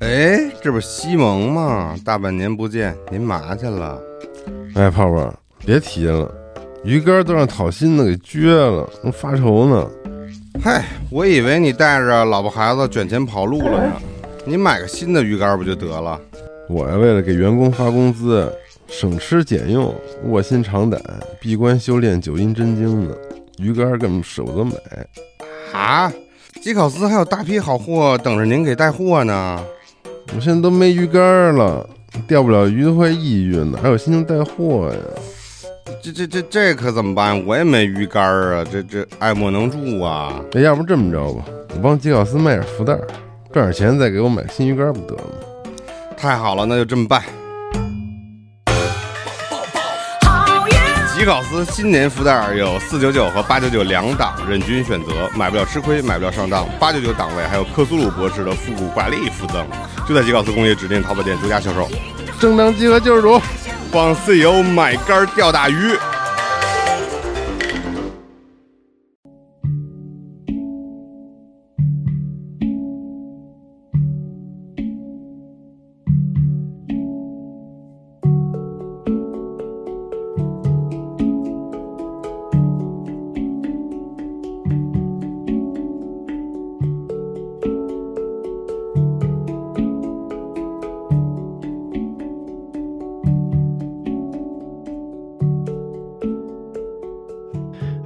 哎这不是西蒙吗？大半年不见，您嘛去了？哎，泡泡，别提了，鱼竿都让讨薪的给撅了，正发愁呢。嗨，我以为你带着老婆孩子卷钱跑路了呢。你买个新的鱼竿不就得了？我呀，为了给员工发工资，省吃俭用，卧薪尝胆，闭关修炼九阴真经呢。鱼竿根本舍不得买。啊，吉考斯还有大批好货等着您给带货呢。我现在都没鱼竿了，钓不了鱼都快抑郁了，哪有心情带货呀？这这这这可怎么办？我也没鱼竿啊，这这爱莫能助啊。哎，要不这么着吧，我帮吉考斯卖点福袋，赚点钱再给我买新鱼竿不得了吗？太好了，那就这么办。好运吉考斯新年福袋有四九九和八九九两档，任君选择，买不了吃亏，买不了上当。八九九档位还有克苏鲁博士的复古挂历附赠，就在吉考斯工业指定淘宝店独家销售。正当集合救世主。帮 CEO 买竿钓大鱼。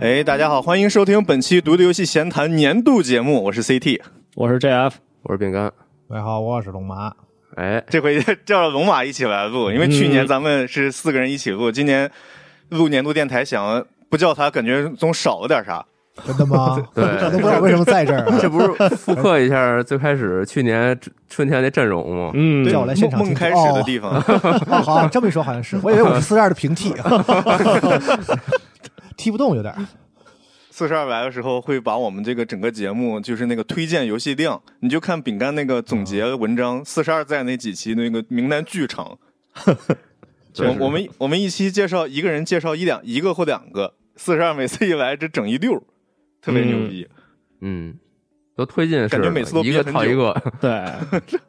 哎，大家好，欢迎收听本期《独立游戏闲谈》年度节目，我是 CT。我是 JF，我是饼干。大家好，我是龙马。 哎，这回叫了龙马一起来录，因为去年咱们嗯是四个人一起录，今年录年度电台，想不叫他，感觉总少了点啥。真的吗？对我都不知道为什么在这儿啊、 这不是复刻一下最开始去年春天那阵容吗？嗯对叫我来现场梦梦听开哦始的地方，哦，好，这么一说好像是，我以为我是四十二的平替， 踢不动有点儿。四十二来的时候会把我们这个整个节目，就是那个推荐游戏量，你就看饼干那个总结文嗯章，四十二在那几期那个名单巨长。 确我实我们我们一期介绍一个人介绍一两一个或两个，四十二每次一来这整一溜儿，特别牛逼。嗯，都推进式的，感觉每次都一憋个很套一久个。对，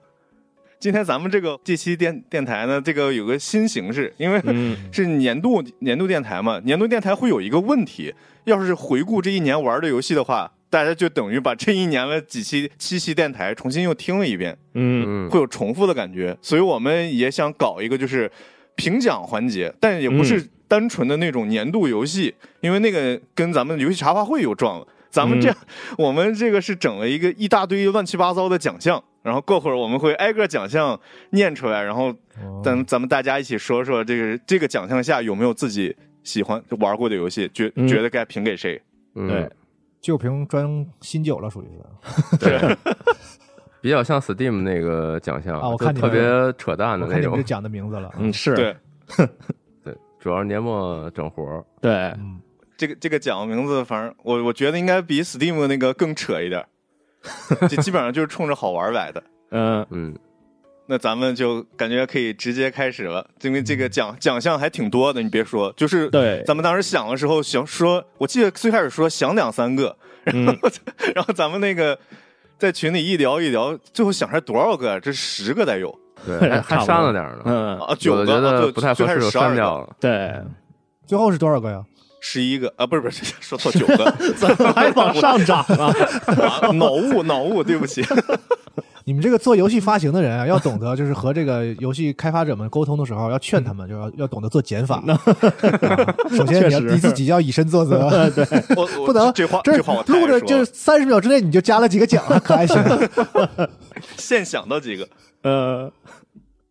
今天咱们这个这期电电台呢，这个有个新形式，因为嗯，是年度年度电台嘛，年度电台会有一个问题，要是回顾这一年玩的游戏的话，大家就等于把这一年的几期七期电台重新又听了一遍，嗯，嗯，会有重复的感觉，所以我们也想搞一个就是评奖环节，但也不是单纯的那种年度游戏，因为那个跟咱们游戏茶话会有撞了。咱们这样，我们这个是整了一个一大堆乱七八糟的奖项，然后过会儿我们会挨个奖项念出来，然后咱咱们大家一起说说这个这个奖项下有没有自己喜欢玩过的游戏，觉嗯觉得该评给谁？嗯对，旧瓶装新酒了，属于是。对，比较像 Steam 那个奖项，啊我就看你特们别扯淡的我那看你们种这。讲的名字了，嗯是，对，对，主要是年末整活儿。对，嗯，这个这个奖名字，反正我我觉得应该比 Steam 那个更扯一 点儿，就基本上就是冲着好玩儿来的。嗯嗯， 那咱们就感觉可以直接开始了，因为这嗯个奖奖项还挺多的，你别说，就是对，咱们当时想的时候想说，我记得最开始说想两三个，嗯然后、然后咱们那个在群里一聊一聊，最后想出来多少个？啊这十个得有对，还还差不多删了点儿呢。嗯啊，九我个，觉啊得对不太合最开适，始就十二删个掉了。对，最后是多少个呀？十一个啊，不是不是， 说错九个， 怎么还往上涨啊？啊 脑雾脑雾，对不 起。你们这个做游戏发行的人啊，要懂得就是和这个游戏开发者们沟通的时候，要劝他们，就要要懂得做减法。啊 首先，你要确实你自己要以身作则，对，我我不能这话这这话我太录着说就是了三十秒之内你就加了几个奖了，可还行？现想到几个，呃，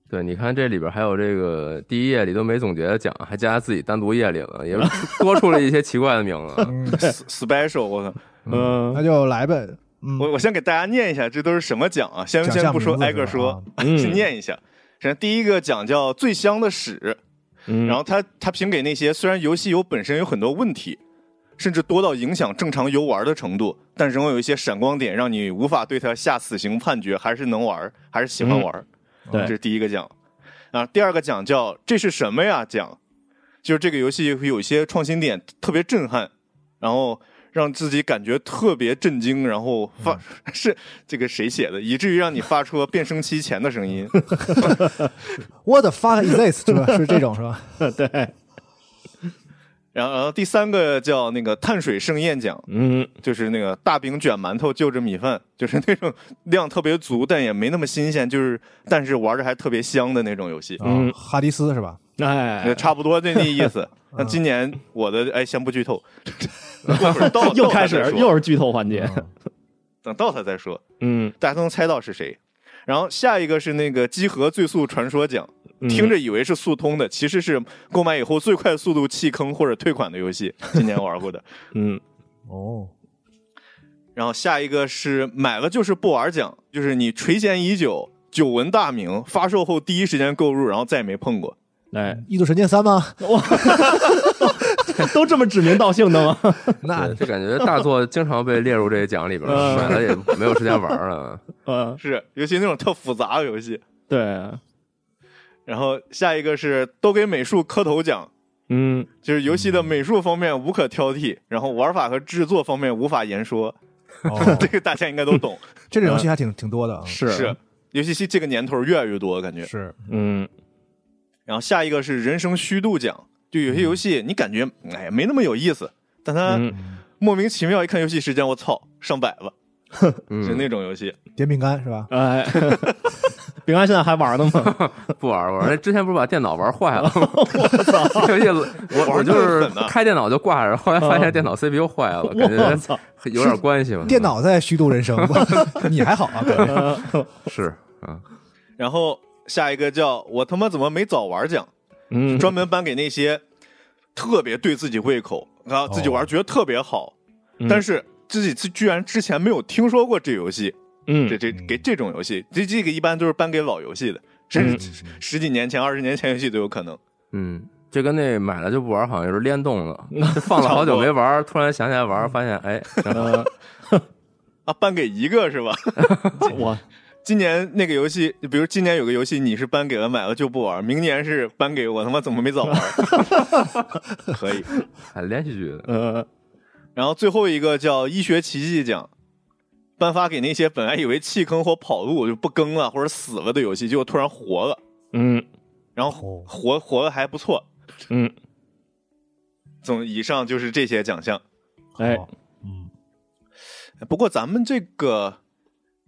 对，你看这里边还有这个第一页里都没总结的奖，还加自己单独页里了， 也多出了一些奇怪的名字。 special，我操！呃那嗯就来呗。嗯，我我先给大家念一下，这都是什么奖啊？先奖项先不说名字挨个是吧啊说，嗯先念一下。首先第一个奖叫最香的屎，嗯，然后他他评给那些虽然游戏有本身有很多问题，甚至多到影响正常游玩的程度，但仍有一些闪光点，让你无法对他下死刑判决，还是能玩，还是喜嗯欢玩。对这是第一个奖。啊，第二个奖叫这是什么呀奖，就是这个游戏会有一些创新点特别震撼，然后让自己感觉特别震惊，然后发、嗯 是这个谁写的，以至于让你发出变声期前的声 音。 What the fuck is this？是吧？ 是这种是吧？对，然后，然后第三个叫那个碳水盛宴奖，嗯，就是那个大饼卷馒头就着米饭，就是那种量特别足，但也没那么新鲜，就是但是玩着还特别香的那种游戏，嗯啊哈迪斯是吧？哎，差不多那那意思。那今年我的哎，先不剧 透，过会儿到 又到它开再始说又是剧透环节，等到他再说，嗯，大家都能猜到是谁。然后下一个是那个集合最速传说奖，嗯听着以为是速通的，其实是购买以后最快速度弃坑或者退款的游戏，今年玩过的。嗯哦，然后下一个是买了就是不玩奖，就是你垂涎已久，久闻大名，发售后第一时间购入，然后再也没碰过。哎，《异度神剑三》 吗？都这么指名道姓的吗？那对就感觉大作经常被列入这些奖里边， 嗯买了也没有时间玩了。嗯，是，尤其那种特复杂的游戏。对，然后下一个是都给美术磕头奖，嗯就是游戏的美术方面无可挑剔，然后玩法和制作方面无法言说。哦这个大家应该都懂，这种游戏还挺挺多的啊。是是，尤其是这个年头越来越多，感觉。是，嗯然后下一个是人生虚度奖，就有些游戏你感觉哎呀没那么有意思，但它嗯莫名其妙一看游戏时间，我操，上百了，就嗯，那种游戏。点饼干是吧？哎， 饼干现在还玩呢吗？不玩玩，那之前不是把电脑玩坏了吗？ 游戏我我玩得就是很呐开电脑就挂着，后来发现电脑 CPU 坏了，感我觉操，有点关系嘛。电脑在虚度人 生，你还好啊？可能嗯是啊，然后下一个叫我他妈怎么没早玩奖， 嗯，专门颁给那些特别对自己胃口啊，哦自己玩觉得特别好，嗯但是自己居然之前没有听说过这游戏，嗯这这给这种游戏，这这个一般都是颁给老游戏的，甚至嗯十十几年前、二十年前游戏都有可能。嗯，这跟那买了就不玩好像是联动的，就放了好久没玩，突然想起来玩，发现哎，呃，啊，颁给一个是吧？ 我今年那个游戏，比如今年有个游戏，你是颁给了买了就不玩，明年是颁给我他妈怎么没早玩？ 可以。还连续剧的，呃然后最后一个叫医学奇迹奖，颁发给那些本来以为弃坑或跑路就不更了或者死了的游戏，结果突然活了，嗯然哦后活活的还不错。嗯，总以上就是这些奖项。哎，不过咱们这个，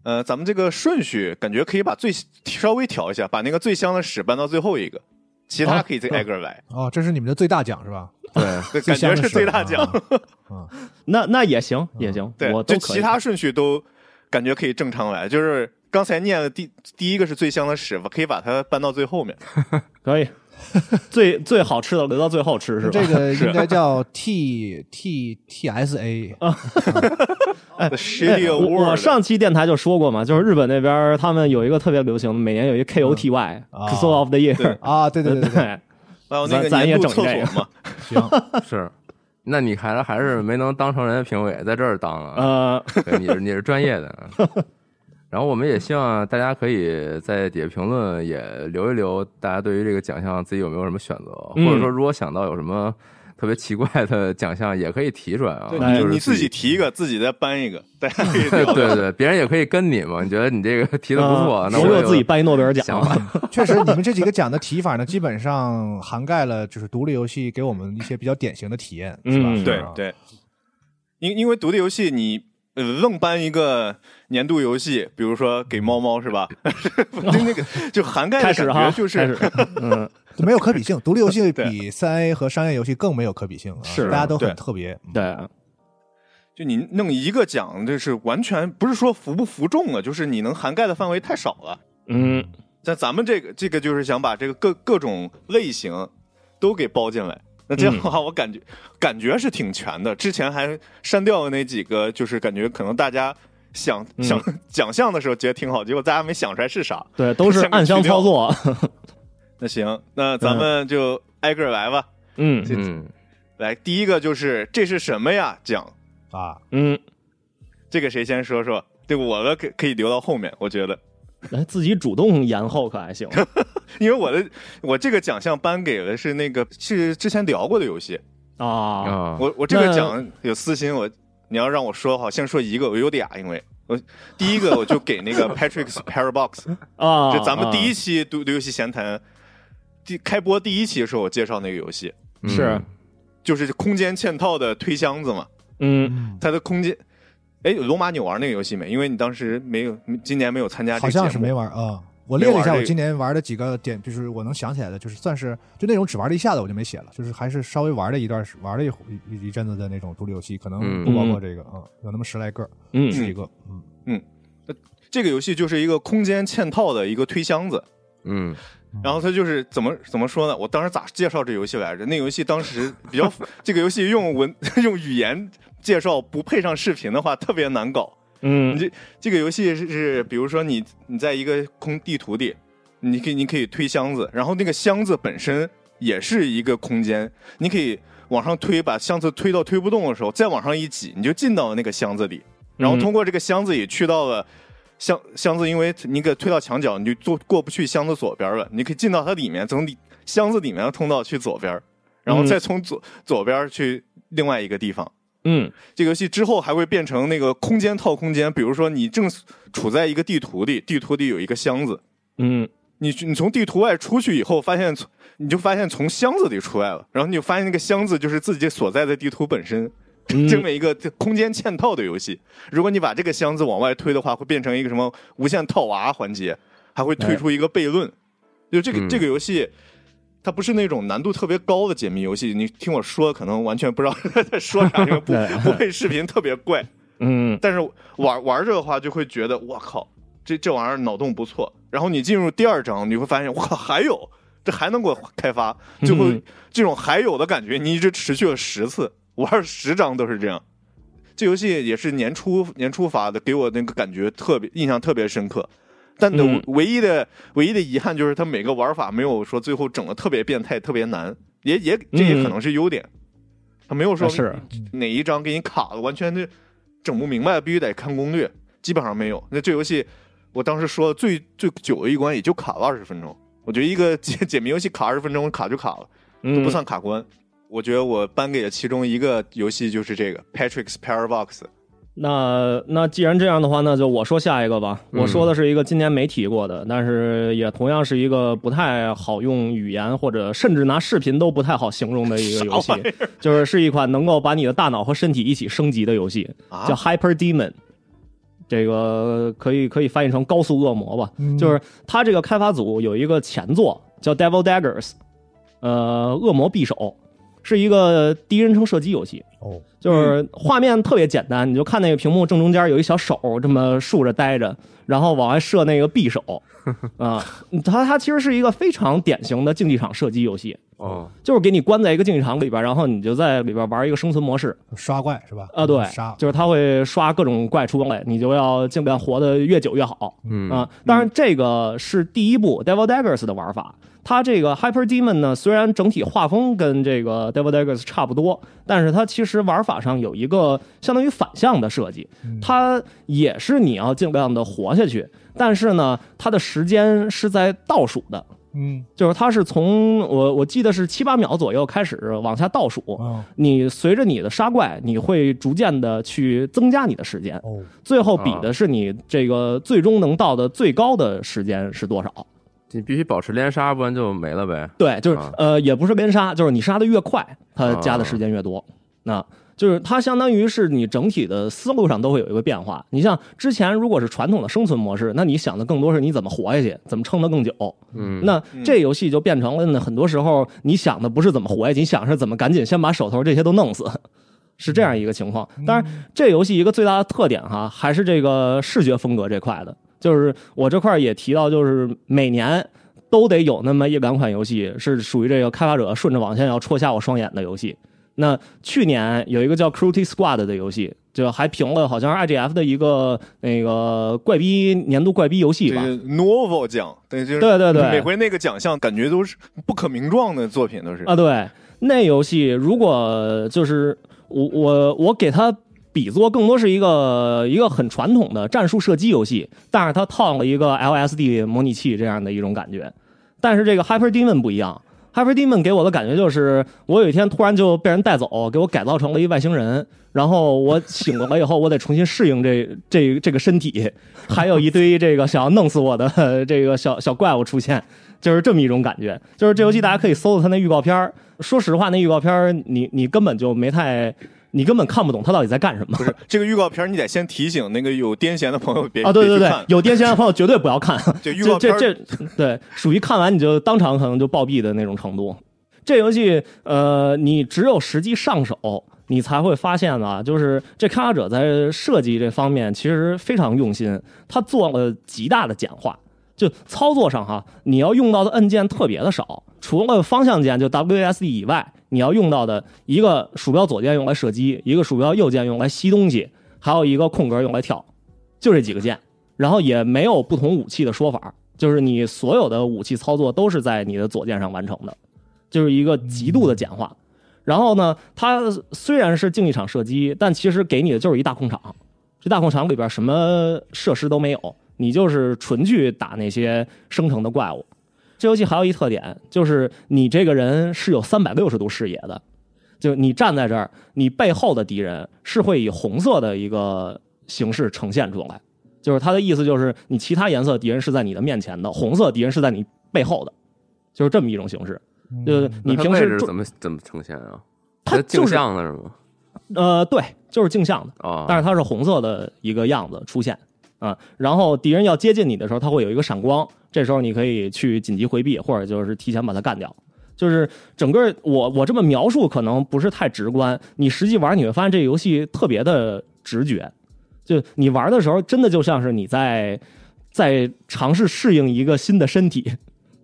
呃，咱们这个顺序感觉可以把最稍微调一下，把那个最香的屎搬到最后一个，其他可以再啊挨个来。哦，这是你们的最大奖是吧？对对，感觉是最大奖。最香的事儿啊。啊那那也行也行，对，我都就可以其他顺序都感觉可以正常来，就是刚才念的第第一个是最香的屎，我可以把它搬到最后面。可以，最最好吃的留到最后吃是吧？ 这个应该叫 T T T S A，啊 The shitty 哎 我 award，我上期电台就说过嘛，就是日本那边儿他们有一个特别流行的，每年有一 K O T Y 啊 Kiss of the Year，哎对啊，对对对对 对，对，还有那个咱咱也年度整厕这所个嘛，是。那你还是还是没能当成人家评委，在这儿当了。呃，对，你是你是专业的。啊然后我们也希望大家可以在底下评论也留一留，大家对于这个奖项自己有没有什么选择，嗯或者说如果想到有什么特别奇怪的奖项，也可以提出来啊。哎你就是你自己提一个，自己再搬一个，大家可以 对聊。对对，别人也可以跟你嘛。你觉得你这个提的不错，呃那如我果有自己颁一诺贝尔奖想，法。确实，你们这几个奖的提法呢，基本上涵盖了就是独立游戏给我们一些比较典型的体验，是吧？啊嗯对对，因因为独立游戏你。呃，愣搬一个年度游戏，比如说给猫猫是吧？ 就那个就涵盖嗯开的始感哈，觉就开是始， 嗯，对，没有可比性，独立游戏比三 A 和商业游戏更没有可比性啊，是大家都对很特别。嗯对，就你弄一个奖，就是完全不是说服不服众了，就是你能涵盖的范围太少了。嗯但咱们这个这个就是想把这个各各种类型都给包进来。那这样嗯的话，我感觉、感觉是挺全的。之前还删掉了那几个，就是感觉可能大家想嗯想奖项的时候觉得挺好，结果大家没想出来是啥。对，都是暗箱操作，那行，那咱们就挨个儿来吧。嗯嗯，来，第一个就是这是什么呀？奖，啊，嗯，这个谁先说说？对，我的可可以留到后面，我觉得。来哎自己主动延后 可还行，因为我的我这个奖项颁给的是那个是之前聊过的游戏， 啊，啊，我我这个那奖有私心，我你要让我说的话，先说一个，我有俩，因为我第一个我就给那个 Patrick's Parabox，啊，就咱们第一啊期读读游戏闲谈，第开播第一期的时候，我介绍那个游戏，嗯是，就是空间嵌套的推箱子嘛，嗯，它的空间。哎，龙马，你玩那个游戏没？因为你当时没有，今年没有参加这好个节目，像是没玩啊、我列了一没玩下这我个今年玩的几个点，就是我能想起来的，就是算是就那种只玩了一下子我就没写了，就是还是稍微玩了一段时，玩了一会一一阵子的那种独立游戏，可能嗯不包括这个啊、嗯有那么十来个，嗯十几个，嗯，这个游戏就是一个空间嵌套的一个推箱子，嗯然后它就是怎么怎么说呢？我当时咋介绍这游戏来着？那游戏当时比较， 这个游戏用文 用语言介绍不配上视频的话，特别难搞。嗯你这这个游戏是是，比如说你你在一个空地图里，你可以你可以推箱子，然后那个箱子本身也是一个空间，你可以往上推，把箱子推到推不动的时候，再往上一挤，你就进到那个箱子里，然后通过这个箱子也去到了。箱箱子，因为你给推到墙角，你就坐过不去箱子左边了。你可以进到它里面，从里箱子里面的通道去左边，然后嗯再从左左边去另外一个地方。嗯这个游戏之后还会变成那个空间套空间，比如说你正处在一个地图里，地图里有一个箱子，嗯你去你从地图外出去以后，发现从你就发现从箱子里出来了，然后你就发现那个箱子就是自己所在的地图本身， 这么一个空间嵌套的游戏。如果你把这个箱子往外推的话，会变成一个什么无限套娃环节，还会推出一个悖论。就这个、嗯这个游戏，它不是那种难度特别高的解谜游戏，你听我说可能完全不知道 在说啥，因为不不配视频特别怪。嗯但是玩玩这个的话，就会觉得我靠，这这玩意儿脑洞不错。然后你进入第二章，你会发现我靠还有， 这还能给我开发，就会、嗯这种还有的感觉，你一直持续了十次，玩十章都是这样。这游戏也是年初年初发的，给我那个感觉特别印象特别深刻。但的嗯唯一的、唯一的遗憾就是它每个玩法没有说最后整的特别变态、特别难，也也这嗯也可能是优点。它没有说啊是哪一章给你卡了，完全就整不明白，必须得看攻略，基本上没有。那这游戏，我当时说最最久的一关也就卡了二十分钟，我觉得一个解 解谜游戏卡二十分钟卡就卡了，都嗯不算卡关。我觉得我颁给的其中一个游戏就是这个 Patrick's Parabox，那那既然这样的话，那就我说下一个吧。嗯我说的是一个今年没提过的，但是也同样是一个不太好用语言或者甚至拿视频都不太好形容的一个游戏，就是是一款能够把你的大脑和身体一起升级的游戏，啊叫 Hyper Demon。这个可以可以翻译成高速恶魔吧，嗯就是它这个开发组有一个前作叫 Devil Daggers，呃，恶魔匕首，是一个第一人称射击游戏。哦，就是画面特别简单，你就看那个屏幕正中间有一小手这么竖着待着，然后往外射那个匕首，啊、它它其实是一个非常典型的竞技场射击游戏，哦，就是给你关在一个竞技场里边，然后你就在里边玩一个生存模式刷怪是吧？啊，对嗯杀，，就是它会刷各种怪出来，你就要尽量活得越久越好，嗯啊，当然这个是第一部 Devil Daggers 的玩法。它这个 Hyper Demon 呢，虽然整体画风跟这个 Devil Daggers 差不多，但是它其实玩法上有一个相当于反向的设计，它也是你要尽量的活下去，但是呢，它的时间是在倒数的，嗯，就是它是从我我记得是七八秒左右开始往下倒数，哦你随着你的杀怪，你会逐渐的去增加你的时间，哦，最后比的是你这个最终能到的最高的时间是多少。你必须保持连杀，不然就没了呗。对，就是、啊呃，也不是连杀，就是你杀的越快，它加的时间越多。那就是它相当于是你整体的思路上都会有一个变化。你像之前如果是传统的生存模式，那你想的更多是你怎么活下去，怎么撑得更久。嗯，那这游戏就变成了呢，很多时候你想的不是怎么活下去，你想是怎么赶紧先把手头这些都弄死，是这样一个情况。当然，这游戏一个最大的特点哈，还是这个视觉风格这块的，就是我这块也提到，就是每年。都得有那么一两款游戏是属于这个开发者顺着网线要戳瞎我双眼的游戏。那去年有一个叫 Cruelty Squad 的游戏，就还评了好像是 IGF 的一个那个怪逼年度怪逼游戏这吧，是 Novel 奖，对，就是对对对每回那个奖项感觉都是不可名状的作品，都是啊，对，那游戏如果就是我我我给它比作更多是一个一个很传统的战术射击游戏，但是它套了一个 LSD 模拟器这样的一种感觉。但是这个 Hyper Demon 不一样 Hyper Demon 给我的感觉就是，我有一天突然就被人带走，给我改造成了一外星人，然后我醒过来以后，我得重新适应这这这个身体，还有一堆这个想要弄死我的 呃这个小小怪物出现，就是这么一种感觉。就是这游戏大家可以搜搜它那预告片儿，说实话，那预告片儿你你根本就没太，你根本看不懂它到底在干什么。不是这个预告片儿，你得先提醒那个有癫痫的朋友别啊，对别对对去看，有癫痫的朋友绝对不要看，对预这告片这儿这对属于看完你就当场可能就暴毙的那种程度。这游戏呃，你只有实际上手，你才会发现啊，就是这开发者在设计这方面其实非常用心，他做了极大的简化。就操作上哈，你要用到的按键特别的少，除了方向键就 WASD 以外，你要用到的一个鼠标左键用来射击，一个鼠标右键用来吸东西，还有一个空格用来跳，就这几个键。然后也没有不同武器的说法，就是你所有的武器操作都是在你的左键上完成的，就是一个极度的简化。然后呢，它虽然是竞技场射击，但其实给你的就是一大空场，这大空场里边什么设施都没有，你就是纯去打那些生成的怪物。这游戏还有一特点，就是你这个人是有三百六十度视野的，就你站在这儿，你背后的敌人是会以红色的一个形式呈现出来。就是他的意思就是你其他颜色敌人是在你的面前的，红色敌人是在你背后的，就是这么一种形式。嗯就是你它平嗯位时置住怎么怎么呈现啊？它它就镜是像的是吗？呃，对，就是镜像的，啊，但是它是红色的一个样子出现啊。然后敌人要接近你的时候，它会有一个闪光，这时候你可以去紧急回避，或者就是提前把它干掉。就是整个我我这么描述可能不是太直观，你实际玩你会发现这个游戏特别的直觉，就你玩的时候真的就像是你在在尝试适应一个新的身体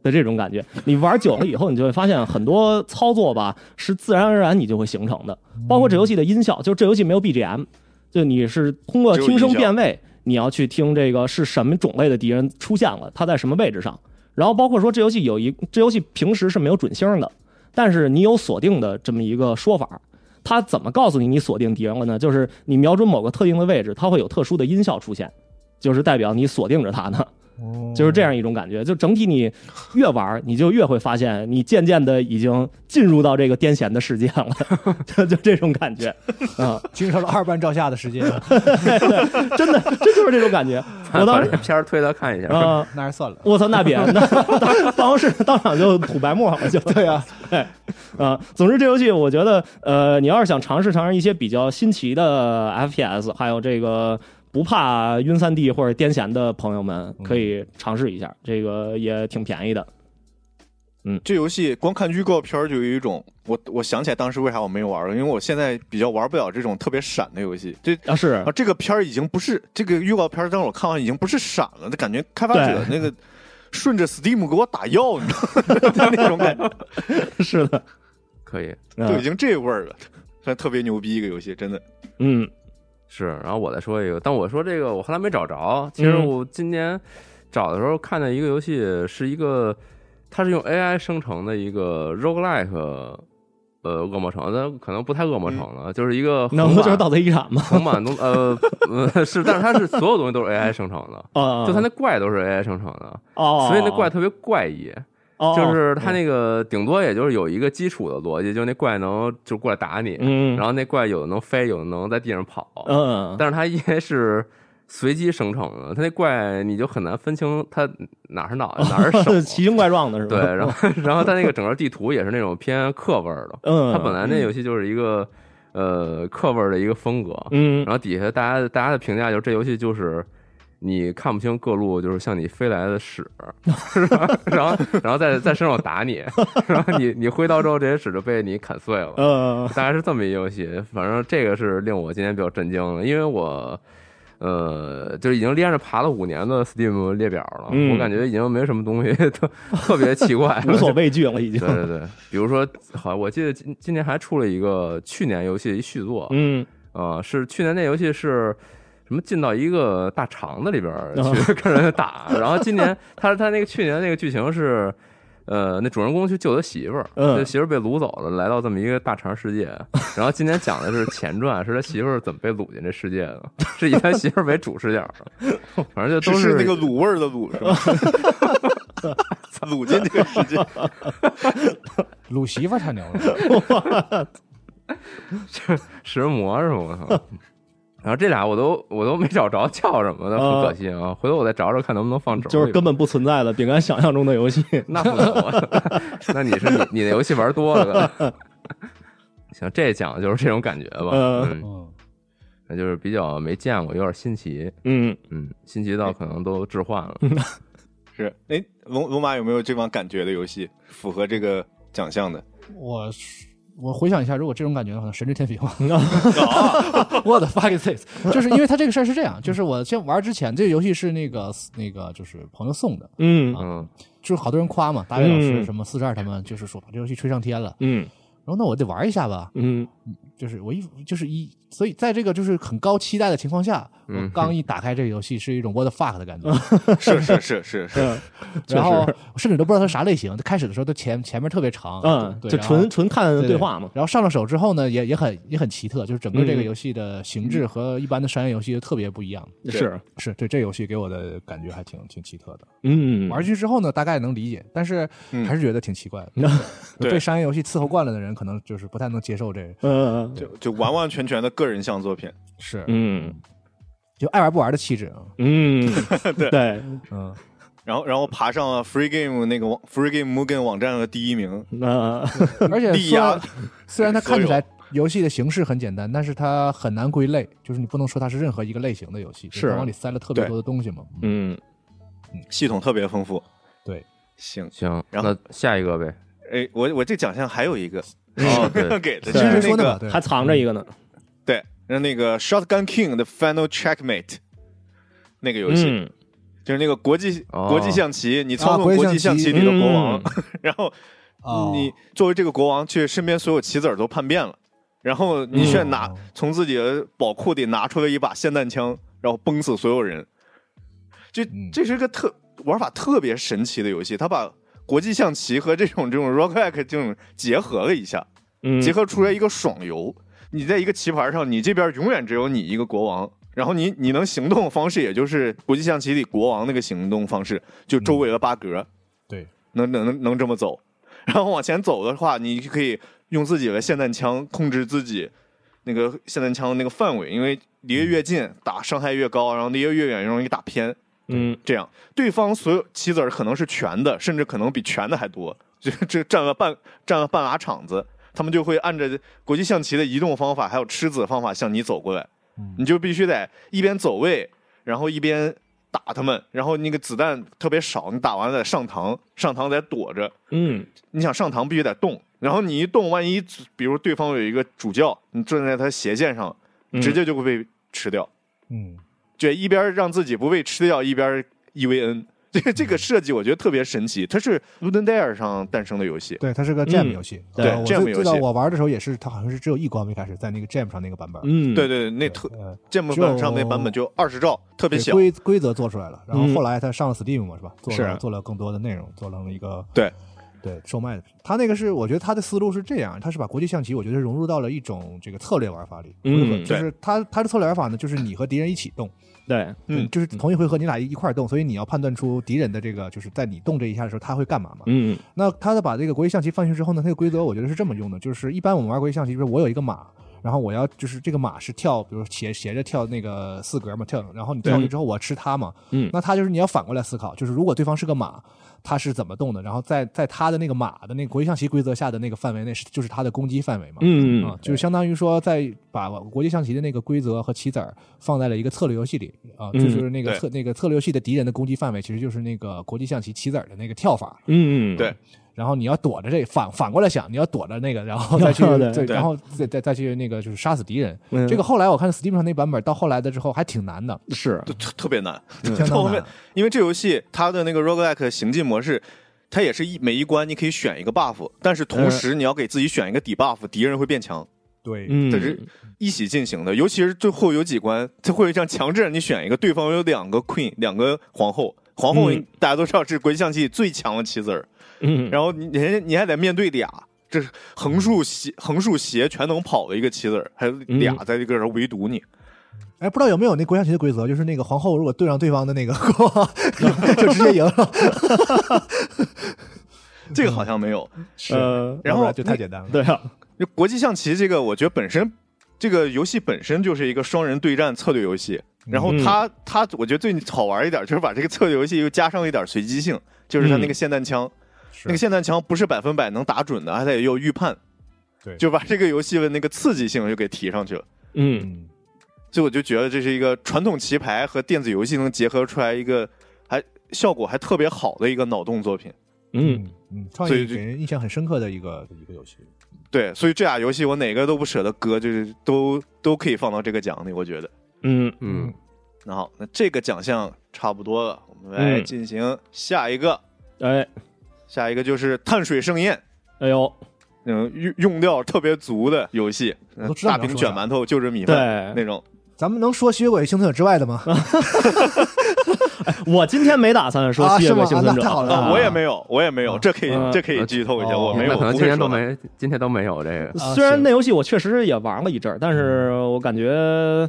的这种感觉。你玩久了以后，你就会发现很多操作吧是自然而然你就会形成的，包括这游戏的音效，就是这游戏没有 BGM，就你是通过只有听声音效辨位，你要去听这个是什么种类的敌人出现了，他在什么位置上。然后包括说这游戏有一这游戏平时是没有准星的，但是你有锁定的这么一个说法。它怎么告诉你你锁定敌人了呢？就是你瞄准某个特定的位置，它会有特殊的音效出现，就是代表你锁定着它呢。 就是这样一种感觉。就整体你越玩儿，你就越会发现，你渐渐的已经进入到这个癫痫的世界了， 就就这种感觉啊、进入到了二半照下的世界，真的，这就是这种感觉。把我当 把时这片儿推到看一下。啊。那还是算了。我操，那别那当办公室当场就吐白沫了，就对啊，对啊、总之这游戏我觉得，呃，你要是想尝试尝试一些比较新奇的 FPS，还有这个不怕晕三 D 或者癫痫的朋友们，可以尝试一下，这个也挺便宜的。这游戏光看预告片儿就有一种，我我想起来当时为啥我没玩了，因为我现在比较玩不了这种特别闪的游戏。这啊，是啊，这个片儿已经不是这个预告片儿，让我看完已经不是闪了，就感觉开发者那个顺着 Steam 给我打药，你知道吗？ 那种感觉是的，可以，嗯都已经这味儿了，但特别牛逼一个游戏，真的。嗯是，然后我再说一个，但我说这个我后来没找着。其实嗯我今年找的时候看到一个游戏，是一个它是用 AI 生成的一个 roguelike，呃，恶魔城，但可能不太恶魔城嗯了，就是一个那横不就是版盗贼遗产吗？横版东呃呃是，但是它是所有东西都是 AI 生成 的，啊，就它那怪都是 AI 生成的，哦，所以那怪特别怪异。哦就是他那个顶多也就是有一个基础的逻辑，就是那怪能就过来打你，嗯然后那怪有的能飞，有的能在地上跑，嗯，但是它因为是随机生成的，它那怪你就很难分清它哪是脑袋哪是奇手。形怪状的是吧？对，然后然后它那个整个地图也是那种偏克味儿的，嗯它本来那游戏就是一个呃克味儿的一个风格，嗯然后底下大家大家的评价就是这游戏就是你看不清各路就是向你飞来的 屎，是吧？然后然后在在身上打你，然后你你挥刀之后这些屎就被你砍碎了，嗯大概是这么一游戏。反正这个是令我今天比较震惊的，因为我呃，就已经连着爬了五年的 Steam 列表了，嗯，我感觉已经没什么东西 特特别奇怪无所。畏惧了已经对。对对，比如说，好，我记得今今年还出了一个去年游戏的一续作，嗯，啊，是去年那游戏是什么进到一个大肠子里边儿啊去跟人打， 然后今年他他那个去年那个剧情是。呃，那主人公去救他媳妇儿，嗯他媳妇儿被掳走了，来到这么一个大肠世界。然后今年讲的是前传，是他媳妇儿怎么被掳进这世界的，是以他媳妇儿为主视角的。反正就只都是那个卤味儿的卤，是吧？ 鲁进这个世界， 鲁媳妇儿太牛了，食人魔是吗？我操！ 然后这俩我都我都没找着叫什么的，很可惜啊。回头我再找找看能不能放轴里吧。就是根本不存在的饼干想象中的游戏。 那不能啊，那你是你你的游戏玩多了呗。 行，这讲的就是这种感觉吧。嗯嗯，嗯，那就是比较没见过，有点新奇。嗯，嗯，新奇到可能都置换了。是哎，龙龙马有没有这帮感觉的游戏符合这个奖项的？我我回想一下，如果这种感觉的话，神之天平吧。What the fuck is this？就是 因为它这个事儿是这样，就是我先玩之前，这个游戏是那个那个就是朋友送的，嗯嗯，就是好多人夸嘛，大卫老嗯师什么四十二他们就是说把这游戏吹上天了。嗯然后那我得玩一下吧，嗯就是我一就是一，所以在这个就是很高期待的情况下，嗯我刚一打开这个游戏是一种 what the fuck 的感觉， 是是是是是，然后我甚至都不知道它啥类型。它开始的时候都前前面特别长，嗯，对就纯纯看对对话嘛。然后上了手之后呢，也也很也很奇特，就是整个嗯这个游戏的形制和一般的商业游戏特别不一样。对是，是对这游戏给我的感觉还挺挺奇特的。嗯，玩进去之后呢，大概能理解，但是还是觉得挺奇怪的。嗯嗯对 对商业游戏伺候惯了的人，可能就是不太能接受这。嗯就就完完全全的个人像作品。是嗯就爱玩不玩的气质啊。嗯， 对，嗯，然后，然后爬上了 Free Game 那个网 Free Game Mugen 网站的第一名，那而 且力虽压然虽然它看起来游戏的形式很简单，但是它很难归类，就是你不能说它是任何一个类型的游戏，就是它往里塞了特别对多的东西嘛。嗯系统特别丰富。对，行，行，然后那下一个呗。哎，我我这奖项还有一个，哦，对， 给的对就是是说那的嘛，个对，还藏着一个呢。对，那那个 Shotgun King 的 Final Checkmate 那个游戏，嗯，就是那个国际哦国际象棋，你操啊纵国际国际象象棋棋里的国王嗯，然后哦你作为这个国王，却身边所有棋子儿都叛变了，然后你嗯却拿、从自己的宝库里拿出了一把霰弹枪，然后崩死所有人。这嗯这是个特玩法特别神奇的游戏，它把国际象棋和这种这种 rock like 这种结合了一下，嗯结合出来一个爽游。你在一个棋盘上，你这边永远只有你一个国王，然后你你能行动的方式也就是国际象棋里国王那个行动方式，就周围的八格。对，能能能能这么走。然后往前走的话，你可以用自己的霰弹枪控制自己那个霰弹枪的那个范围，因为离得越近打伤害越高，然后离得越远容易打偏。嗯这样，对方所有棋子儿可能是全的，甚至可能比全的还多， 这这占了半占了半拉场子，他们就会按着国际象棋的移动方法还有吃子方法向你走过来，你就必须得一边走位，然后一边打他们，然后那个子弹特别少，你打完了得上膛，上膛得躲着，嗯你想上膛必须得动，然后你一动，万一比如对方有一个主教，你站在他斜线上，直接就会被吃掉。嗯，就一边让自己不被吃掉，一边 EVN。这个这个设计我觉得特别神奇，它是 Luden Dare 上诞生的游戏。对，它是个 jam 嗯游戏。对呃我 jam 最游最早戏我玩的时候也是，它好像是只有一关没开始，在那个 jam 上那个版本。嗯，对对对，那特呃，建模版上那版本就二十兆，特别对小。规规则做出来了，然后嗯后来它上了 Steam 嘛，是吧？做了是做了更多的内容，做成了一个对对售卖的。它那个是，我觉得它的思路是这样，它是把国际象棋，我觉得融入到了一种这个策略玩法里。嗯就对是它它的策略玩法呢，就是你和敌人一起动，对，嗯就是同一回合你俩一块儿动，所以你要判断出敌人的这个，就是在你动这一下的时候他会干嘛嘛。嗯那他在把这个国际象棋放进去之后呢，它的规则我觉得是这么用的，就是一般我们玩国际象棋，比如说我有一个马，然后我要就是这个马是跳，比如斜斜着跳那个四格嘛，跳，然后你跳上去之后我要吃它嘛，嗯那它就是你要反过来思考，就是如果对方是个马，它是怎么动的，然后在在它的那个马的那个国际象棋规则下的那个范围内是就是它的攻击范围嘛，嗯啊，就是相当于说，在把国际象棋的那个规则和棋子儿放在了一个策略游戏里啊，嗯就是对那个策那个策略游戏的敌人的攻击范围，其实就是那个国际象棋棋子儿的那个跳法，嗯，对然后你要躲着这反反过来想，你要躲着那个，然 后再去对再对然后再再再去那个就是杀死敌人。嗯这个后来我看 Steam 上那版本到后来的之后还挺难的，是，就特特别难。 相到当后嗯难面。，因为这游戏它的那个 roguelike 行进模式，它也是一每一关你可以选一个 buff，但是同时你要给自己选一个底 buff，敌人会变强，对，嗯这是一起进行的。尤其是最后有几关，它会让强制让你选一个对方有两个 queen，两个皇后。皇后嗯大家都知道是国际象棋里最强的棋子儿，嗯，然后你人家你还得面对俩，这是横竖斜横竖斜全能跑的一个棋子儿，还有俩在这个人围堵你，哎，不知道有没有那国象棋的规则，就是那个皇后如果对上对方的那个 国王，就直接赢了。这个好像没有。是呃然后 要不就太简单了。对啊，就国际象棋这个，我觉得本身这个游戏本身就是一个双人对战策略游戏。然后它它，我觉得最好玩一点就是把这个策略游戏又加上了一点随机性，就是它那个霰弹枪，那个霰弹枪不是百分百能打准的，它也有预判，对就把这个游戏的那个刺激性就给提上去了。嗯，所以我就觉得这是一个传统棋牌和电子游戏能结合出来一个还效果还特别好的一个脑洞作品。嗯，嗯，创所以意这给人印象很深刻的一个一个游戏。对，所以这啊俩游戏我哪个都不舍得搁，就是都都可以放到这个奖里，我觉得。嗯，嗯，那好，那这个奖项差不多了，我们来嗯进行下一个，哎，下一个就是碳水盛宴，哎呦，嗯，用用料特别足的游戏，嗯都知道大你要饼说卷啥馒头就着米 饭那对种。咱们能说吸血鬼幸存者之外的 吗？我今天没打算说啊吸血鬼是吗幸存啊那者，太好了啊，我也没有，我也没有，啊这可以嗯这可以剧透一下，哦我没有，那可能不今会年说都的。没，今天都没有这个。啊虽然行那游戏我确实也玩了一阵儿，但是嗯我感觉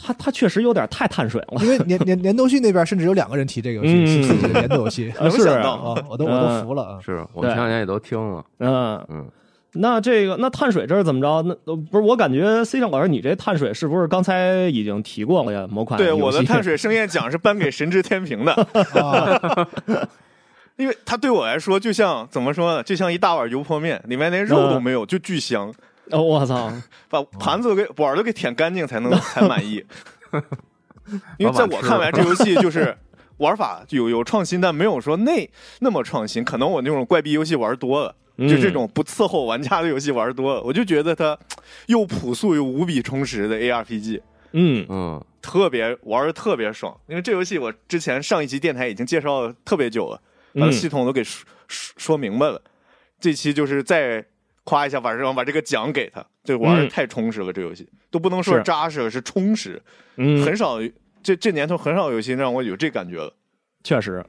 它它确实有点太碳水了。因为年年年度系那边甚至有两个人提这个游戏，是嗯。自己的年度游戏 呃能是想到啊，我都我都服了啊！是我们前两年也都听了，嗯嗯，那这个那碳水这儿怎么着？那呃不是我感觉 C 正老师，你这碳水是不是刚才已经提过了呀？某款对，游戏我的碳水盛宴奖是颁给神之天平的，啊，因为它对我来说就像怎么说呢，就像一大碗油泼面，里面连肉都没有，就巨香，哦，我操，把盘子都给碗儿都给舔干净才能才满意。因为在我看来，这游戏就是玩法有有创新，但没有说那那么创新。可能我那种怪逼游戏玩多了， 嗯就这种不伺候玩家的游戏玩多了，我就觉得它又朴素又无比充实的 ARPG，嗯嗯，特别玩的特别爽。因为这游戏我之前上一期电台已经介绍了特别久了，把它嗯系统都给说说说明白了。这期就是再夸一下晚上把这个奖给他，这玩的嗯太充实了，这游戏都不能说是扎实，是充实。嗯，很少这这年头很少有游戏让我有这感觉了。确实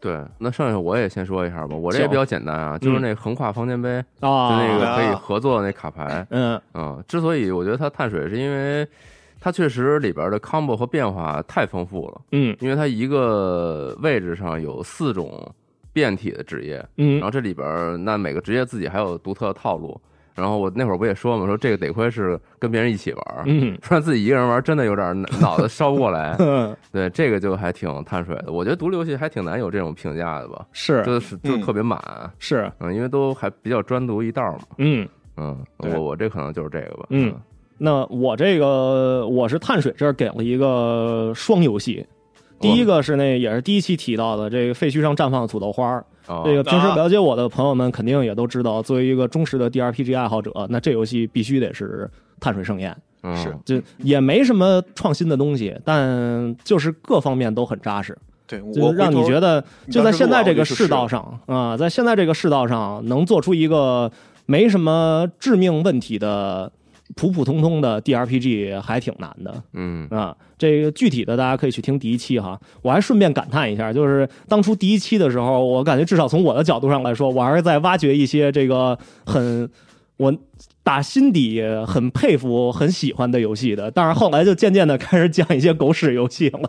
对。那剩下我也先说一下吧，我这也行比较简单啊，就是那横跨方尖碑，就啊，那个可以啊合作的那卡牌，嗯嗯，之所以我觉得它碳水，是因为它确实里边的 combo 和变化太丰富了，嗯因为它一个位置上有四种变体的职业，然嗯后这里边儿那每个职业自己还有独特的套路。然后我那会儿不也说嘛，说这个得亏是跟别人一起玩儿，嗯不然自己一个人玩儿真的有点儿脑脑子烧不过来。 嗯，对，这个就还挺碳水的。我觉得独立游戏还挺难有这种评价的吧，是就是就嗯特别满，是，嗯，因为都还比较专独一道儿嘛，嗯。嗯，对我我这可能就是这个吧，嗯那我这个我是碳水这儿给了一个双游戏，第哦一个是那也是第一期提到的这个废墟上绽放的土豆花儿。哦这个平时了解我的朋友们肯定也都知道，作为一个忠实的 DRPG 爱好者，那这游戏必须得是碳水盛宴，嗯是就也没什么创新的东西，但就是各方面都很扎实，对就我是让你觉得得你就当在时现录在完这我就个世试道了上啊、在现在这个世道上能做出一个没什么致命问题的普普通通的 DRPG 还挺难的。嗯啊，这个具体的大家可以去听第一期哈。我还顺便感叹一下，就是当初第一期的时候，我感觉至少从我的角度上来说，我还是在挖掘一些这个很我打心底很佩服、很喜欢的游戏的。但是后来就渐渐的开始讲一些狗屎游戏了。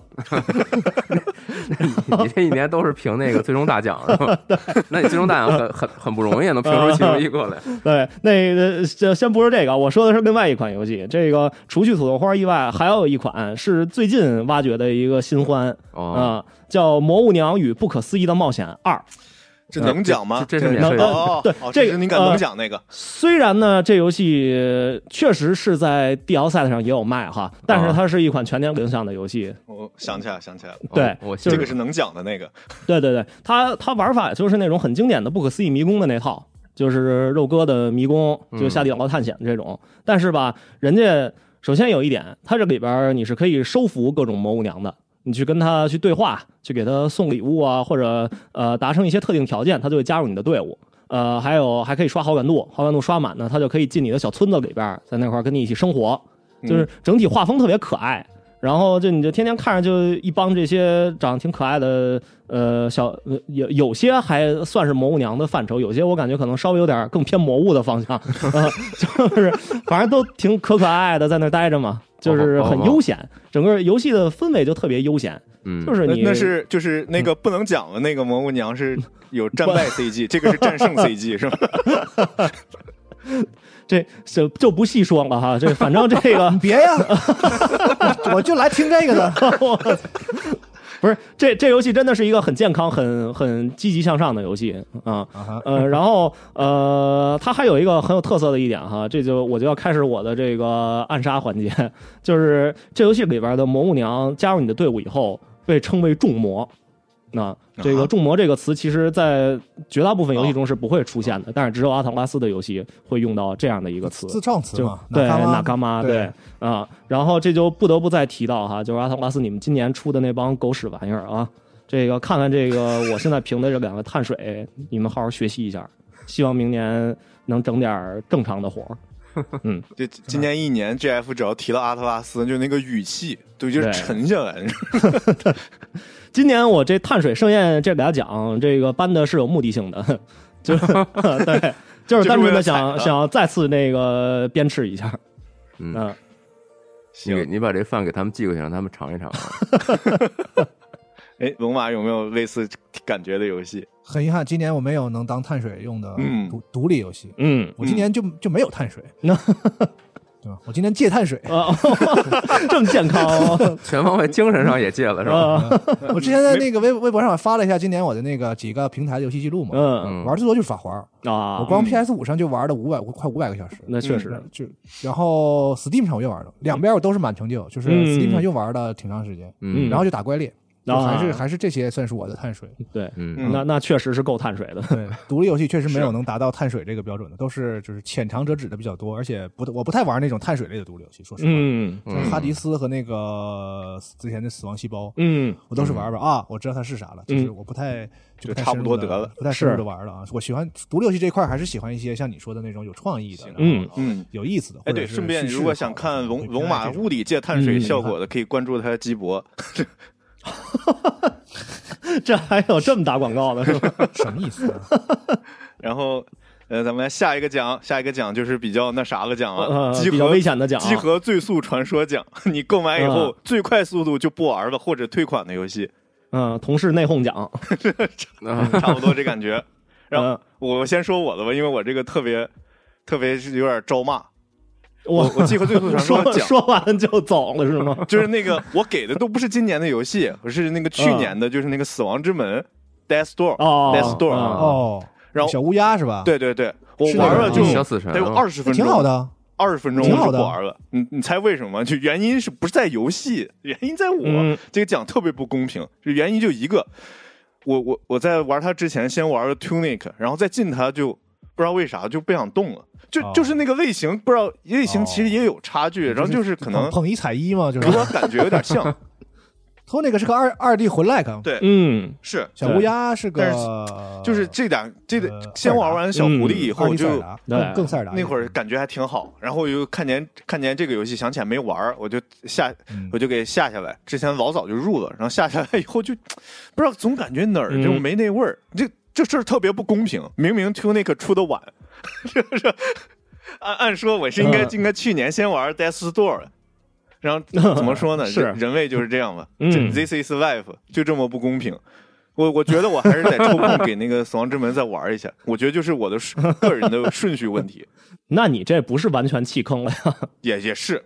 你 这一年都是评那个最终大奖是 吧？那你最终大奖很很很不容易，能评出其中一个来。对，那个这先不说这个，我说的是另外一款游戏。这个除去土豆花以外，还有一款是最近挖掘的一个新欢啊、哦，叫《魔物娘与不可思议的冒险二》。这能讲啊吗？这这是免费哦的哦，对哦这个是你敢呃能讲那个？虽然呢，这游戏呃确实是在 DL s 上也有卖哈，但是它是一款全年龄向的游戏。我想起来，想起来了，对我就这个是能讲的那个。对对对，它它玩法就是那种很经典的不可思议迷宫的那套，就是肉鸽的迷宫，就下地牢探险这种。但是吧，人家首先有一点，它这里边儿你是可以收服各种魔物娘的。你去跟他去对话，去给他送礼物啊，或者呃达成一些特定条件，他就会加入你的队伍。呃，还有还可以刷好感度，好感度刷满呢，他就可以进你的小村子里边儿，在那块儿跟你一起生活，就是整体画风特别可爱。然后就你就天天看着就一帮这些长得挺可爱的呃小呃有有些还算是魔物娘的范畴，有些我感觉可能稍微有点 更偏魔物的方向，呃、就是反正都挺可可爱爱的，在那儿待着嘛。就是哦哦很悠闲，整个游戏的氛围就特别悠闲，嗯，就是呃那你那是就是那嗯个不能讲的那个蘑菇娘是有战败 CG，这个是战胜 CG 是吧？这就就不细说了哈，这反正这个别呀， 我就来听这个的。不是这这游戏真的是一个很健康、很很积极向上的游戏啊。啊呃，然后呃，它还有一个很有特色的一点哈，这就我就要开始我的这个暗杀环节， 就是这游戏里边的蘑菇娘加入你的队伍以后，被称为众魔。那这个“众魔”这个词，其实，在绝大部分游戏中是不会出现的，但是只有阿唐拉斯的游戏会用到这样的一个词。自创词就嘛，对纳嘎嘛，妈对啊，然后这就不得不再提到哈，就是阿特拉斯你们今年出的那帮狗屎玩意儿啊，这个看看这个我现在评的这两个碳水，你们好好学习一下，希望明年能整点儿正常的活儿。就今年一年 GF 只要提到阿特拉斯，就那个语气对，就是对沉下 来。今年我这碳水盛宴这俩奖，这个颁的是有目的性的， 就是对，就是单就纯的想是为了踩他想再次那个鞭笞一下，嗯嗯你给你把这饭给他们寄过去，让他们尝一尝啊。哎，龙马有没有类似感觉的游戏？很遗憾，今年我没有能当碳水用的嗯独独立游戏，嗯，我今年就就没有碳水， 那对吧？我今年戒碳 水，啊，这么健康哦全方位精神上也戒了是吧？啊，我之前在那个微微博上发了一下今年我的那个几个平台的游戏记录嘛，嗯玩最多就是法环，啊，我光 PS 五上就玩了五百快五百个小时，那确实，就然后 Steam 上我又玩了，两边我都是满成啊就，就是嗯 Steam 上又玩了挺长时间，嗯然后就打怪猎，就还是啊还是这些算是我的碳水。对，嗯嗯那那确实是够碳水的。 对，独立游戏确实没有能达到碳水这个标准的，都是就是浅尝辄止的比较多，而且不我不太玩那种碳水类的独立游戏，说实话，嗯像哈迪斯和那个之前的死亡细胞，嗯我都是玩玩啊，我知道它是啥了，就是嗯我不太就不太就差不多深入得地了不太深入是的玩了啊。我喜欢独立游戏这一块，还是喜欢一些像你说的那种有创意的，嗯嗯，有意思的。哎，或者对，是顺便叙事如果好想的看我龙会龙偏爱马这种物理界碳水嗯效果的，可以关注他鸡博。 这还有这么打广告的是吧？什么意 思啊？然后，呃，咱们来下一个奖，下一个奖就是比较那啥的奖呃了，集比较合危险的奖啊，集合最速传说奖， 你购买以啊后最快速度就不玩了或者退款的游 戏，嗯，同事内讧奖，差不多这感觉。然后嗯我先说我的吧，因为我这个特别特别是有点招骂。我我集合最速传 说说奖说完就走了是吗？就是那个我给的都不是今年的游戏，我是那个去年的，就是那个死亡之门 Death Door 哦 Death Door，、嗯哦，啊然后小乌鸦是吧？，对对对，我是那玩个了吗就小死神得有啊二十分钟，挺好的啊。二十分钟挺我好就的不玩了。你你猜为什么？就原因是不是在游戏，原因在我、嗯这个奖特别不公平。就原因就一个，我我我在玩它之前先玩了 Tunic，然后再进它就不知道为啥就不想动了。就、哦就是那个类型，不知道类型其实也有差距，然后就是可能捧捧一踩一嘛，就是给我感觉有点 像，偷那个是个二二 D 魂 like，对嗯是小乌鸦是但个就是这俩这个呃先玩完小狐狸以二后 D 塞尔就达，对更更塞尔达那会儿感觉还挺好，然后我就看见看见这个游戏，想起来没玩儿，我就下嗯我就给下下来。之前老早就入了，然后下下来以后就不知道总感觉哪儿就嗯没那味儿，这这事儿特别不公平。明明 Tunic 出的晚， 是不是？按按说我是应该嗯应该去年先玩 Death Door，的然后怎么说 呢？是人人类就是这样吧，嗯这 This is life 就这么不公平。我我觉得我还是得抽空给那个《死亡之门》再玩一下，我觉得就是我的顺 个人的顺序问题，那你这不是完全弃坑了呀？也也是，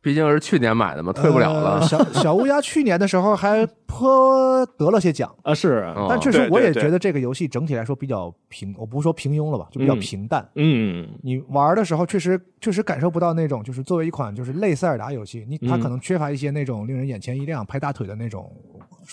毕竟是去年买的嘛，退不了呃了。 小小乌鸦去年的时候还颇得了些奖，啊，是，哦但确对实对我也对觉得这个游戏整体来说比较平，哦我不是说平庸了吧，就比较嗯平淡。嗯你玩的时候确实确实感受不到那种，就是作为一款就是类塞尔达游戏，你它嗯可能缺乏一些那种令人眼前一亮、拍大腿的那种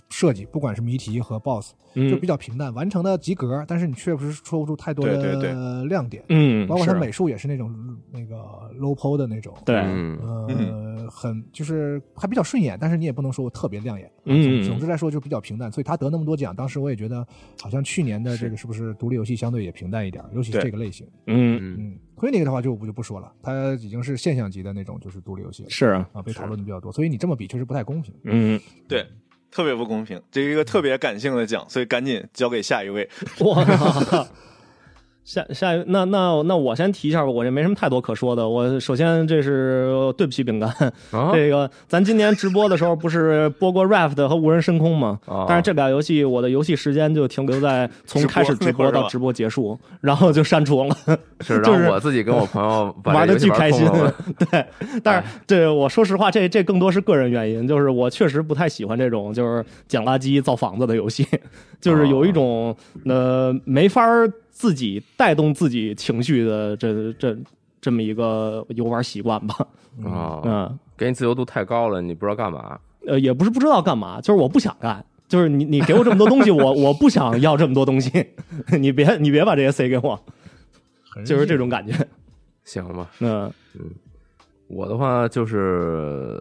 设计，不管是谜题和 BOSS，就嗯比较平淡，完成的及格，但是你确实说不出太多对对的亮点。嗯，包括它是美术也是那种那个 low p o 的那种，对，嗯，呃，很就是还比较顺眼，但是你也不能说我特别亮眼。啊嗯总之来说就比较平淡，所以他得那么多奖，当时我也觉得好像去年的这个是不是独立游戏相对也平淡一点，尤其是对这个类型。嗯嗯 q u e e n 的话就我就不说了，它已经是现象级的那种就是独立游戏了是，啊，被讨论的比较多，所以你这么比确实不太公平。嗯，对，特别不公 平，这是一个特别感性的奖，所以赶紧交给下一位。哇，下下一那那那我先提一下吧，我这没什么太多可说的。我首先这是对不起饼干，啊 这个咱今年直播的时候不是播过 Raft 和无人深空吗？啊但是这俩游戏我的游戏时间就停留在从直播开始直那会播儿是到吧直播结束，然后就删除了。 是就让是我自己跟我朋友把玩这的游戏巨开心玩空了哎嘛， 对，但是这我说实话，这这更多是个人原因，就是我确实不太喜欢这种就是捡垃圾造房子的游戏， 就是啊有一种呃没法儿自己带动自己情绪的这这这么一个游玩习惯吧，啊， 嗯。给你自由度太高了，你不知道干嘛。呃，也不是不知道干嘛，就是我不想干。就是你你给我这么多东西，我我不想要这么多东西， 你别你别把这些塞给我，就是这种感觉。行吧，嗯我的话就是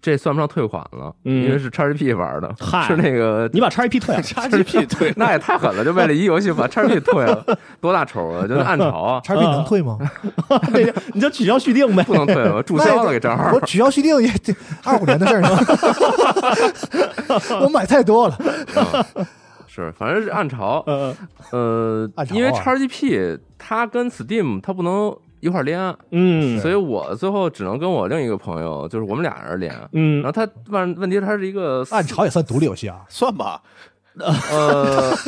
这算不上退款了，嗯因为是 XGP 玩的，嗨是那个你把叉 EP 退啊了， XGP 对那也太狠了，就为了一游戏把 XGP 退了，多大仇啊！就是暗潮啊，叉 P 能退吗？对，你就取消续订呗。不能退了，注销了给账号我。取消续订也 得二五年的事儿呢。我买太多了，是，反正是暗潮。呃，呃暗，潮啊因为 XGP 它跟 Steam 它不能一块儿连，啊嗯所以我最后只能跟我另一个朋友，就是我们俩人连。啊然嗯后它问问题，它是一个暗潮也算独立游戏啊。算 吧，呃，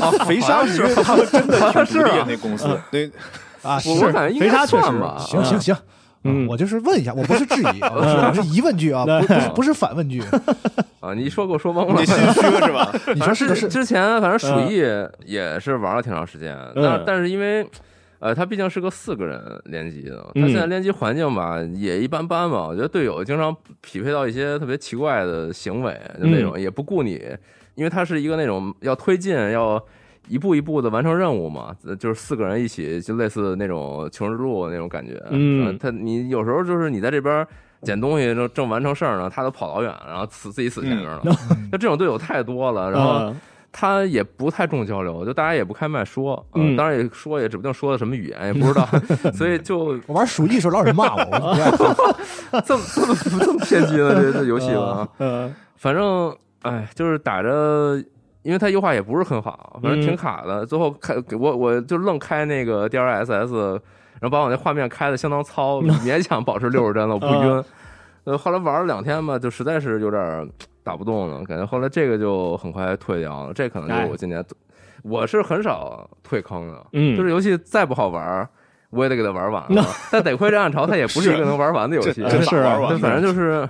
啊，肥好鲨像你是因为他们真的挺是独立啊的那公司，那啊，我我感觉应肥鲨该确实算吧。行行行，嗯我就是问一下，我不是质疑，啊，我是我是疑问句啊，不不是不是反问句。啊，你一说给我说懵了你。心虚了是 吧？ 你反正说是不是？嗯之前，啊反正鼠疫也是玩了挺长时间，但嗯但是因为，呃，它毕竟是个四个人联机的，它嗯现在联机环境吧也一般般吧。我觉得队友经常匹配到一些特别奇怪的行为，就那嗯种也不顾你，因为它是一个那种要推进要。一步一步的完成任务嘛，呃就是四个人一起，就类似那种《求生之路》那种感觉。嗯呃他你有时候就是你在这边捡东西正正完成事儿呢，他都跑老远，然后死自己死前面了。就这种队友太多了，然后嗯他也不太重交流，就大家也不开麦说，呃嗯当然也说也指不定说的什么语言也不 知道，所以就我玩鼠疫的时候，老有人骂我，我不爱看 这么这么这么偏激呢这这游戏啊吧，呃反正哎，就是打着。因为它优化也不是很好，反正挺嗯卡的。最后开给我我就愣开那个 DLSS，然后把我那画面开的相当 糙，勉强保持六十帧了，我不嗯晕。呃，后来玩了两天吧，就实在是有点儿打不动了，感觉后来这个就很快退掉了。这可哎能就是我今年，我是很少退坑的，嗯就是游戏再不好玩儿，我也得给它玩完了。但得亏这暗潮，它也不是一个能玩完的游 戏，这是玩完但了反正就是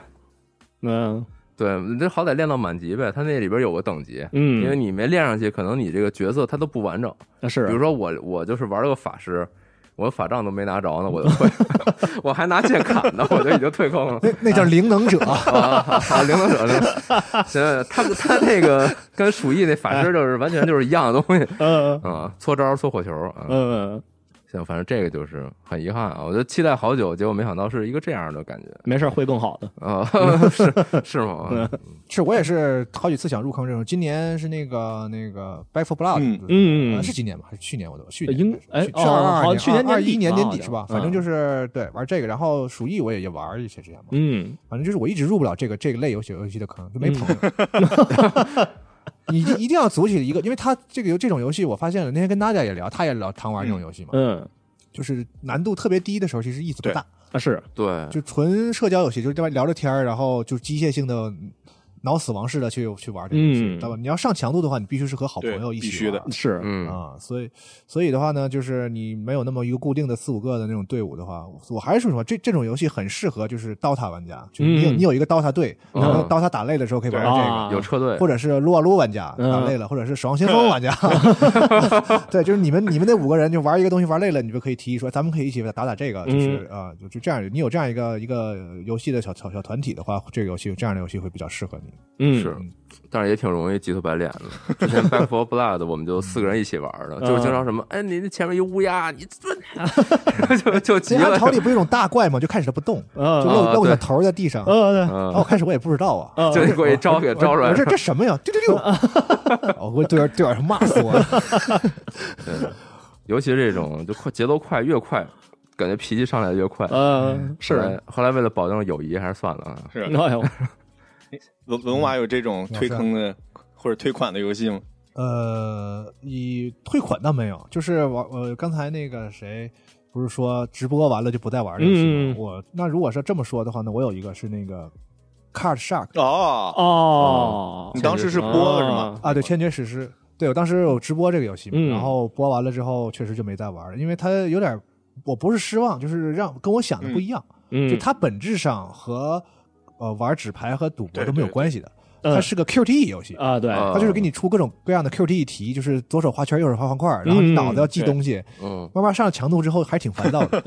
嗯对，你这好歹练到满级呗，它那里边有个等级。因为嗯，啊你没练上去，可能你这个角色它都不完整。是比如说我，我就是玩了个法师，我法杖都没拿着呢，我就退，我还拿剑砍呢，我就已经退坑了。那那叫灵能者，啊，好，灵能者灵能，行，他他那个跟鼠疫那法师就是完全就是一样的东西呃啊，搓招搓火球啊，呃，行，反正这个就是很遗憾啊，我就期待好久，结果没想到是一个这样的感觉没事儿会更好的。啊，是 是吗？ 是我也是好几次想入坑这种。今年是那个那个 Back for Blood，嗯嗯呃是今年吧？还是去年？我都去应年哎是哦是二好二去年二年底一年啊年好底像是吧？反正就是对玩这个，然后鼠疫我也也玩儿一些之前嘛，嗯，反正就是我一直入不了这个这个类游戏游戏的坑，就没朋友。 你一定要组起一个，因为他这个游这种游戏，我发现了那天跟大家也聊，他也老常玩这种游戏嘛，嗯就是难度特别低的时候，其实意思不对大，啊是，对，就纯社交游戏，就是对吧？聊着天儿，然后就机械性的脑死亡似的去去玩这个游戏，嗯对吧？你要上强度的话，你必须是和好朋友一起对必须的玩是，嗯，啊，所以所以的话呢，就是你没有那么一个固定的四五个的那种队伍的话，我我还是说实话，这这种游戏很适合就是 DOTA 玩家，就是你有、嗯你有一个 DOTA 队，嗯然后 DOTA 打累了之后可以玩玩这个。啊有车队或，者是撸啊撸玩家嗯打累了，或者是守望先锋玩家，对，就是你们你们那五个人就玩一个东西玩累了，你就可以提议说，咱们可以一起打打这个，就是啊，就就这样，你有这样一个一个游戏的小小小团体的话，这个游戏这样的游戏会比较适合你。嗯是，但是也挺容易急头白脸的。之前 Back for Blood 我们就四个人一起玩的，就是经常什么，哎，你那前面一乌鸦，你这就 就急这暗了潮。里不是有一种大怪吗？就开始它不动，就呃露露对个头在地上，呃然嗯后，开始我也不知道啊，嗯就得给我一招给招出来我。这这什么呀？丢丢丢！ 我估计队友队友骂死我了。对，尤其这种就快节奏快，越快感觉脾气上来越快。呃后是，来后来为了保证友谊，还是算了啊。是哎呦，嗯龙龙马有这种推坑的或者推款的游戏吗？呃，以退款倒没有，就是玩呃，刚才那个谁不是说直播完了就不再玩这个游戏吗？嗯我那如果是这么说的话呢，我有一个是那个 Card Shark 哦，哦，你当时是播了是啊吗？啊，对，千绝史诗，对我当时有直播这个游戏嘛，嗯然后播完了之后确实就没再玩了，因为它有点我不是失望，就是让跟我想的不一样，嗯，就它本质上和呃玩纸牌和赌博对都没有对关系的，嗯它是个 QTE 游戏啊，对，啊他就是给你出各种各样的 QTE 题，就是左手画圈，右手画方块，然后你脑子要记东西。嗯，慢慢上了强度之后，还挺烦躁的。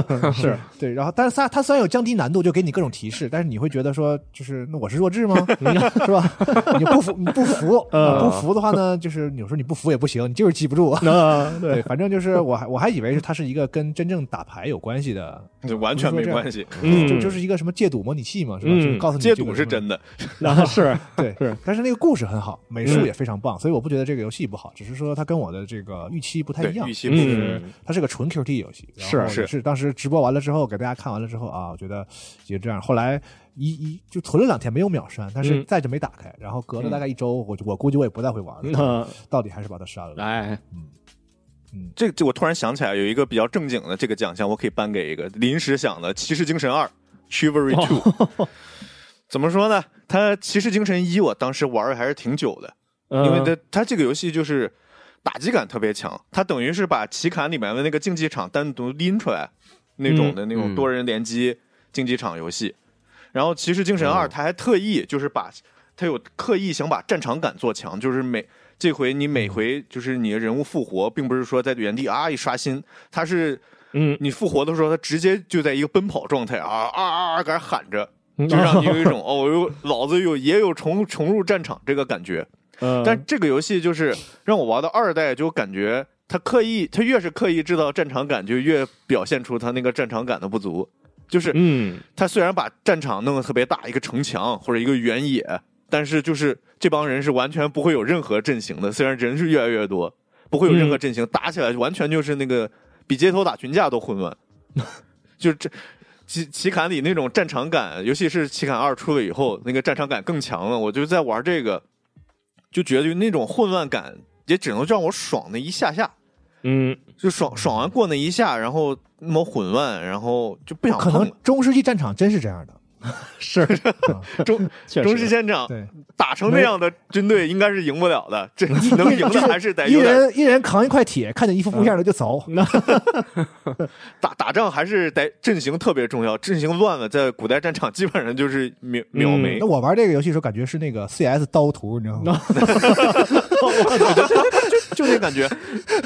是对，然后但是它它虽然有降低难度，就给你各种提示，但是你会觉得说，就是那我是弱智吗？是吧？ 你不服，你不服，嗯不服的话呢，就是有时候你不服也不行，你就是记不住。那对，对，反正就是我还我还以为是它是一个跟真正打牌有关系的，就完全没关系，嗯就就是一个什么戒赌模拟器嘛，是吧？嗯就是告诉你戒这个赌是真的，那是对，是但是那个故事很好，美嗯术也非常棒，所以我不觉得这个游戏不好，只是说它跟我的这个预期不太对一样预。期不一样嗯它是个纯 QT 游戏，然后是是也是当时直播完了之后，给大家看完了之后啊，我觉得也这样。后来一一就存了两天没有秒删，但是嗯再就没打开。然后隔了嗯大概一周，我我估计我也不太会玩了，那到底还是把它删了。哎，这个这我突然想起来有一个比较正经的这个奖项，我可以颁给一个临时想的《骑士精神二》（Chivalry Two）。怎么说呢？它《骑士精神一》我当时玩儿还是挺久的，因为嗯它它这个游戏就是打击感特别强，它等于是把棋盘里面的那个竞技场单独拎出来那种的那种嗯多人联机竞技场游戏。然后《骑士精神二》它还特意就是把它有刻意想把战场感做强，就是每这回你每回就是你的人物复活，并不是说在原地啊一刷新，它是嗯，你复活的时候，它直接就在一个奔跑状态啊啊啊啊，搁那喊着，就让你有一种哦，我又老子有也有重重入战场这个感觉。嗯，但这个游戏就是让我玩到二代，就感觉他刻意，他越是刻意制造战场感，就越表现出他那个战场感的不足。就是嗯他虽然把战场弄得特别大，一个城墙或者一个原野，但是就是这帮人是完全不会有任何阵型的，虽然人是越来越多，不会有嗯任何阵型，打起来完全就是那个比街头打群架都混 乱，就是这。奇奇坎里那种战场感，尤其是奇坎二出了以后，那个战场感更强了。我就在玩这个，就觉得那种混乱感也只能让我爽那一下下，嗯，就爽爽完过那一下，然后那么混乱，然后就不想可碰能了。中世纪战场真是这样的，是中确中实世，舰长对，打成那样的军队应该是赢不了 的，这能赢的还是得一有点嗯人一人扛一块铁，看见衣服不一样的就走。打打仗还是得阵型特别重要，阵型乱了，在古代战场基本上就是秒秒没那。我玩这个游戏的时候，感觉是那个 CS 刀图，你知道吗？ 就那 感觉，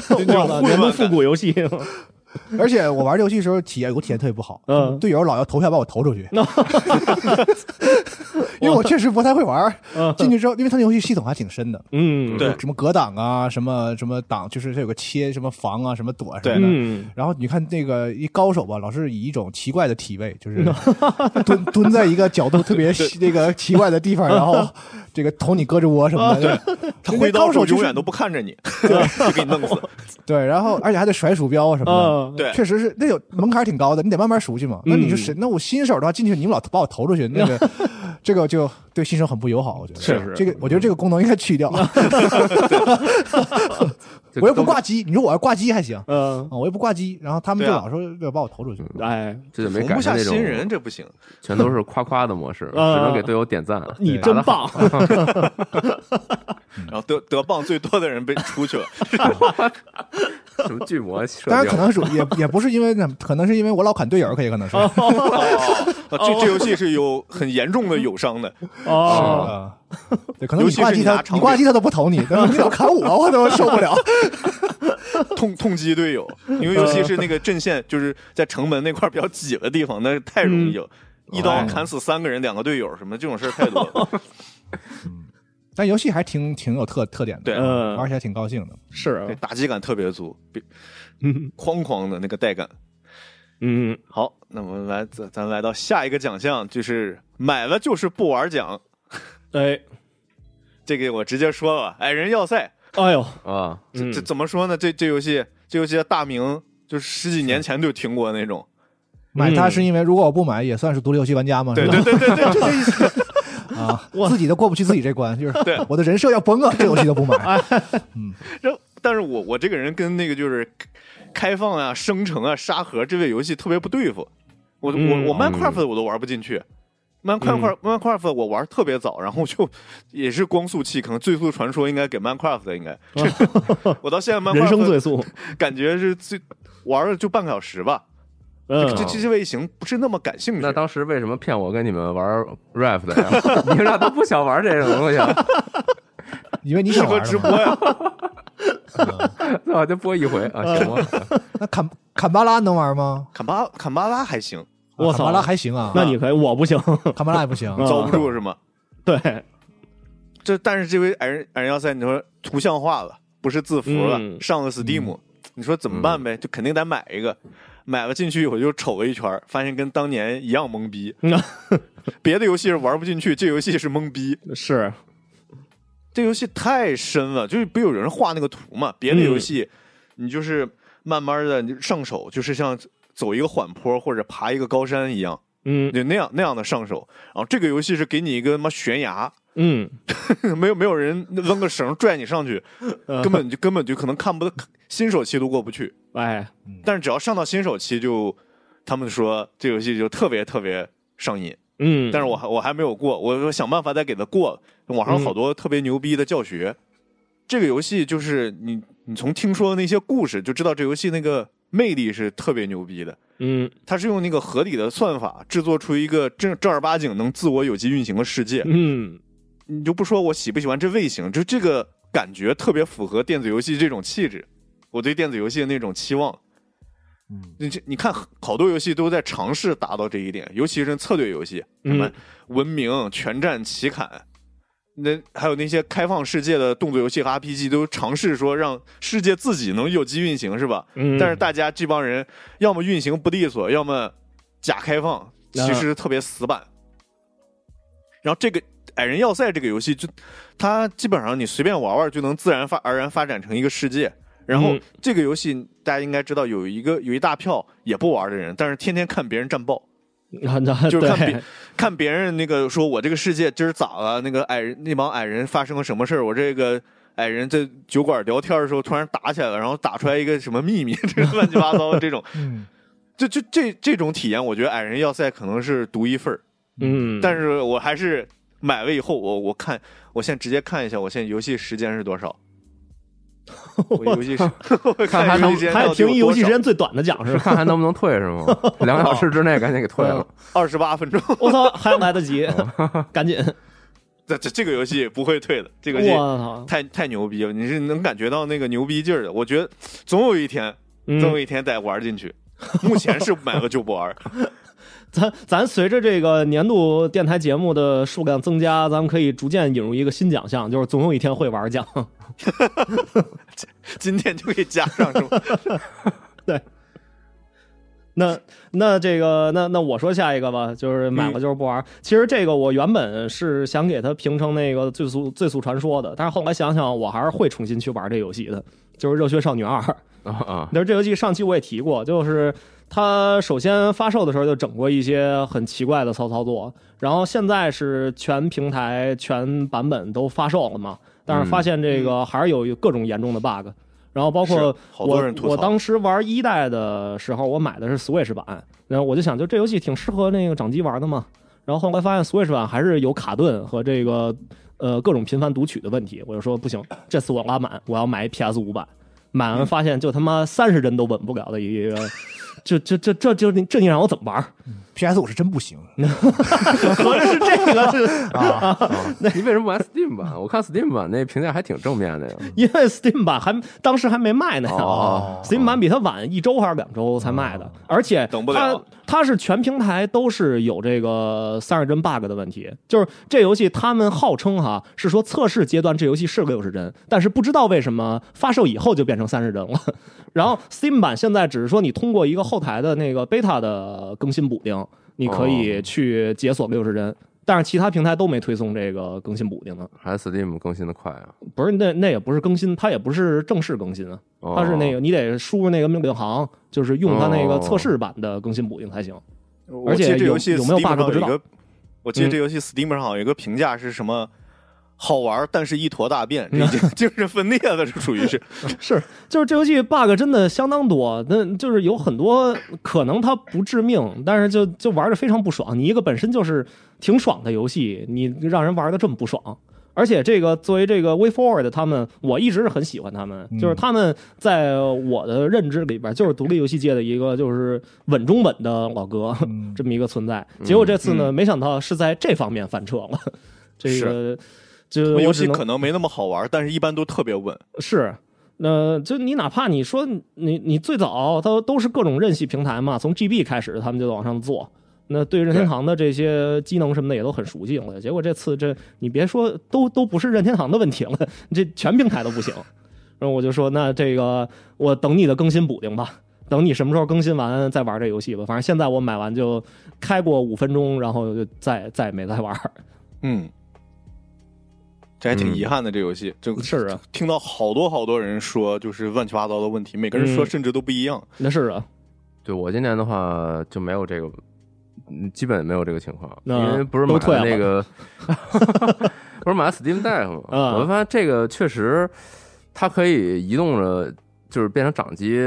我 混操，什么乱复感古游 戏？而且我玩这游戏的时候，体验有个体验特别不好，嗯队友老要投票把我投出去， 因为我确实不太会玩。进去之后，因为它那游戏系统还挺深的，嗯，对什么格挡啊，什么什么挡，就是它有个切什么防啊，什么躲什么的。嗯，然后你看那个一高手吧，老是以一种奇怪的体位，就是蹲蹲在一个角度特别那个奇怪的地方，然后这个捅你胳肢窝什么的。他人家挥刀高时候手就是永远都不看着 你， 就给你弄死。对，然后而且还得甩鼠标啊什么的。嗯，对， 确实是，那有门槛挺高的，你得慢慢熟悉嘛。那你就嗯是，那我新手的话进去，你们老把我投出去，那 个这个就对新手很不友好，我觉得是是这个，我觉得这个功能应 该去掉。 就我又不根本挂机，你说我要挂机还行啊，嗯，我又不挂机，然后他们就对啊老说要把我投出去。哎，这就 没容赶不上下那种新人，这不行。全都是夸夸的模式，只能给队友点赞。你真棒，嗯然后得得棒最多的人被出 去了， 什么巨魔啊设当然，定可能是也也不是因为那，可能是因为我老砍队友，可也 可能是啊哦这这游戏是有很严重 的友伤的。哦，，对，可能尤你其是挂机你他拿，长你挂柄机他都不 投你，对吧？你老砍我，我都受不了。 痛痛击队友，因为尤其是那个阵线，就是在城门那块儿比较挤的地方，那太容易了。一刀砍死三个人，两个队友，什么这种事儿太多了。但游戏还挺挺有特特点的，对嗯玩起来挺高兴的。对是，啊打击感特别足，比嗯哐哐的那个带感。嗯，好，那我们来，咱咱来到下一个奖项，就是买了就是不玩奖。哎，这个我直接说吧，矮人要塞，哎呦，啊，这这嗯怎么说呢？这这游戏，这游戏的大名就是十几年前就听过那种。买它是因为如果我不买，也算是独立游戏玩家嘛，嗯对是吧对对对对，就这意思。啊 啊，自己都过不去自己这关，就是我的人设要崩啊，这游戏都不买。哎然后，但是我我这个人跟那个就是开放啊、生成啊、沙盒这类游戏特别不对付。我、嗯我我 Minecraft 我都玩不进去。Minecraft、Minecraft 我玩特别早，然后就也是光速期，可能最速传说应该给 Minecraft 的应 该。我到现在 Minecraft 人生最速，感觉是最玩了就半个小时吧，嗯，这这这类型不是那么感兴趣那。当时为什么骗我跟你们玩 rap 的呀？ 你们俩都不想玩这种东西啊，因为你适想合玩直的播嘛，呀，那我就播一回嗯啊，行吗？那坎坎巴拉能玩吗？坎巴坎巴拉还行，我啊操坎巴拉还行啊，那你可以，我不行， 坎巴拉也不行。嗯遭不住是吗？对，这但是这回 R R 幺三，你说图像化了，不是字符了，嗯上了 Steam，、你说怎么办呗？就肯定得买一个。买了进去以后就瞅了一圈儿，发现跟当年一样懵 逼。别的游戏是玩不进去，这游戏是懵逼。 是，这游戏太深了，就是不有人画那个图嘛？别的嗯游戏，你就是慢慢的上手，就是像走一个缓坡或者爬一个高山一样，嗯就那样那样的上手。然后这个游戏是给你一个他妈悬崖，嗯， 没有没有人扔个绳拽你上去，嗯根本就根本就可能看不到新手期都过不去。哎，但是只要上到新手期就，他们说这游戏就特别特别上瘾。嗯，但是我还我还没有过，我我想办法再给它过。网上嗯好多特别牛逼的教学，这个游戏就是你你从听说的那些故事就知道这游戏那个魅力是特别牛逼的。嗯它是用那个合理的算法制作出一个正正儿八经能自我有机运行的世界。嗯你就不说我喜不喜欢这类型，就这个感觉特别符合电子游戏这种气质，我对电子游戏的那种期望。嗯，你这你看，好多游戏都在尝试达到这一点，尤其是策略游戏，什么嗯文明、全战、奇砍，那还有那些开放世界的动作游戏和 RPG 都尝试说让世界自己能有机运行，是吧？嗯，但是大家这帮人要么运行不利索，要么假开放，啊其实特别死板。然后这个《矮人要塞》这个游戏就，它基本上你随便玩玩就能自然发而然发展成一个世界。然后嗯这个游戏大家应该知道，有一个有一大票也不玩的人，但是天天看别人战报，那就是看对别看别人那个说我这个世界今儿咋了？那个矮人那帮矮人发生了什么事儿？我这个矮人在酒馆聊天的时候突然打起来了，然后打出来一个什么秘密，这乱七八糟的这种，嗯，这这这这种体验，我觉得矮人要塞可能是独一份儿，嗯，但是我还是买了以后，我我看，我现在直接看一下，我现在游戏时间是多 少？我游戏时，我看看还能游戏时间还到有底有停多一少游戏时间最短的奖是是吧？看还能不能退是吗？两个小时之内赶紧给退了。二十八分钟， 我操，还来得及，赶紧！这这这个游戏不会退的，这个游戏我操，太太牛逼了，你是能感觉到那个牛逼劲儿的。我觉得总有一天，嗯总有一天得玩进去。目前是买了就不 玩，咱咱随着这个年度电台节目的数量增加，咱们可以逐渐引入一个新奖项，就是总有一天会玩奖。 今天就给加上是吗？那那这个那那我说下一个吧，就是买了就是不玩。其实这个我原本是想给它评成那个最速最速传说的，但是后来想想，我还是会重新去玩这游戏的，就是《热血少女二》。啊嗯啊，但是这游戏上期我也提过，就是它首先发售的时候就整过一些很奇怪的骚操作，然后现在是全平台全版本都发售了嘛，但是发现这个还是有各种严重的 bug，、然后包括是好多我人吐槽我当时玩一代的时候，我买的是 Switch 版，然后我就想，就这游戏挺适合那个掌机玩的嘛。然后后来发现 Switch 版还是有卡顿和这个呃各种频繁读取的问题，我就说不行，这次我拉满，我要买 PS 五版。买完发现就他妈三十帧都稳不了的一个，这这这这就这你让我怎么玩儿？ PS 五是真 不行，合着是这个，是你为什么玩 Steam 版？我看 Steam 版那评价还挺正面的呀。因为 Steam 版还当时还没卖呢、哦 s t e a m 版比它晚一周还是两周才卖的，而且等不了它它是全平台都是有这个三十帧 bug 的问题，就是这游戏他们号称哈是说测试阶段这游戏是个六十帧，但是不知道为什么发售以后就变成三十帧了。 然后 Steam 版现在只是说你通过一个后台的那个 beta 的更新补丁，你可哦以去解锁六十帧。但是其他平台都没推送这个更新补丁呢，还是 Steam 更新的快啊？不是那那也不是更新，它也不是正式更新啊，哦它是那个你得输入那个命令行，就是用它那个哦测试版的更新补丁才行。我记得这游戏而且有有没有 Steam bug 上不有知道嗯一个我记得这游戏 Steam 上好像有一个评价是什么。好玩，但是一坨大便，这已嗯经 精神分裂了，这属于是。是，就是这游戏 bug 真的相当多，那就是有很多可能它不致命，但是就就玩的非常不爽。你一个本身就是挺爽的游戏，你让人玩的这么不爽。而且这个作为这个 Way Forward 他们，我一直是很喜欢他嗯们，就是他们在我的认知里边就是独立游戏界的一个就是稳中稳的老哥、嗯这么一个存在。结果这次嗯呢，没想到是在这方面翻车了，这个。就游我只戏能可能没那么好玩，但是一般都特别稳。是，呃，就你哪怕你说你你最早它都是各种任系平台嘛，从 GB 开始他们就往上做。那对于任天堂的这些机能什么的也都很熟悉了，结果这次这你别说都都不是任天堂的问题了， 这全平台都不行。然后我就说那这个我等你的更新补丁吧，等你什么时候更新完再玩这游戏吧。反正现在我买完就开过五分钟，然后就再再也没再玩儿。嗯，这还嗯挺遗憾的。这游戏，这是啊，听到好多好多人说，就是乱七八糟的问题，每个人说嗯甚至都不一样。那是啊，对我今年的话就没有这个，嗯基本没有这个情况，啊因为不是买都退了了那个， 不是买了 Steam Deck 嘛，啊我就发现这个确实它可以移动着，就是变成掌机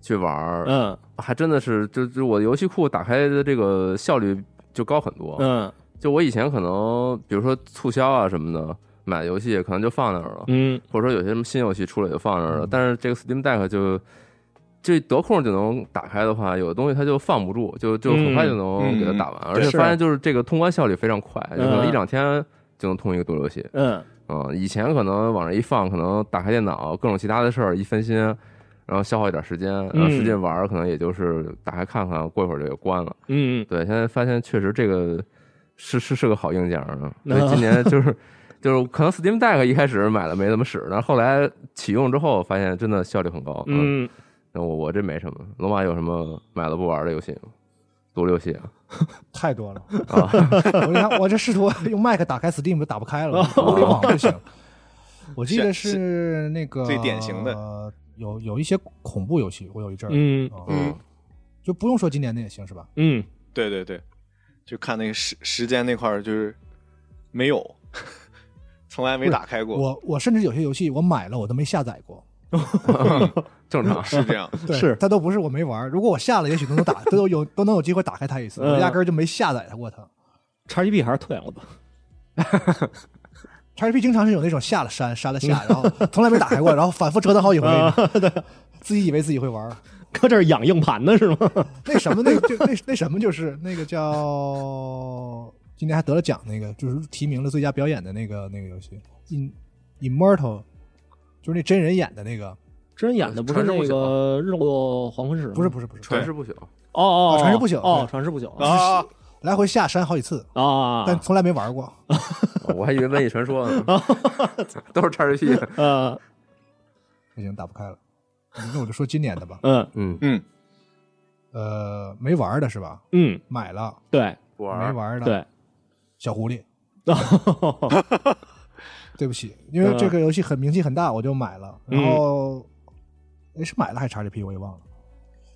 去玩儿，嗯还真的是就就我游戏库打开的这个效率就高很多。嗯就我以前可能比如说促销啊什么的，买游戏可能就放那儿了，嗯，或者说有些什么新游戏出了也就放那儿了。但是这个 Steam Deck 就这得空就能打开的话，有的东西它就放不住，就就嗯很快就能给它打完，而且是发现就是这个通关效率非常快，就可能嗯一两天。就能通一个多游戏，嗯，嗯，以前可能往上一放，可能打开电脑各种其他的事儿一分心，然后消耗一点时间，然后使劲玩儿，可能也就是打开看看，过一会儿就给关了。嗯，对，现在发现确实这个是是是个好硬件儿啊，所以今 年就是就是可能 Steam Deck 一开始买了没怎么使，但是后来启用之后发现真的效率很高。嗯，嗯，那我我这没什么。龙马有什么买了不玩的游戏吗？独立游戏啊？太 多了。啊我你看，我这试图用 Mac 打开 Steam 就打不开了，物联网不行。我记得是那个最典型的呃有有一些恐怖游戏，我有一阵儿，嗯啊嗯，就不用说今年的也行是吧？嗯，对对对，就看那个时时间那块儿，就是没有，从来没打开过，我我甚至有些游戏我买了我都没下载 过，啊 正常。是这样。对，是它都不是我没玩儿，如果我下了，也许都能打， 都有都能有机会打开它一次，嗯我压根儿就没下载它过它。叉 GB 还是退了吧。叉 P 经常是有那种下了删删了 下，然后从来没打开过，然后反复折腾好几回，啊自己以为自己会玩儿。搁这儿养硬盘呢是吗？那什么那就那那什么就是那个叫今年还得了奖那个，就是提名了最佳表演的那个那个游戏《In Immortal》，就是那真人演的那个，真演的不是传世那不朽啊个日落黄昏时吗？不是不是不是，传世不朽，哦哦，啊传世不朽哦对，传世不朽啊，来回下删好几次，啊，但从来没玩过。我还以为瘟疫传说 呢，都是叉 GP。呃不行，打不开了。那我就说今年的吧，嗯嗯，嗯，呃，没玩儿的是吧？嗯，买了对不玩没儿。玩儿的，对，小狐狸。对不起，因为这个游戏很名气很大，我就买了。然后，哎，是买了还是 XGP 我也忘了，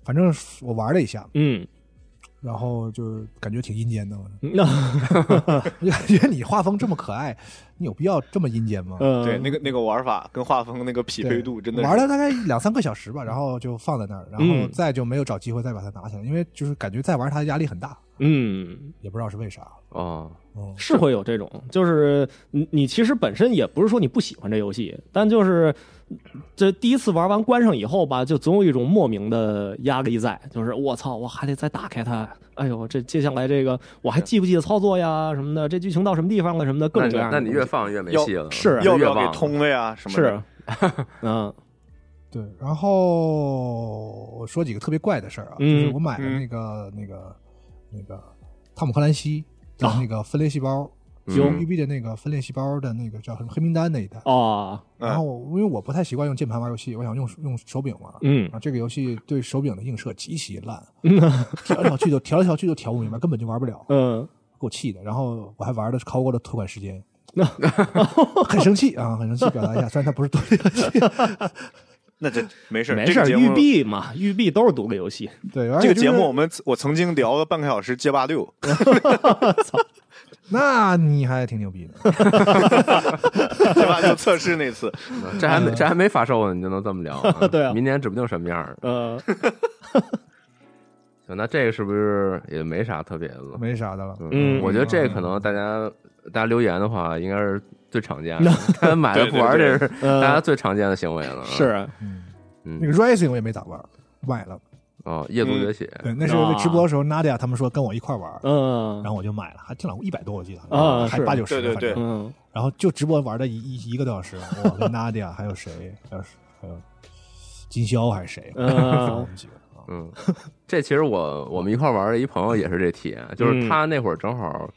反正我玩了一下， 嗯，然后就感觉挺阴间的。我那就感觉你画风这么可爱，你有必要这么阴间吗？呃对，那个那个玩法跟画风那个匹对配度真的是玩了大概两三个小时吧，然后就放在那儿，然后再就没有找机会再把它拿起来，因为就是感觉再玩它压力很大，嗯。也不知道是为啥。哦，嗯，是会有这种，就是你你其实本身也不是说你不喜欢这游戏，但就是这第一次玩完关上以后吧，就总有一种莫名的压力在，就是我操，我还得再打开它，哎呦，这接下来这个我还记不记得操作呀什么的，这剧情到什么地方了什么的，各那种你各样那的你越放越没戏了，是啊就要不越要忘给了通了呀什么的是，啊嗯对，然后我说几个特别怪的事儿啊，嗯就是我买了那个、那个那个汤姆克兰西的那个分裂细胞，嗯育碧的那个分裂细胞的那个叫什么黑名单那一代。哦，嗯然后我因为我不太习惯用键盘玩游戏，我想用用手柄玩。嗯然后这个游戏对手柄的映射极其烂， 调来调去都调来调去都调不明白，根本就玩不了，给嗯我气的。然后我还玩的超过了退款时间，很生气啊，很生气，表达一下。虽然它不是独立游戏，那这没事儿，没这事个儿，节育目碧嘛，育碧都是独立游戏， 对，而这且个就是节目我们我曾经聊了半个小时街霸六， 那你还挺牛逼的。 对吧？就测试那次，这 还没这还没发售呢，你就能这么聊？对啊明年指不定什么样儿。呃，行，那这个是不是也没啥特别的了？没啥的了。嗯我觉得这可能大家大家留言的话，应该是最常见的。大家买 了不玩，对这对是呃大家最常见的行为了。啊嗯是嗯那个 Rising 我也没咋玩，买了。哦，夜嗯族崛起，对，那是啊直播的时候 Nadia 他们说跟我一块玩，嗯然后我就买了，还挺老贵，一百多我记得，啊还是八九十，对对反正对嗯然后就直播玩了一一一个多小时，我跟 Nadia 还有谁，还有还有金霄还是谁，嗯我们几个啊嗯，这其实我我们一块玩的一朋友也是这体验，嗯就是他那会儿正好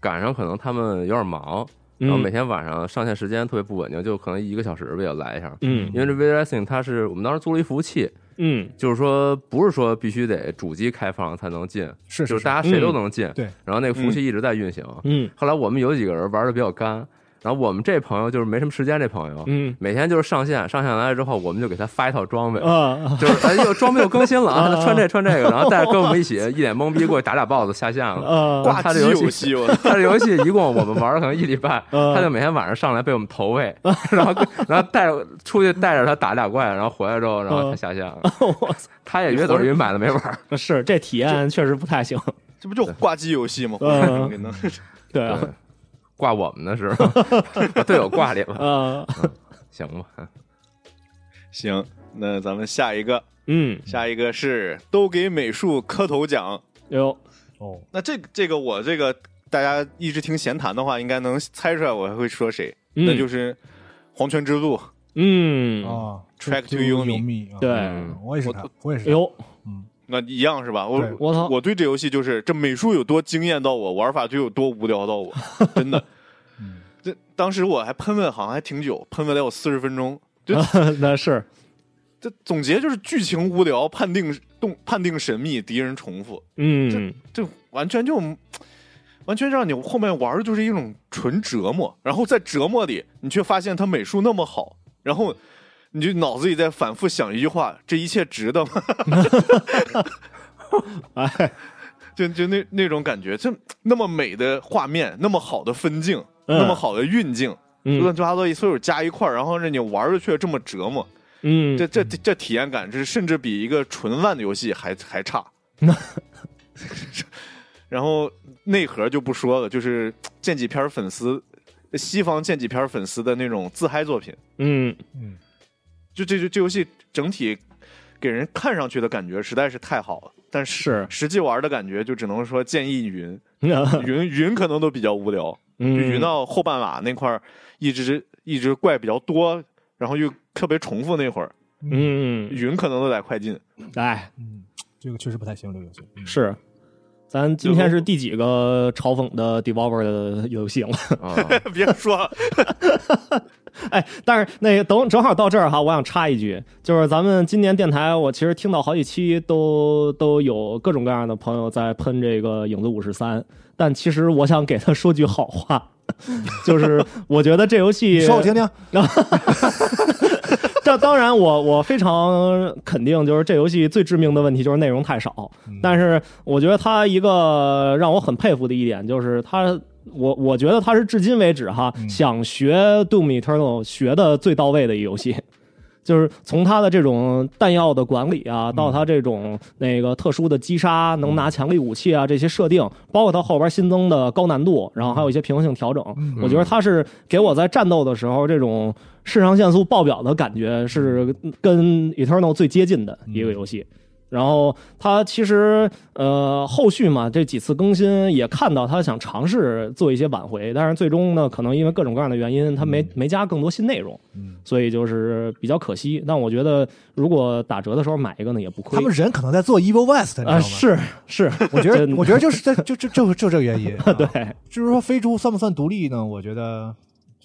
赶上，可能他们有点忙， 然后嗯每天晚上上线时间特别不稳定，就可能一个小时吧，也来一下。嗯因为这 V Racing 它是我们当时租了一服务器，嗯就是说不是说必须得主机开放才能进，是就是是大家谁都能进。对，然后那个服务器一直在运行。嗯后来我们有几个人玩的比较干，然后我们这朋友就是没什么时间，这朋友、嗯每天就是上线，上线来了之后，我们就给他发一套装备。啊就是哎呦，装备又更新了啊！他穿这穿这个，然后带着跟我们一起一脸懵逼过去打打 BOSS 下线了。啊挂他机这游戏游戏，我 他这游戏一共我们玩了可能一礼拜，嗯他就每天晚上上来被我们投喂，然 后然后带着出去带着他打打怪，然后回来之后，然嗯后他下线 了。他也约等于买了没玩儿，是这体验确实不太行，这不就挂机游戏吗？嗯给弄对啊对挂我们的是 吧？把队友挂里了，啊行吧？行，那咱们下一个，嗯下一个是都给美术磕头奖。哟哦，那这个这个我这个大家一直听闲谈的话，应该能猜出来我还会说谁，嗯那就是《哦黄泉之路》。嗯啊 Track to You Yomi Me，啊对哎嗯我也是他，我也是他，哟那一样是吧？我对我操 我对这游戏就是这美术有多惊艳到我，玩法就有多无聊到我，真的。这当时我还喷了，好像还挺久，喷了得有四十分钟。那是这总结就是剧情无聊，判定动判定神秘，敌人重复，嗯这完全就完全让你后面玩的就是一种纯折磨，然后在折磨里，你却发现他美术那么好，然后你就脑子里在反复想一句话：这一切值得吗？ 哎 就就那那种感觉，这那么美的画面，那么好的分镜，嗯那么好的运镜，乱嗯七八糟一所有加一块儿，然后让你玩的却这么折磨，嗯这这这体验感，这甚至比一个纯烂的游戏还还差。然后内核就不说了，就是剑戟片粉丝，西方剑戟片粉丝的那种自嗨作品，嗯嗯，就这这这游戏整体给人看上去的感觉实在是太好了，但是是实际玩的感觉就只能说建议云。嗯云云可能都比较无聊，就云到后半拉那块儿，一直一直怪比较多，然后又特别重复那会儿，嗯云可能都得快进。 哎嗯，这个确实不太行，这个游戏，嗯是。咱今天是第几个嘲讽的 developer 的游戏了？啊，别说了， 哎，但是那个等正好到这儿哈，我想插一句，就是咱们今年电台，我其实听到好几期都都有各种各样的朋友在喷这个《影子五十三》，但其实我想给他说句好话， 就是我觉得这游戏你说我听听，这当然我，我非常肯定，就是这游戏最致命的问题就是内容太少。但是我觉得它一个让我很佩服的一点就是它，我我觉得它是至今为止哈、嗯想学 Doom Eternal 学的最到位的一游戏。就是从它的这种弹药的管理啊，到它这种那个特殊的击杀、能拿强力武器啊这些设定，包括它后边新增的高难度，然后还有一些平衡性调整，我觉得它是给我在战斗的时候这种肾上腺素爆表的感觉是跟 Eternal 最接近的一个游戏。然后它其实呃后续嘛这几次更新也看到它想尝试做一些挽回，但是最终呢可能因为各种各样的原因，它没没加更多新内容，嗯所以就是比较可惜。但我觉得如果打折的时候买一个呢也不亏。他们人可能在做 Evil West，你知道啊吗？是是，我觉得真，我觉得就是这就就就就这个原 因。对对就是说飞猪算不算独立呢？我觉得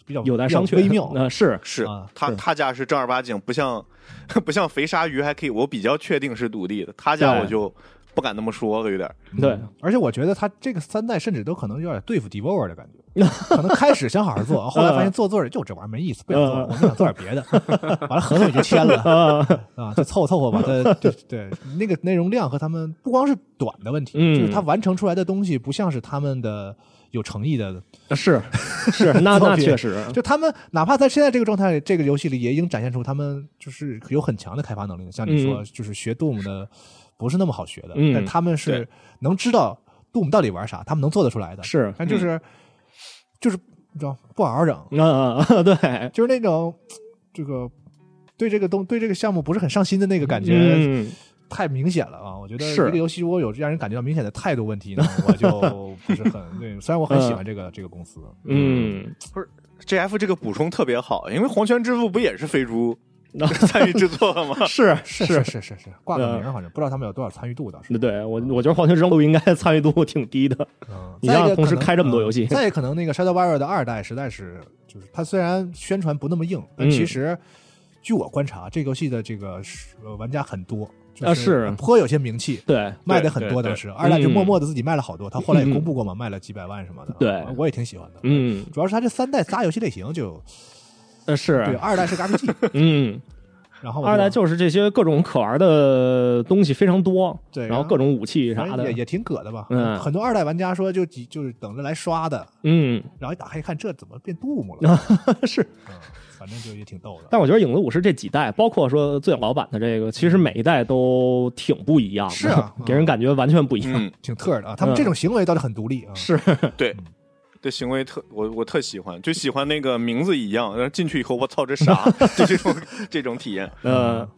比较有待商比榷，较微妙。呃是是啊他是他家是正儿八经，不像 不像肥鲨鱼还可以，我比较确定是独立的，他家对我就不敢那么说了，有点儿。嗯对而且我觉得他这个三代甚至都可能有点对付 Devour 的感觉，可能开始想好好 做，后来发现做做着就这玩意儿没意思，不想做了，嗯我们想做点别 的。完了合同已经签了啊啊，就凑合凑合吧。他对对，那个内容量和他们不光是短的问题，嗯就是他完成出来的东西不像是他们的有诚意的。是是， 那作那品确实，就他们哪怕在现在这个状态，这个游戏里也已经展现出他们就是有很强的开发能力的。像你说，就是学 Doom 的不是那么好学的，嗯但他们是能知道 Doom 到底玩啥，他们能做得出来的。是但就是、就是你知道不好好整，嗯嗯嗯，对，就是那种这个对这个东对这个项目不是很上心的那个感觉。嗯太明显了啊！我觉得是一个游戏如果有让人感觉到明显的态度问题呢，我就不是很 对。虽然我很喜欢这个、这个公司，嗯， G F 这个补充特别好，因为《黄泉之父》不也是飞猪啊 参与制作 的吗？嗯是是是。是是是，挂个名儿好像不知道他们有多少参与度倒是。对我，我觉得黄泉之路应该 参与度挺低的。嗯，你再一让个同可时能开这么多游戏嗯再也可能那个 Shadow Warrior 的二代实在是，就是它虽然宣传不那么硬，但嗯其实据我观察，这个游戏的这个是呃玩家很多，啊就是颇有些名气。对，卖的很多，对当时二代就嗯默默的自己卖了好多，他后来也嗯公布过嘛，卖了几百万什么的。对我也挺喜欢的。，嗯，主要是它这三代仨游戏类型就呃对，啊是，二代是个 RPG，嗯，然后二代就是这些各种可玩的东西非常多，对然后各种武器反啥正的也，也挺葛的吧。嗯很多二代玩家说就几就是等着来刷的，嗯，然后一打开一看，这怎么变杜牧了？ 是。嗯，反正就也挺逗的。但我觉得《影子武士》这几代，包括说最老版的这个，嗯其实每一代都挺不一样的，是啊给人感觉完全不一样。嗯，挺特的啊，他们这种行为倒是很独立啊。是，对，这行为特我我特喜欢，就喜欢那个名字一样，然后进去以后我操这 啥，就这种这种体验。嗯呃，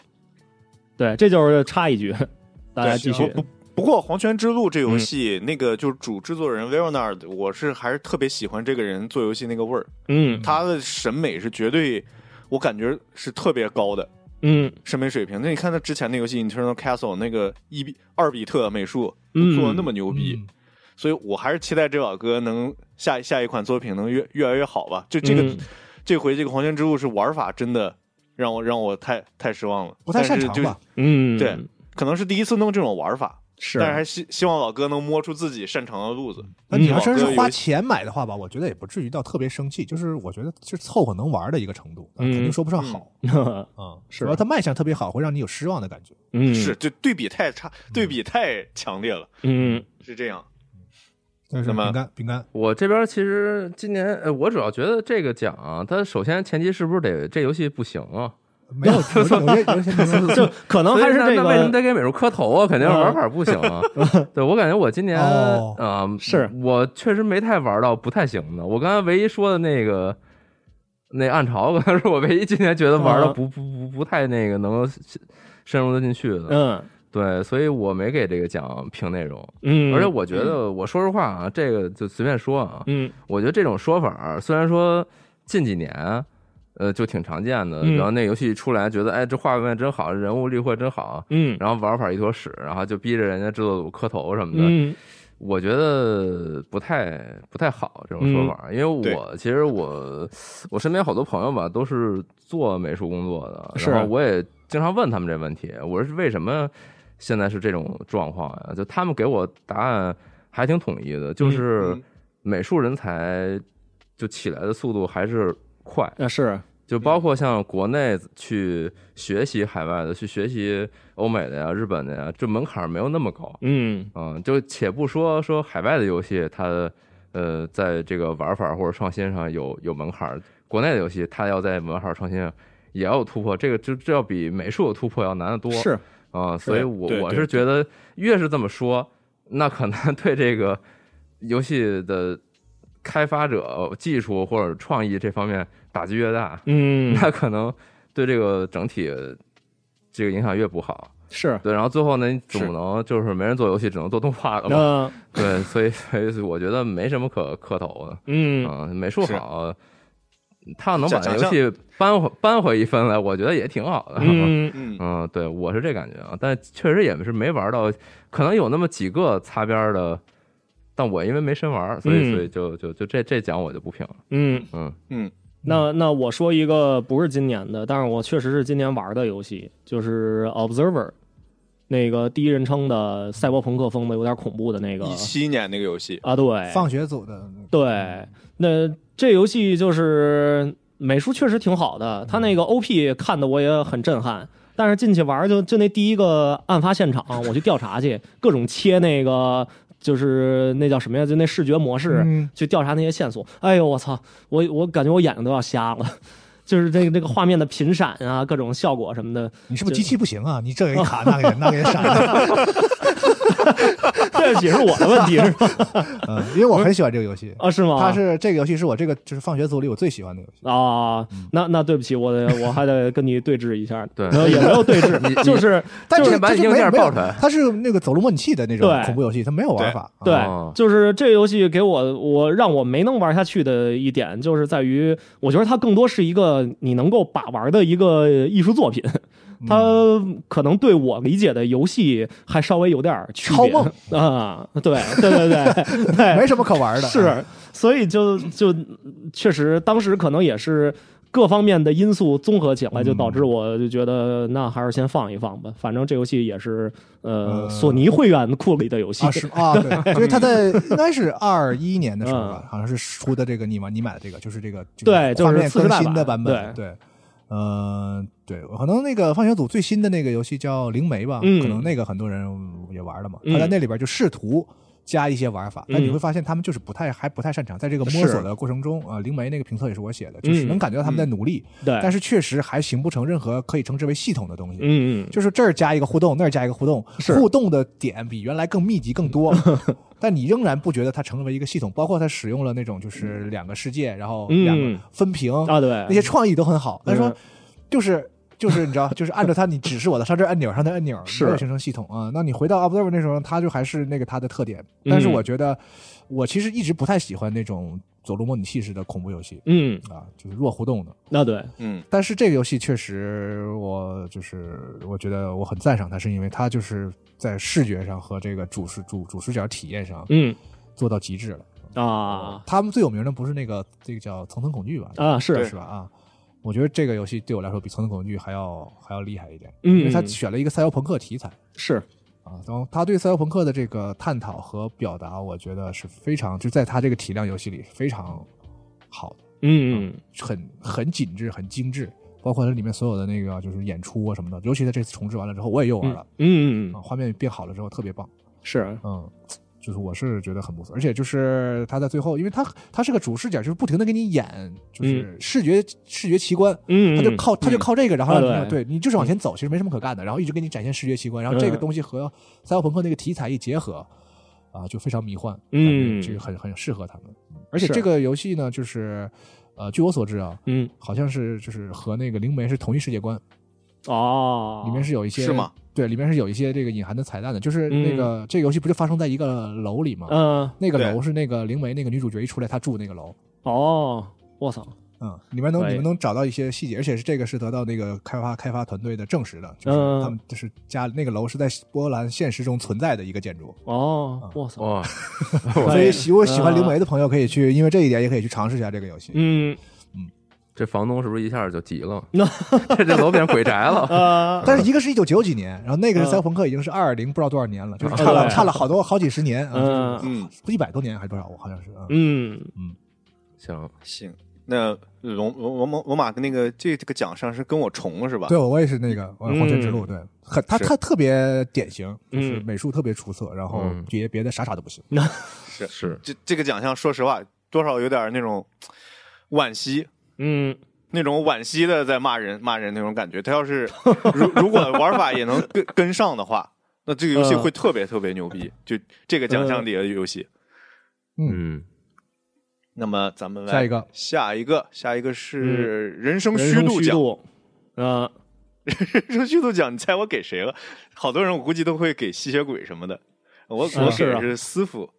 对，这就是插一句， 大家对啊继然续嗯后。不不过《黄泉之路》这游戏，那个就是主制作人 Leonard，我是还是特别喜欢这个人做游戏那个味儿，嗯他的审美是绝对，我感觉是特别高的嗯审美水平。那你看他之前那游戏《Internal Castle》那个一比二比特美术嗯做的那么牛逼，嗯所以我还是期待这老哥能下下一款作品能越越来越好吧。就这个、嗯这回这个《黄泉之路》是玩法真的让我让我太太失望了，不太擅长但是就吧？嗯，对，可能是第一次弄这种玩法，是，但是还希希望老哥能摸出自己擅长的路子。那你要老真哥是有花钱买的话吧，我觉得也不至于到特别生气，就是我觉得是凑合能玩的一个程度，啊嗯肯定说不上好啊。是主要它卖相特别好，会让你有失望的感觉。 嗯是就对比太差，对比太强烈了，嗯是这样。但是那么饼干饼干，我这边其实今年，呃，我主要觉得这个奖啊，它首先前提是不是得这游戏不行啊？没有有些有些有些名字就可能还是所以那这那为什么个嗯得给美术磕头啊？肯定是玩法不行 啊。对我感觉我今年哦啊，是我确实没太玩到不太行的。我刚才唯一说的那个那暗潮，可能是我唯一今年觉得嗯玩的不不不不太那个能够深入的进去的。嗯对，所以我没给这个奖评内容。嗯，而且我觉得，我说实话啊，这个就随便说啊，嗯我觉得这种说法儿虽然说近几年，呃，就挺常见的。嗯然后那游戏一出来，觉得哎，这画面真好，人物立绘真好，嗯然后玩法一坨屎，然后就逼着人家制作组磕头什么的。嗯我觉得不太不太好这种嗯说法儿，因为我其实我我身边好多朋友吧都是做美术工作的，是然后我也经常问他们这问题，我说是为什么现在是这种状况呀、就他们给我答案还挺统一的，就是嗯美术人才就起来的速度还是快，啊是就嗯包括像国内去学习海外的，去学习欧美的呀、日本的呀，这门槛儿没有那么高。嗯嗯，就且不说说海外的游戏，它的呃在这个玩法或者创新上有有门槛儿，国内的游戏它要在玩法创新上也要有突破，这个就这要比美术有突破要难得多。嗯是啊、所以我对我对是觉得越是这么说，那可能 对这个游戏的开发者技术或者创意这方面打击越大，嗯那可能对这个整体这个影响越不好。是对，然后最后呢，你是总不能就是没人做游戏，只能做动画了嘛？那对，所以所以我觉得没什么可磕头的。嗯嗯，美术是好，他要能把想游戏扳回扳回一分来，我觉得也挺好的。嗯嗯，嗯，对，我是这感觉啊，但确实也是没玩到，可能有那么几个擦边儿的，但我因为没深玩，所以嗯所以就就就这这奖我就不评了。嗯。嗯，那那我说一个不是今年的，但是我确实是今年玩的游戏，就是《Observer》，那个第一人称的赛博朋克风的，有点恐怖的那个一七年那个游戏，啊，对，放学组的 那个对，那这游戏就是美术确实挺好的，它那个 OP 看的我也很震撼。但是进去玩儿就就那第一个案发现场，我去调查去，各种切那个就是那叫什么呀？就那视觉模式、嗯去调查那些线索。哎呦，我操！我我感觉我眼睛都要瞎了，就是这个这个画面的频闪啊，各种效果什么的，你是不是就机器不行啊？你这个也卡，那个也那个也 闪，这也是我 的问题是吧？嗯，因为我很喜欢这个游戏，啊，是吗？它是这个游戏是我这个就是放学组里我最喜欢的游戏。啊，那那对不起，我得我还得跟你对峙一下。对然后也没有对峙，就是 但就是这把这你就硬没件没有爆出来它是那个走路模拟器的那种对恐怖游戏，它没有玩法。对哦，就是这个游戏给我我让我没能玩下去的一点，就是在于我觉得它更多是一个你能够把玩的一个艺术作品，它可能对我理解的游戏还稍微有点儿区别超啊，对对对对对，啊没什么可玩的。啊是，所以就就确实当时可能也是各方面的因素综合起来，嗯就导致我就觉得那还是先放一放吧，反正这游戏也是呃呃索尼会员库里的游戏啊，是啊， 对，因为它在应该是二一年的时候吧嗯，好像是出的这个你嘛，你买的这个就是这个这对个就是画面更新的40代版版本，对，呃，对，可能那个放学组最新的那个游戏叫《灵媒》吧，嗯可能那个很多人也玩了嘛，嗯他在那里边就试图。加一些玩法，但嗯你会发现他们就是不太还不太擅长，在这个摸索的过程中，啊，灵媒那个评测也是我写的，就是嗯能感觉到他们在努力，对，但是确实还形不成任何可以称之为系统的东西。哎嗯嗯就是这儿加一个互动，那儿加一个互动，是互动的点比原来更密集更多， 但你仍然不觉得它成为一个系统，包括它使用了那种就是两个世界，然后嗯哦两个分屏，啊对，那些创意都很好。他说嗯，就是就是你知道，就是按照它，你指示我的上这按钮，上那按钮，是没有形成系统啊。那你回到 Observer 那时候，它就还是那个它的特点，但是嗯我觉得我其实一直不太喜欢那种走路模拟器式的恐怖游戏嗯，啊，就是弱互动的。那对，嗯，但是这个游戏确实，我就是我觉得我很赞赏它，是因为它就是在视觉上和这个主视主主视角体验上嗯做到极致了。啊他们最有名的不是那个这个叫《层层恐惧》吧？啊是，对是吧？啊，我觉得这个游戏对我来说比《层层恐惧》还要还要厉害一点，因嗯为它选了一个赛博朋克题材是，啊，然后他对赛博朋克的这个探讨和表达，我觉得是非常就在他这个体量游戏里是非常好的。哦嗯嗯很很紧致、很精致，包括它里面所有的那个就是演出啊什么的，尤其它这次重置完了之后，我也又玩了，嗯嗯啊，嗯画面变好了之后特别棒，是，嗯，就是我是觉得很不错，而且就是它在最后，因为它它是个主视角，就是不停的给你演，就是视觉、视觉奇观。嗯它就嗯靠它就靠这个，然后啊让你对对你就是往前走，其实没什么可干的，然后一直给你展现视觉奇观，然后这个嗯东西和赛博朋克那个题材一结合，啊，就非常迷幻，嗯感觉这个很很适合他们。而且是这个游戏呢，就是呃，据我所知啊，嗯好像是就是和那个灵媒是同一世界观，哦，里面是有一些是吗？对，里面是有一些这个隐含的彩蛋的，就是嗯那个、这个游戏不就发生在一个楼里吗？嗯那个对楼是那个灵媒那个女主角一出来她住那个楼，哦，我操，嗯，里面能可以你们能找到一些细节，而且是这个是得到那个开发开发团队的证实的，就是嗯他们就是家那个楼是在波兰现实中存在的一个建筑，哦，我操，哇，啊所以喜我喜欢嗯灵媒的朋友可以去，因为这一点也可以去尝试一下这个游戏。嗯这房东是不是一下就急了？这这楼变鬼宅 了，呃但是一个是一九九几年，然后那个是嗯赛博朋克已经是二零不知道多少年了，就是啊差了对差了好多好几十年啊，嗯嗯，一百多年还是多少？我好像是啊。嗯。行，嗯行，那龙龙龙马龙马跟那个这这个奖上是跟我重了是吧？对，我也是那个《呃黄泉之路》，对，很他是他特别典型，就是嗯美术特别出色，然后嗯别别的啥啥都不行。是这这个奖项，说实话，多少有点那种惋惜，嗯，那种惋惜的在骂人骂人那种感觉。他要是如如果玩法也能跟跟上的话，那这个游戏嗯会特别特别牛逼。就这个奖项里的游戏。嗯，那么咱们来下一个下一个，下一个是人生嗯人虚生度虚奖。度，呃，人生虚度奖，你猜我给谁了？好多人我估计都会给吸血鬼什么的，我是啊我是给啊是私服。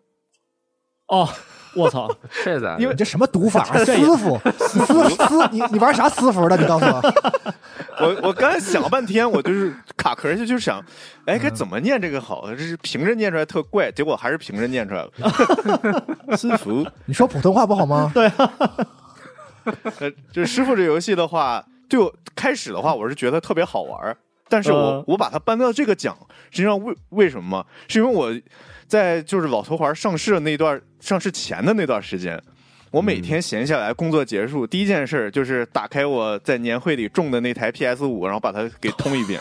哦，我操，这咋？你这什么读法啊？私服， 私私，你你玩啥私服的？你告诉我， 我我刚才想了半天，我就是卡壳去，就是想，哎，该怎么念这个好？这是平着念出来特怪，结果还是平着念出来了。私服，你说普通话不好吗？ 呃，就是师傅这游戏的话，对我开始的话，我是觉得特别好玩儿，但是我、嗯我把它颁到这个奖，实际上为为什么吗？是因为我在就是老头环上市的那段上市前的那段时间。我每天闲下来，工作结束，第一件事儿就是打开我在年会里中的那台 PS 五，然后把它给通一遍。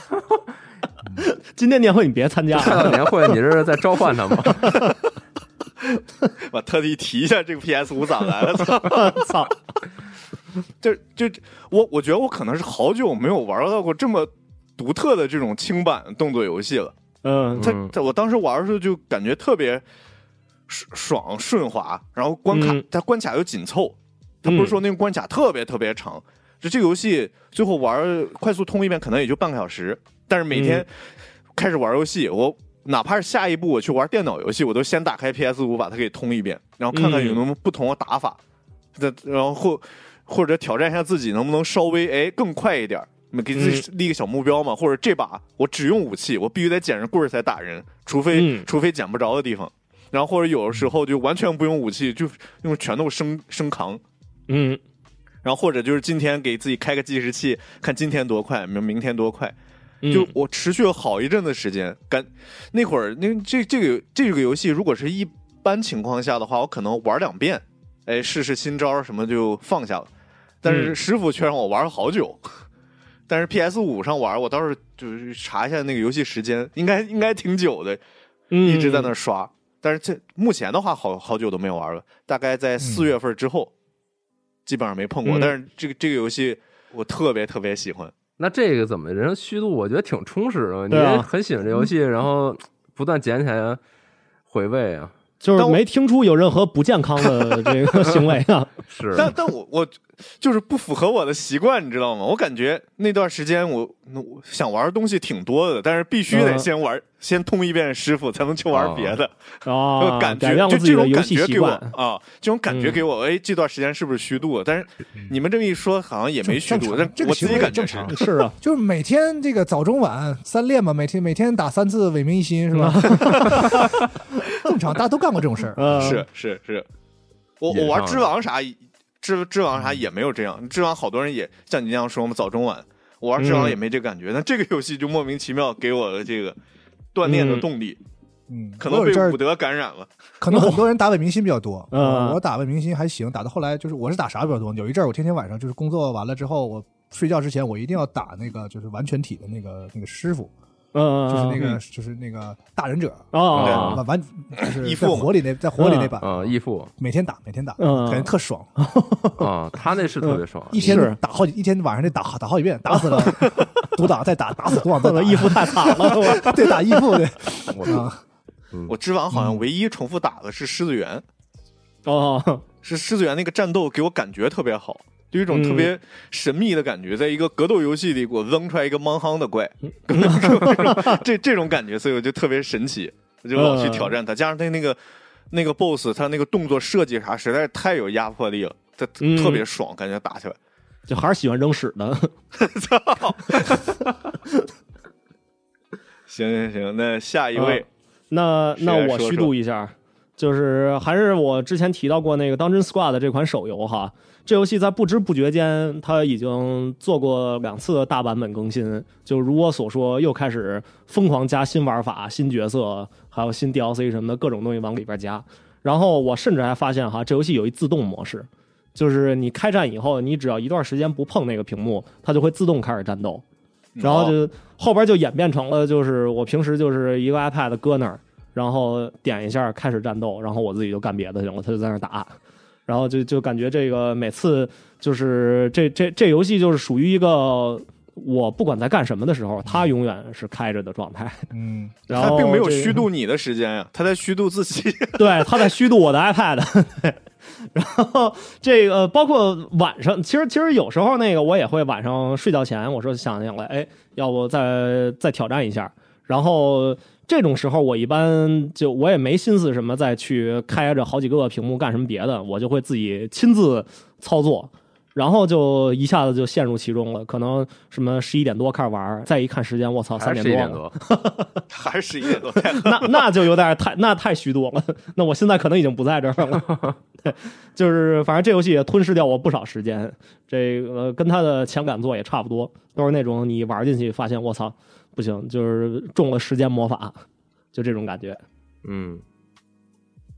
今天年会你别参加 看了，到年会，你这是在召唤他吗？我特地提一下这个 PS 五咋来了，操！操， 就就我我觉得我可能是好久没有玩到过这么独特的这种轻版动作游戏了。嗯它嗯它我当时玩的时候就感觉特别爽爽顺滑，然后关卡、嗯它关卡又紧凑，它不是说那个关卡特别特别长，就这个游戏最后玩儿快速通一遍可能也就半个小时，但是每天开始玩游戏，我哪怕是下一步我去玩电脑游戏，我都先打开 PS 五把它给通一遍，然后看看有没有不同的打法，再然后或或者挑战一下自己能不能稍微哎更快一点儿。给自己立个小目标嘛，或者这把我只用武器，我必须得捡着棍儿才打人，除非、嗯除非捡不着的地方。然后或者有的时候就完全不用武器，就用拳头生生扛，嗯然后或者就是今天给自己开个计时器，看今天多快，明明天多快。嗯，就我持续了好一阵子时间，感那会儿那这这个这个游戏，如果是一般情况下的话，我可能玩两遍，哎，试试新招儿什么就放下了。但是嗯师傅却让我玩了好久。 但是 PS 五上玩，我倒是就是查一下那个游戏时间，应该应该挺久的，嗯一直在那儿刷。但是这目前的话好，好久都没有玩了，大概在四月份之后，基本上没碰过。嗯但是这个这个游戏我特别特别喜欢，那这个怎么人生虚度？我觉得挺充实的。你对啊也很喜欢这游戏，然后不断捡起来回味啊，就是但我没听出有任何不健 康的这个行为啊。是但但我我就是不符合我的习惯，你知道吗？我感觉那段时间我我想玩的东西挺多的，但是必须得嗯先玩，先通一遍师傅，才能去玩别的。啊，就感觉改变了就自己这的种游感戏觉习给我惯。嗯啊，这种感觉给我，哎，这段时间是不是虚度了？但是你们这么一说，好像也没虚正度，常但这个我行自为己感也觉正是常。是啊，就是每天这个早中晚三练嘛，每天每天打三次伪明一心是吧？正常，大家都干过这种事儿。嗯呃，是是是，我也我玩上之王啥，之之王嗯啥也没有这样。之王好多人也像你那样说嘛，早中晚。我玩之王嗯也没这感觉，但这个游戏就莫名其妙给我的这个锻炼的动力，嗯，可我能有一被阵儿伍德感染了。可能很多人打伪明星比较多，嗯我我打伪明星还行，打到后来就是我是打啥比较多？有一阵儿我天天晚上就是工作完了之后，我睡觉之前我一定要打那个就是完全体的那个那个师傅，嗯，就是那个就是那个大忍者，啊，啊完完就是义在父嘛火里那在火里那版，啊，义父每天打每天打，嗯感觉特爽，啊，他那是特别爽。一天是打好几一天晚上得打打好几遍，打死 了独挡再打，打死独挡再打，义父太惨了，我对打义父对我啊，我之王好嗯像唯一重复打的是狮子园，哦，是狮子园那个战斗给我感觉特别好，就有一种特别神秘的感觉，在一个格斗游戏里给我扔出来一个莽夯的怪， 这这种感觉，所以我就特别神奇，我就老去挑战它。加上它那个那个 BOSS，它那个动作设计啥实在是太有压迫力了，它嗯特别爽，感觉打起来。就还是喜欢扔屎的。行行行，那下一位，那谁那来我说虚说度一下，就是还是我之前提到过那个《当真 Squad》这款手游哈，这游戏在不知不觉间，它已经做过两次的大版本更新，就如我所说，又开始疯狂加新玩法、新角色，还有新 DLC 什么的各种东西往里边加。然后我甚至还发现哈，这游戏有一自动模式，就是你开战以后，你只要一段时间不碰那个屏幕，它就会自动开始战斗。然后就后边就演变成了，就是我平时就是一个 iPad 搁那儿，然后点一下开始战斗，然后我自己就干别的去了，他就在那儿打，然后就就感觉这个每次就是这这这游戏就是属于一个我不管在干什么的时候，它永远是开着的状态，嗯，然他后并没有这个虚度你的时间呀，他在虚度自己。 对，他在虚度我的 iPad。对， 然后这个包括晚上，其实其实有时候那个我也会晚上睡觉前，我说想想来，哎，要不再再挑战一下。然后这种时候，我一般就我也没心思什么再去开着好几个屏幕干什么别的，我就会自己亲自操作。然后就一下子就陷入其中了，可能什么十一点多开始玩儿，再一看时间，我操，还三是点十一多点了。多，还是十一点多，太那那就有点太那太虚度了。那我现在可能已经不在这儿了。对， 就是反正这游戏也吞噬掉我不少时间。这个、呃跟他的前感作也差不多，都是那种你玩进去发现我操不行，就是中了时间魔法，就这种感觉。嗯，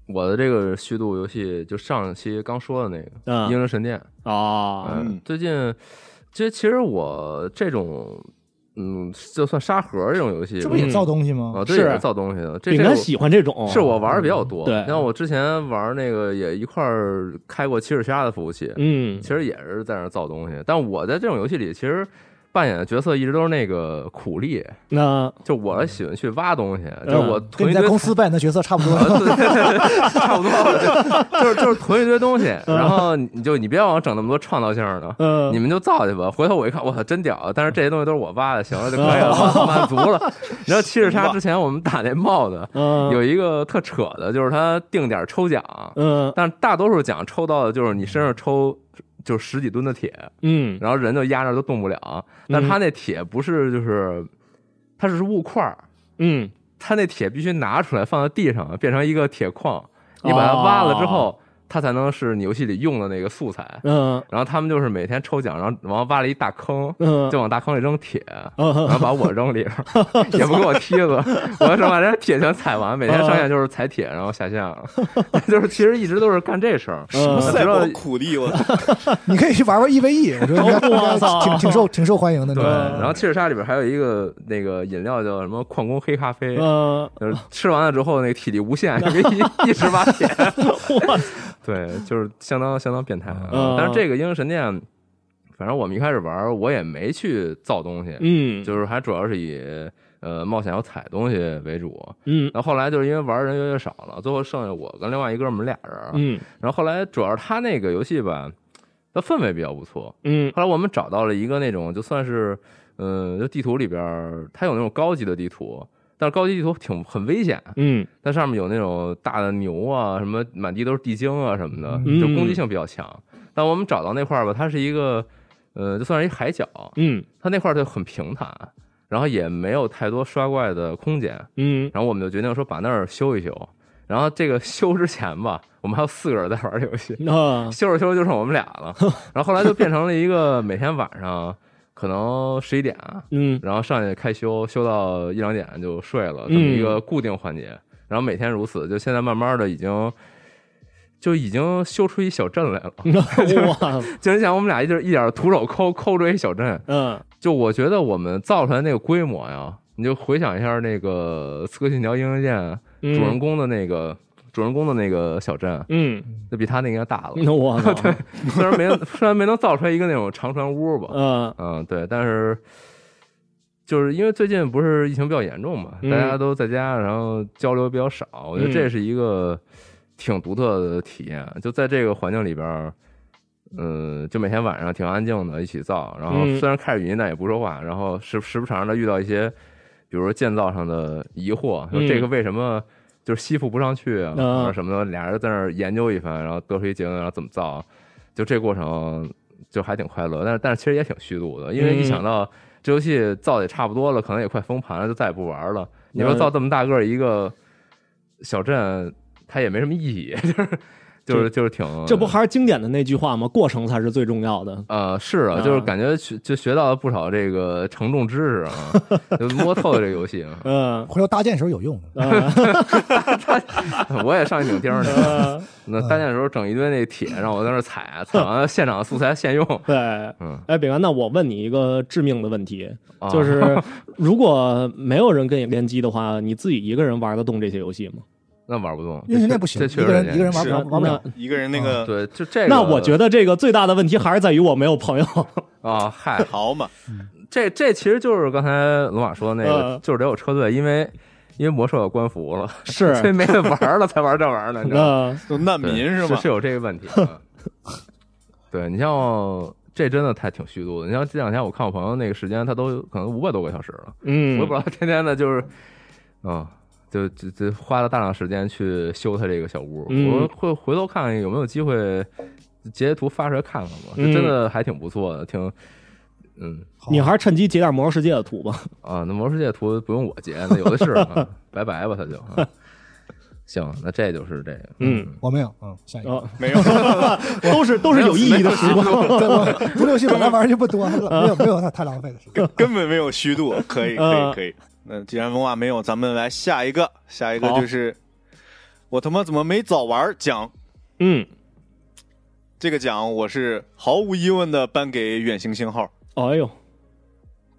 我的这个虚度游戏就上期刚说的那个《嗯英灵神殿》，啊，嗯嗯，最近，这其实我这种嗯，就算沙盒这种游戏吧，这不也造东西吗？啊，对，是也是造东西的。这饼这干我喜欢这种，是我玩的比较多。对你像我之前玩那个也一块儿开过七十杀的服务器，嗯其实也是在那儿造东西。但我在这种游戏里，其实扮演的角色一直都是那个苦力，那就我喜欢去挖东西，就是呃我嗯跟囤你一在堆公司扮演的角色差不多啊，。 对差不多，就就是就是囤一堆东西，嗯然后你就你别往我整那么多创造性的，嗯你们就造去吧。回头我一看，我操，真屌！啊但是这些东西都是我挖的，行了就可以了，嗯满满足了。然后七十杀之前我们打那帽子，嗯有一个特扯的，就是他定点抽奖，嗯但大多数奖抽到的就是你身上抽。就是十几吨的铁，嗯然后人就压那儿都动不了。但他那铁不是就是，它是物块儿，嗯他那铁必须拿出来放到地上，变成一个铁矿，你把它挖了之后，它才能是你游戏里用的那个素材。嗯然后他们就是每天抽奖，然后然后挖了一大坑，嗯就往大坑里扔铁，嗯然后把我扔里边儿，也不给我 梯子，我是把这铁全踩完，每天上线就是踩铁，然后下线了， 就是其实一直都是干这事儿。嗯我赛知道博苦力，我 你可以去玩玩 EVE，我觉得应该哦我操挺挺受挺受欢迎的。对，然后后七齿鲨里边还有一个那个饮料叫什么矿工黑咖啡，嗯，就是吃完了之后那个体力无限，就可 以一一直挖铁。我对，就是相当相当变态啊。嗯但是这个《英雄神殿》，反正我们一开始玩儿，我也没去造东西，嗯就是还主要是以呃冒险要采东西为主。嗯那后来就是因为玩儿人越来越少了，最后剩下我跟另外一哥们儿俩人儿。嗯然后后来主要是他那个游戏吧，它氛围比较不错。嗯后来我们找到了一个那种就算是，嗯，就地图里边儿它有那种高级的地图，但是高级地图挺很危险，嗯它上面有那种大的牛啊，什么满地都是地精啊什么的，嗯就攻击性比较强。但我们找到那块儿吧，它是一个，呃，就算是一海角，嗯它那块儿就很平坦，然后也没有太多刷怪的空间。嗯然后我们就决定说把那儿修一修。然后这个修之前吧，我们还有四个人在玩这游戏，啊修着修着就剩我们俩了。然后后来就变成了一个每天晚上可能十一点， 嗯 然后上去开修，修到一两点就睡了，这么一个固定环节。然后每天如此，就现在慢慢的已经就已经修出一小镇来了。嗯我 就你想，我们俩一直一点徒手抠抠出一小镇，嗯就我觉得我们造出来那个规模呀，你就回想一下那个《刺客信条：英雄剑》嗯主人公的那个、主人公的那个小镇，嗯，就比他那个应该大了。那嗯 我操，虽然没 虽然没能造出来一个那种长船屋吧，嗯嗯，对，但是就是因为最近不是疫情比较严重嘛，嗯大家都在家，然后交流比较少，我觉得这是一个挺独特的体验。就在这个环境里边儿，嗯，就每天晚上挺安静的，一起造，然后嗯虽然开着语音，但也不说话，然后时时不常的遇到一些，比如说建造上的疑惑，说嗯这个为什么。就是吸附不上去啊，啊或者什么的，俩人在那儿研究一番，然后得出一结论，然后怎么造，啊就这过程就还挺快乐，但是但是其实也挺虚度的，因为一嗯想到这游戏造的也差不多了，可能也快封盘了，就再也不玩了。你说嗯造这么大个儿一个小镇，它也没什么意义， 就是就是就是挺这不还是经典的那句话吗？过程才是最重要的。呃是啊，就是嗯感觉学就学到了不少这个承重知识啊，就摸透了这个游戏啊。 嗯回头搭建的时候有用的。我也上去顶钉儿呢，嗯 呃，那搭建的时候整一堆那铁，让我在那儿踩，踩完了现场素材现用。对，嗯，哎，饼干，那我问你一个致命的问题，啊 就是如果没有人跟你联机的话，你自己一个人玩得动这些游戏吗？那玩不动，英雄这那不行，这一确个实人这一个人玩是玩玩不了。一个人那个对，就这个。那我觉得这个最大的问题还是在于我没有 朋友。啊，嗨，好嘛，这这其实就是刚才罗马说的那个，嗯就是得有车队，因为因为魔兽有官服了，是嗯所以没得玩儿了才玩这玩意儿呢，你知道吗？那就难对民是吗是？有这个问题的。对你像这真的太挺虚度的，你像这两天我看我朋友那个时间，他都可能五百多个小时了，我嗯，也不知道天天的就是，嗯。就就就花了大量时间去修他这个小屋，嗯我会回头看看有没有机会截图发出来看看吧，这嗯真的还挺不错的，挺，嗯，你还是趁机截点《魔兽世界》的图吧。啊，那魔兽世界图不用我截，那有的是、啊，拜拜吧，他就、啊。行，那这就是这个，嗯，我没有，嗯，下一个。啊，没有，都是都是有意义的 时光。 对，我独立系本来玩就不多了，没有没有太太浪费的时间。根本没有虚 度，可以可嗯以可以。那既然文化没有，咱们来下一个，下一个好就是我他妈怎么没早玩奖？ 嗯，这个奖我是毫无疑问的颁给远行星号，哎呦，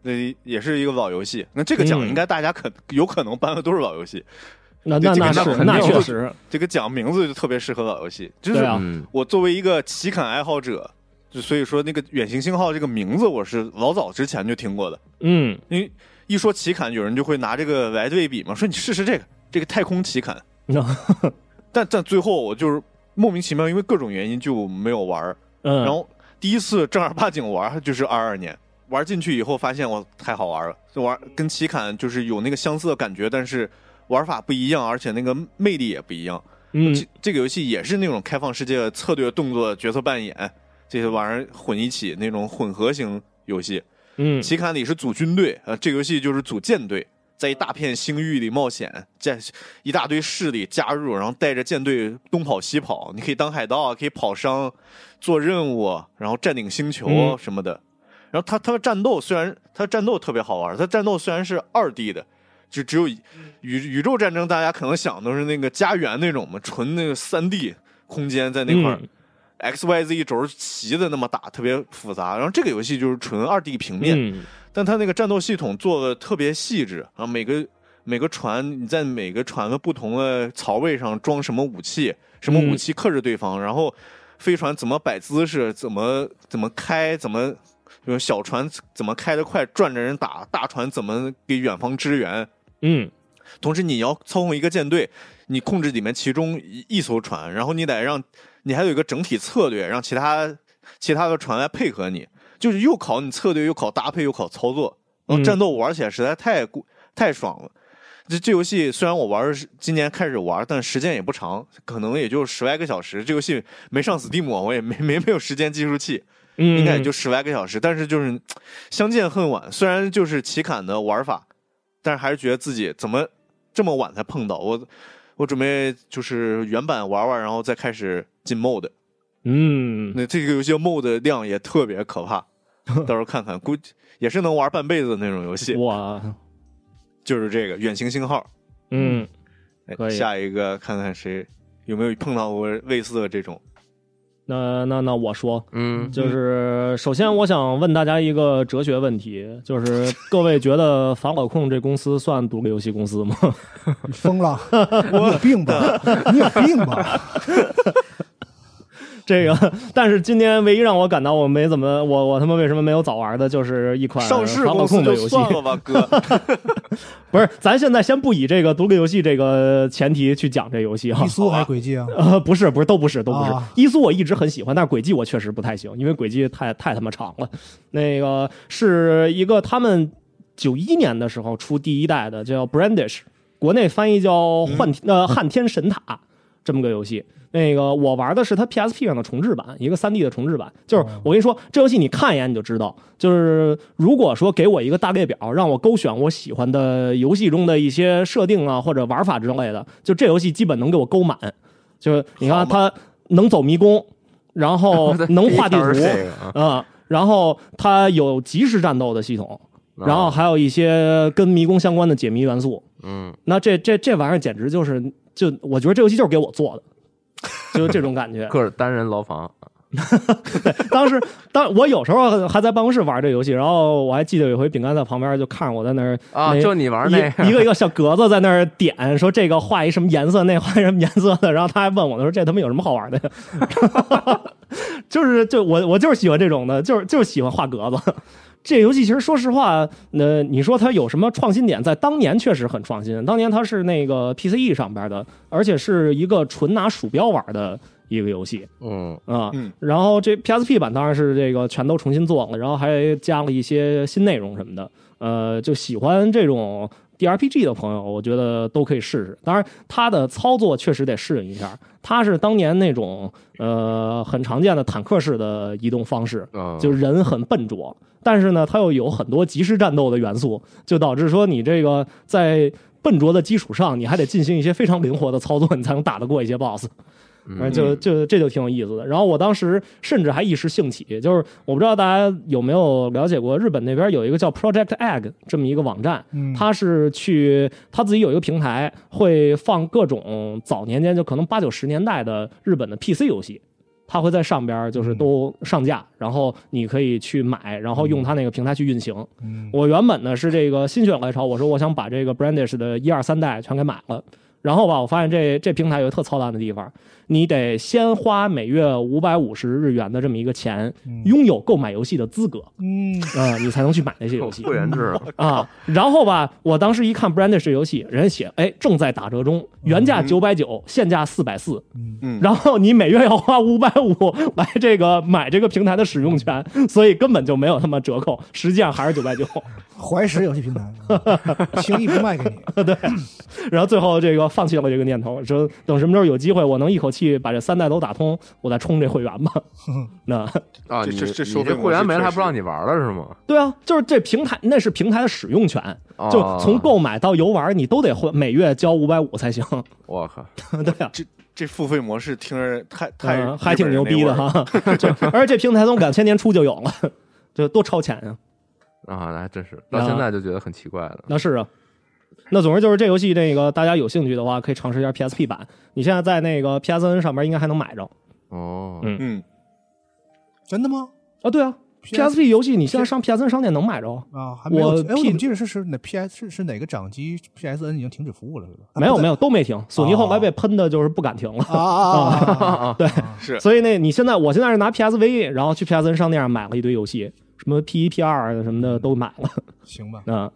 那也是一个老游戏。那这个奖嗯应该大家可有可能颁的都是老游戏，那那这个那那是肯那定确就实，这个奖名字就特别适合老游戏。就是对啊，嗯，我作为一个棋砍爱好者，就所以说那个远行星号这个名字我是老早之前就听过的，嗯，因为一说棋砍，有人就会拿这个来对比嘛，说你试试这个这个太空棋 砍，嗯但但最后我就是莫名其妙，因为各种原因就没有玩儿。嗯，然后第一次正儿八经玩儿就是二二年，玩进去以后发现哇太好玩了，这玩跟棋砍就是有那个相似的感觉，但是玩法不一样，而且那个魅力也不一样。嗯这这个游戏也是那种开放世界的策略、动作、角色扮演这些玩意儿混一起那种混合型游戏。嗯棋砍里是组军队，呃，这个游戏就是组舰队，在一大片星域里冒险，在一大堆势力加入，然后带着舰队东跑西跑。你可以当海盗，啊可以跑商，做任务，啊然后占领星球啊嗯什么的。然后它它的战斗虽然它的战斗特别好玩，它战斗虽然是二 D 的，就只有宇嗯宇宙战争，大家可能想都是那个家园那种嘛，纯那个三 D 空间在那块儿。嗯 X Y Z 轴齐的那么打，特别复杂。然后这个游戏就是纯二 D 平面，嗯但它那个战斗系统做的特别细致啊，每个每个船你在每个船的不同的槽位上装什么武器，什么武器克制对方，然后飞船怎么摆姿势，怎么怎么开，怎么就是小船怎么开得快，转着人打，大船怎么给远方支援，嗯同时你要操控一个舰队，你控制里面其中一一艘船，然后你得让你还有一个整体策略，让其他其他的船来配合你，就是又考你策略，又考搭配，又考操作。然后嗯战斗玩起来实在太过太爽了。这这游戏虽然我玩儿是今年开始玩儿，但时间也不长，可能也就十来个小时。这游戏没上 Steam，我也没没没有时间计数器，嗯，应该也就十来个小时，但是就是嘖相见恨晚。虽然就是奇砍的玩法，但是还是觉得自己怎么这么晚才碰到我。我准备就是原版玩玩，然后再开始进 MOD。嗯那这个游戏 MOD 的量也特别可 怕，到时候看看，估计也是能玩半辈子的那种游戏。 哇就是这个远行星号，嗯哎可以下一个看看谁有没有碰到过类似的这种。那那那我说，嗯，就是首先我想问大家一个哲学问题，就是各位觉得法管控这公司算独立游戏公司吗？ 你疯了，你有病吧？你有病吧？这个，但是今天唯一让我感到我没怎么我我他妈为什么没有早玩的，就是一款上市法管公司控的就游戏。算了吧，哥。 不是，咱现在先不以这个独立游戏这个前提去讲这游戏哈一。苏还诡计啊？呃，不是，不是，都不是，都不是。啊伊苏我一直很喜欢，但是轨迹我确实不太行，因为轨迹太太他妈长了。那个是一个他们九一年的时候出第一代的，叫 Brandish，国内翻译叫幻、呃撼天神塔这么个游戏。那个我玩的是它 PSP 上的重置版，一个 3D 的重置版。就是哦我跟你说，这游戏你看一眼你就知道。就是如果说给我一个大列表，让我勾选我喜欢的游戏中的一些设定啊或者玩法之类的，就这游戏基本能给我勾满。就是你看它能走迷宫，然后能画地第一条是图，这个啊，啊、然后它有即时战斗的系统，然后还有一些跟迷宫相关的解谜元素。嗯，那这这这玩意儿简直就是，就我觉得这游戏就是给我做的，就是这种感 觉。个儿单人牢房，当时，当我有时候还在办公室玩这游戏，然后我还记得有一回饼干在旁边就看我在那儿啊，那就你玩那一一个一个小格子在那儿点，说这个画一什么颜色，那画一什么颜色的，然后他还问我，他说这他妈有什么好玩的呀？ 就是就我我就是喜欢这种的，就是就是喜欢画格子。这游戏其实说实话，呃，你说它有什么创新点？在当年确实很创新，当年它是那个 PCE 上边的，而且是一个纯拿鼠标玩的一个游戏。嗯啊，嗯然后这 PSP 版当然是这个全都重新做了，然后还加了一些新内容什么的。呃，就喜欢这种 DRPG 的朋友，我觉得都可以试试。当然，它的操作确实得适应一下，它是当年那种呃很常见的坦克式的移动方式，嗯，就是人很笨拙，但是呢，它又有很多即时战斗的元素，就导致说你这个在笨拙的基础上，你还得进行一些非常灵活的操作，你才能打得过一些 BOSS。反正就就这就挺有意思的。然后我当时甚至还一时兴起，就是我不知道大家有没有了解过，日本那边有一个叫 Project Egg 这么一个网站，嗯，它是去它自己有一个平台，会放各种早年间就可能八九十年代的日本的 PC 游戏。它会在上边儿嗯就是都上架，然后你可以去买，然后用它那个平台去运行。嗯我原本呢是这个心血来潮，我说我想把这个 Brandish 的一二三代全给买了。然后吧，我发现这这平台有一个特操蛋的地方，你得先花每月五百五十日元的这么一个钱，拥有购买游戏的资格，嗯，嗯、你才能去买那些 游戏。会员制，啊，然后吧，我当时一看 Brandish 游戏，人家写，哎，正在打折中，原价九百九，现价四百四，嗯然后你每月要花五百五 来这个买这个平台的使用权，所以根本就没有他妈折扣，实际上还是九百 九。怀石游戏平台，嗯轻易不卖给你。然后最后这个放弃了这个念头，说等什么时候有机会，我能一口气把这三代都打通，我再充这会员吧。那 啊，这你这这收你费这模会员式没了确还不实让你玩了是吗？对啊，就是这平台那是平台的使用权，哦就从购买到游玩，你都得会每月交五百五才行。 我靠，对啊。这付费模式听着太太、嗯还挺牛逼的。哈。 就而且这平台从两千年初就有了，就多超前啊！啊，那还真是，到啊现在就觉得很奇怪了。那是啊。那总之就是这游戏，那个大家有兴趣的话，可以尝试一下 PSP 版。你现在在那个 PSN 上面应该还能买着哦，嗯嗯，真的吗？啊？对啊 PS ，PSP 游戏你现在上 PSN 商店能买着？啊，还没有。我哎，我 P- 怎么记得是是哪 PS 是是哪个掌机 PSN 已经停止服务了是吧？没有没有有，都没停。索尼哦后来被喷的就是不敢停了。啊啊啊啊啊！对，是所以那你现在我现在是拿 PSV，然后去 PSN 商店上买了一堆游戏，什么 P 一 P 二啊什么的都买了。行吧，嗯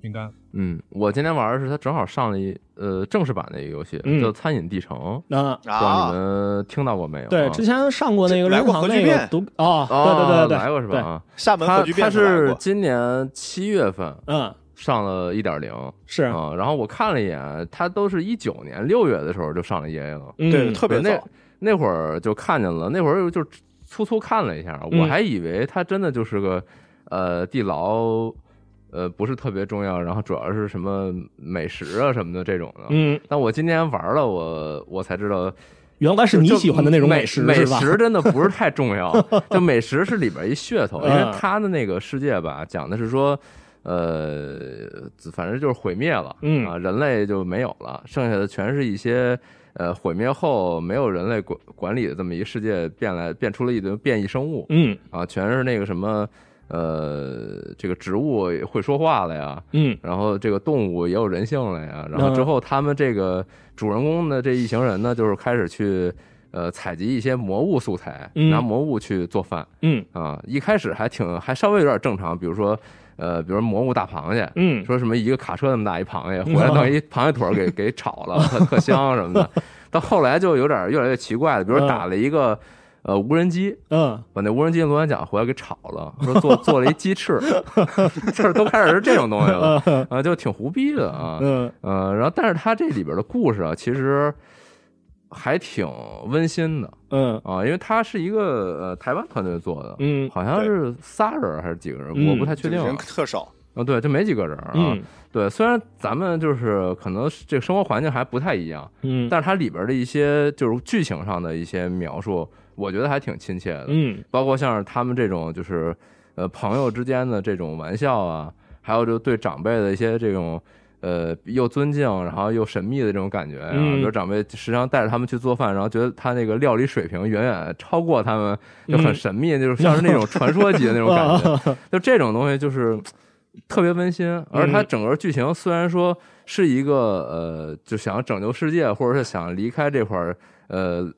饼干嗯，我今天玩的是它正好上了一呃正式版的一个游戏，嗯叫《餐饮地城》，那不知道啊你，们听到过没有啊？对，之前上过那个哦这来任天过堂核那聚个变独哦，对对对哦，对，来过是吧？对啊，厦门它核聚它变来是过今年七月份嗯，上了一点零是，啊，然后我看了一眼，它都是一九年六月的时候就上了 EA 了，嗯对，特别那早，那会儿就看见了，那会儿就粗粗看了一下，嗯我还以为它真的就是个呃地牢。呃，不是特别重要，然后主要是什么美食啊什么的这种的。嗯，但我今年玩了，我我才知道，原来是你就喜欢的那种美食美是吧？真的不是太重 要，就美食是里边一噱头，因为嗯它的那个世界吧，讲的是说，呃，反正就是毁灭了，嗯啊，人类就没有了，剩下的全是一些。呃，毁灭后没有人类管管理的这么一个世界，变来变出了一堆变异生物嗯啊，全是那个什么，呃，这个植物会说话了呀，嗯然后这个动物也有人性了呀。然后嗯之后他们这个主人公的这一行人呢，就是开始去呃采集一些魔物素材，嗯拿魔物去做饭嗯啊。一开始还挺还稍微有点正常，比如说呃，比如魔物大螃蟹。嗯，说什么一个卡车那么大一螃蟹，回来弄一螃蟹腿儿给给炒了，特特香什么 的。到后来就有点越来越奇怪了，比如说打了一个呃无人机，嗯把那无人机螺旋桨回来给炒了，说做做了一鸡翅， 就是都开始是这种东西了啊，就挺胡逼的啊，嗯呃，然后但是它这里边的故事啊，其实还挺温馨的嗯啊，因为它是一个呃台湾团队做的，嗯好像是仨人还是几个人，嗯我不太确定人啊，特少，啊对，就没几个人啊，嗯对，虽然咱们就是可能是这个生活环境还不太一样，嗯但是它里边的一些就是剧情上的一些描述，我觉得还挺亲切的，嗯包括像是他们这种就是呃朋友之间的这种玩笑啊，还有就对长辈的一些这种呃又尊敬然后又神秘的这种感觉啊，嗯比如长辈时常带着他们去做饭，然后觉得他那个料理水平远远超过他们，就很神秘，就是像是那种传说级的那种感觉，就这种东西就是。特别温馨，而它整个剧情虽然说是一个呃，就想拯救世界，或者是想离开这块儿，呃，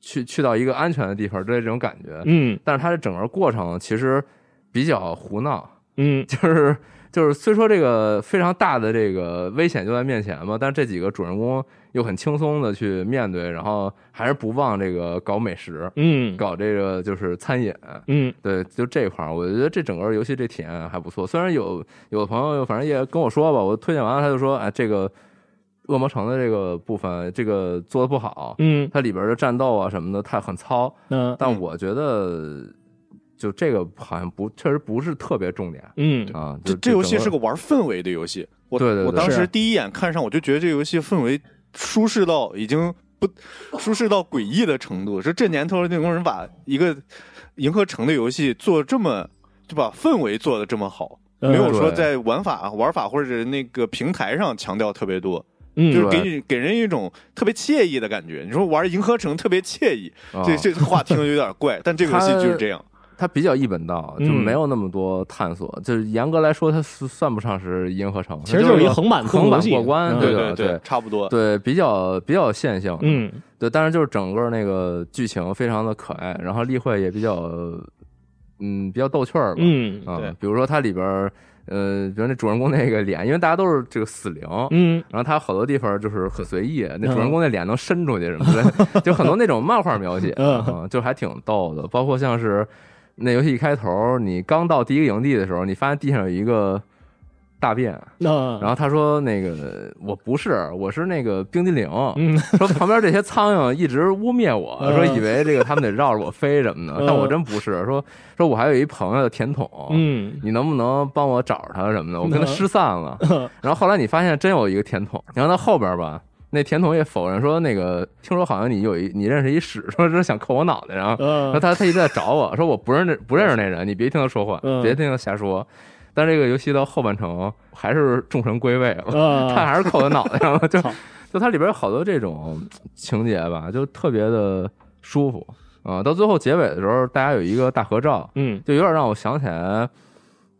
去去到一个安全的地方之类这种感觉，嗯但是它的整个过程其实比较胡闹，嗯就是就是虽说这个非常大的这个危险就在面前嘛，但是这几个主人公又很轻松的去面对，然后还是不忘这个搞美食，嗯搞这个就是餐饮，嗯对，就这块儿，我觉得这整个游戏这体验还不错。虽然有有的朋友反正也跟我说吧，我推荐完了他就说，哎，这个恶魔城的这个部分这个做的不好，嗯它里边的战斗啊什么的太很糙，嗯但我觉得就这个好像不，确实不是特别重点嗯啊。这就这游戏整是个玩氛围的游戏。我对对啊我对当是时第一眼看上，我就觉得这游戏氛围舒适到已经不舒适到诡异的程度。说这年头，那工人把一个银河城的游戏做这么，就把氛围做的这么好，嗯没有说对在玩法、玩法或者那个平台上强调特别多。嗯就是给对你给人一种特别惬意的感觉。你说玩银河城特别惬意，啊这这话听着有点怪，但这个游戏就是这样。它比较一本道，就嗯没有那么多探索。就是严格来说，它是算不上是银河城，它其实就是一是横版横游版戏过关，嗯对对的对差不多。对，比较比较线性，嗯对。但是就是整个那个剧情非常的可爱，然后例会也比较，嗯，比较逗趣儿吧，嗯啊对，比如说它里边儿，呃，比如那主人公那个脸，因为大家都是这个死灵，嗯然后他好多地方就是很随意，那主人公那脸能伸出去什么之类的， 就很多那种漫画描写，嗯嗯，就还挺逗的。包括像是那游戏一开头，你刚到第一个营地的时候，你发现地上有一个大便，那然后他说那个我不是，我是那个冰激凌，嗯 说旁边这些苍蝇一直污蔑我，嗯说以为这个他们得绕着我飞什么的，嗯但我真不是，说说我还有一朋友的甜筒，嗯 你能不能帮我找着他什么的？我跟他失散了。然后后来你发现真有一个甜筒，然后到后边吧，那甜筒也否认说那个，听说好像你有一你认识一史，说是想扣我脑袋，然后然后呃他他一直在找我说我不认识不认识那人，你别听他说话，嗯别听他瞎说。但这个游戏到后半程还是众神归位了，他呃还是扣他脑袋上了，就操 就它里边有好多这种情节吧，就特别的舒服啊、到最后结尾的时候，大家有一个大合照，嗯就有点让我想起来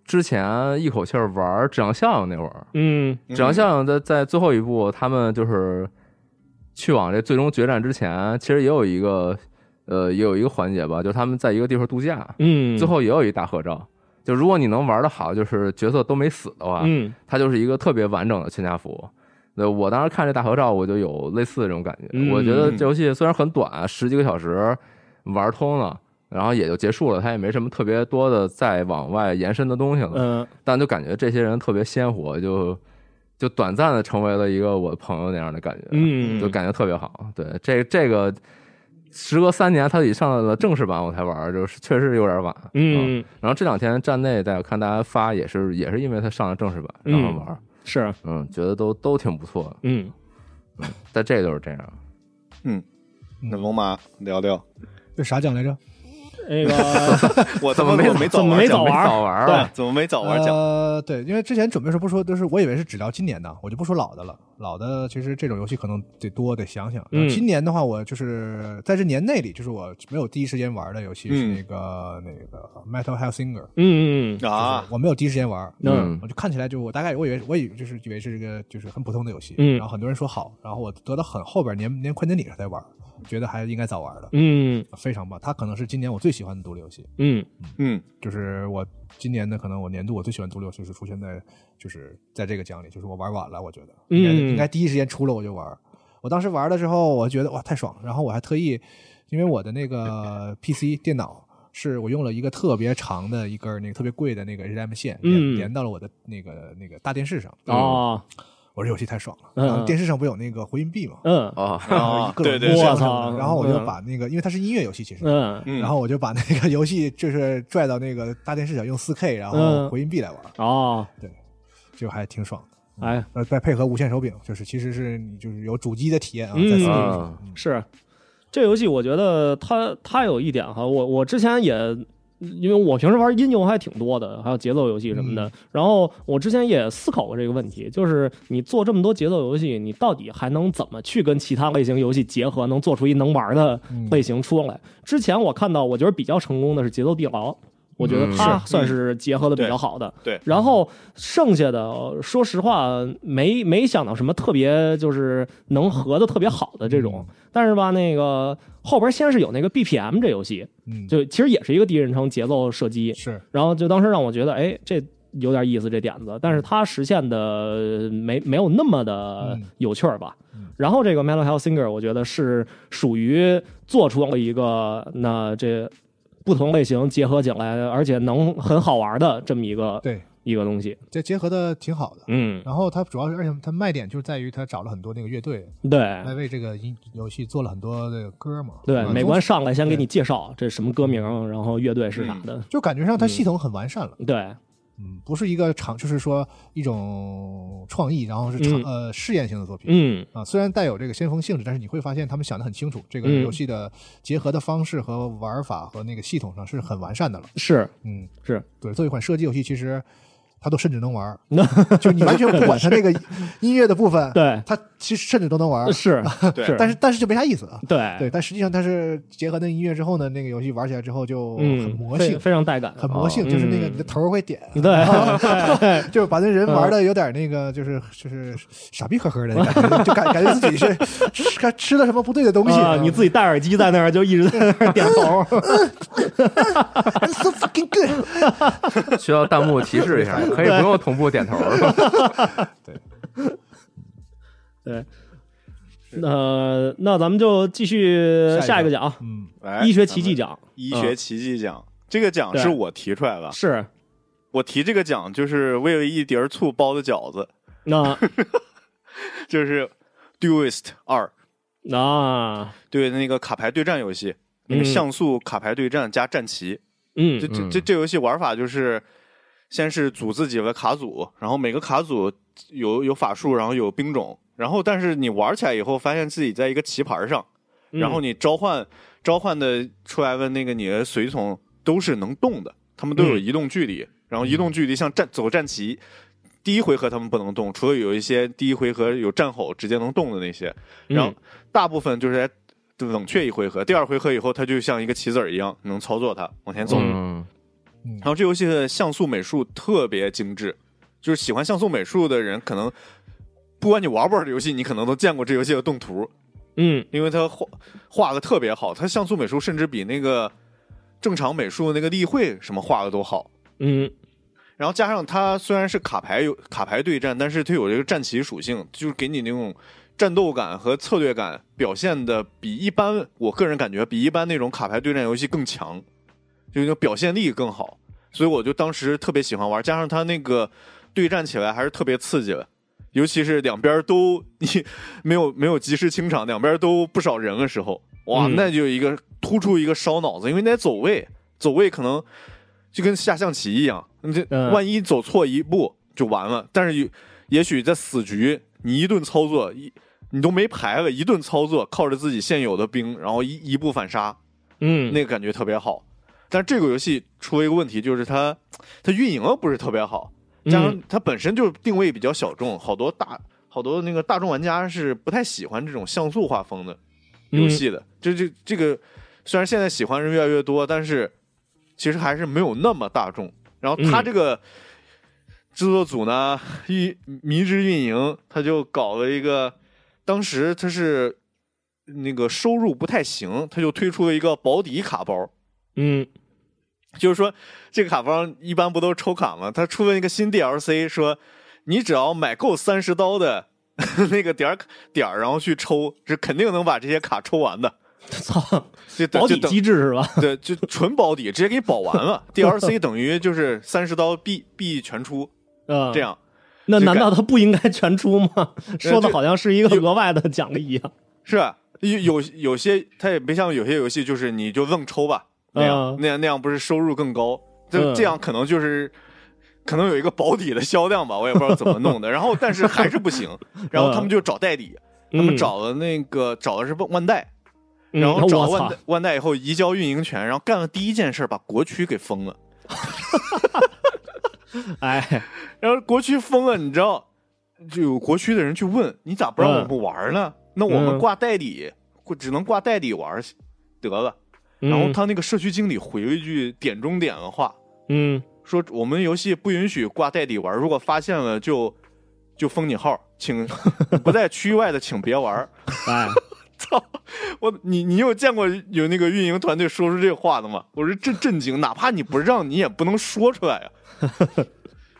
之前一口气儿玩《指向效应》那会儿，嗯《指向效应》在在最后一步，他们就是去往这最终决战之前，其实也有一个呃也有一个环节吧，就是他们在一个地方度假，嗯，最后也有一大合照。就如果你能玩的好，就是角色都没死的话，嗯它就是一个特别完整的全家福。呃，我当时看这大合照，我就有类似的这种感觉。嗯我觉得这游戏虽然很短，十几个小时玩通了，然后也就结束了，它也没什么特别多的再往外延伸的东西了。嗯但就感觉这些人特别鲜活，就就短暂的成为了一个我朋友那样的感觉，嗯就感觉特别好。对，这这个时隔三年，它已上了正式版，我才玩，就是确实有点晚。啊嗯然后这两天站内在看大家发，也是也是因为它上了正式版，然后玩，是嗯觉得都都挺不错的。嗯但这就是这样，那龙马聊聊，这啥奖来着？那 个我怎么没没没怎么没没早没玩啊早玩啊了，怎么没早玩奖？呃，对，因为之前准备的时候不说，就是我以为是只聊今年的，我就不说老的了。老的其实这种游戏可能得多得想想。嗯今年的话，我就是在这年内里，就是我没有第一时间玩的游戏是那个、那个 Metal Hellsinger，嗯嗯啊就是，我没有第一时间玩。嗯我就看起来就我大概我以为我以为就是以为是这个就是很普通的游戏，嗯然后很多人说好，然后我得到很后边年年快年底上才玩，觉得还应该早玩的，嗯非常棒。它可能是今年我最喜欢的独立游戏，嗯嗯就是我今年的可能我年度我最喜欢独立游戏是出现在就是在这个奖里，就是我玩晚了，我觉得应该嗯应该第一时间出了我就玩。我当时玩的时候，我觉得哇太爽了，然后我还特意，因为我的那个 PC 电脑是我用了一个特别长的一根儿那个特别贵的那个 HDMI 线连、嗯连到了我的那个那个大电视上。哦我说游戏太爽了，嗯然后电视上不有那个回音壁嘛，嗯哦，然后啊，各种对音对效我对，什么操的然后我就嗯把那个，因为它是音乐游戏，其实嗯嗯然后我就把那个游戏就是拽到那个大电视上用 4K，然后嗯回音壁来玩，哦，就还挺爽的。哎呃，再配合无线手柄，就是其实是你就是有主机的体验啊，嗯在 4K 上。嗯是这游戏，我觉得它它有一点哈，我我之前也。因为我平时玩音游还挺多的，还有节奏游戏什么的。然后我之前也思考过这个问题，就是你做这么多节奏游戏，你到底还能怎么去跟其他类型游戏结合，能做出一能玩的类型出来？之前我看到，我觉得比较成功的是《节奏地牢》，我觉得它算是结合的比较好的。嗯对对然后剩下的，呃说实话，没没想到什么特别就是能合的特别好的这种。嗯但是吧，那个后边先是有那个 BPM 这游戏，嗯，就其实也是一个第一人称节奏射击，是然后就当时让我觉得，哎，这有点意思这点子，嗯但是它实现的呃没没有那么的有趣儿吧。嗯然后这个 Metal Health Singer，我觉得是属于做出了一个那这不同类型结合起来，而且能很好玩的这么一个对，一个东西。这结合的挺好的。嗯，然后它主要是，而且它卖点就是在于它找了很多那个乐队对来为这个音游戏做了很多这个歌嘛。嗯对，嗯美观上来先给你介绍这什么歌名，然后乐队是啥的。就感觉上它系统很完善了。对，嗯，不是一个长，就是说一种创意，然后是长、嗯呃试验性的作品。嗯啊，虽然带有这个先锋性质，但是你会发现他们想的很清楚，这个嗯游戏的结合的方式和玩法和那个系统上是很完善的了。是，嗯，是对，做一款射击游戏，其实他都甚至能玩儿，就你完全不管他 那个音乐的部分，对，他其实甚至都能玩儿，是，对是，啊但是但是就没啥意思啊。对对，但实际上它是结合那音乐之后呢，那个游戏玩起来之后就很嗯，魔非性，非常带感，很魔性，哦就是那个嗯你的头儿会点，啊 对，哎就是把那人玩的有点那个，就是就是傻逼呵呵的感觉，就感感觉自己是吃看吃了什么不对的东西啊，你自己戴耳机在那儿就一直在那儿点头， It's so fucking good。嗯需要弹幕提示一下，可以不用同步点头是吧？ 对。呃，那咱们就继续下下一一个个奖，嗯，来医学奇迹，奖哎嗯咱们医学奇迹奖。这个奖对是我提出来的，是我提这个奖就是为了一碟儿醋包的饺子，那就是 Duist 二，那对那个卡牌对战游戏，那嗯个像素卡牌对战加战棋，嗯这这这这游戏玩法就是，先是组自己的卡组，然后每个卡组有有法术，然后有兵种，然后但是你玩起来以后，发现自己在一个棋盘上，嗯然后你召唤召唤的出来的那个你的随从都是能动的，他们都有嗯移动距离，然后移动距离像战走战棋。第一回合他们不能动，除了有一些第一回合有战吼直接能动的那些，然后大部分就是在冷却一回合，第二回合以后它就像一个棋子儿一样能操作它往前走。嗯，然后这游戏的像素美术特别精致，就是喜欢像素美术的人，可能不管你玩不玩这游戏，你可能都见过这游戏的动图，嗯因为它画画的特别好，它像素美术甚至比那个正常美术那个例会什么画的都好。嗯然后加上它虽然是卡牌有卡牌对战，但是它有这个战棋属性，就是给你那种战斗感和策略感表现的比一般，我个人感觉比一般那种卡牌对战游戏更强，就是表现力更好。所以我就当时特别喜欢玩，加上它那个对战起来还是特别刺激的，尤其是两边都你没有没有及时清场，两边都不少人的时候，哇，嗯那就有一个突出一个烧脑子，因为你得走位，走位可能就跟下象棋一样，你嗯这万一走错一步就完了。但是有也许在死局，你一顿操作一你都没牌了，一顿操作靠着自己现有的兵，然后一一步反杀，嗯，那个感觉特别好。但这个游戏出了一个问题，就是它它运营不是特别好，嗯加上它本身就定位比较小众，好多大好多那个大众玩家是不太喜欢这种像素画风的嗯游戏的。这这这个虽然现在喜欢人越来越多，但是其实还是没有那么大众。然后它嗯这个制作组呢，一迷之运营，他就搞了一个，当时他是那个收入不太行，他就推出了一个保底卡包。嗯就是说，这个卡包一般不都是抽卡吗？他出了一个新 DLC，说你只要买够三十刀的 那个点儿点儿，然后去抽，是肯定能把这些卡抽完的。操，就等保底就等机制是吧？ 对，就纯保底，直接给你保完了。DLC 等于就是三十刀必必全出，嗯，这。样那就难感道他不应该全出 吗？说就的好像是一个有额外的奖励一样。是吧？有有有些它也没像有些游戏就是你就愣抽吧，那样、嗯那样那样不是收入更高？就嗯这样可能就是。可能有一个保底的销量吧，我也不知道怎么 弄的。然后，但是还是不行。然嗯后他们就找代理，他他们找了那个找的是万代，嗯，然后找了我万操代，万代以后移交运营权，然后干了第一件事，把国区给封了。 哎，然后国区封了，你知道，就有国区的人去问你咋不让我们玩呢？那我们嗯挂代理，或只能挂代理玩得了。然后他那个社区经理回了一句点中点的话，嗯说我们游戏不允许挂代理玩，如果发现了就就封你号，请不在区域外的请别玩。 哎，操！我你你有见过有那个运营团队说出这话的吗？我是震震惊，哪怕你不让，你也不能说出来呀、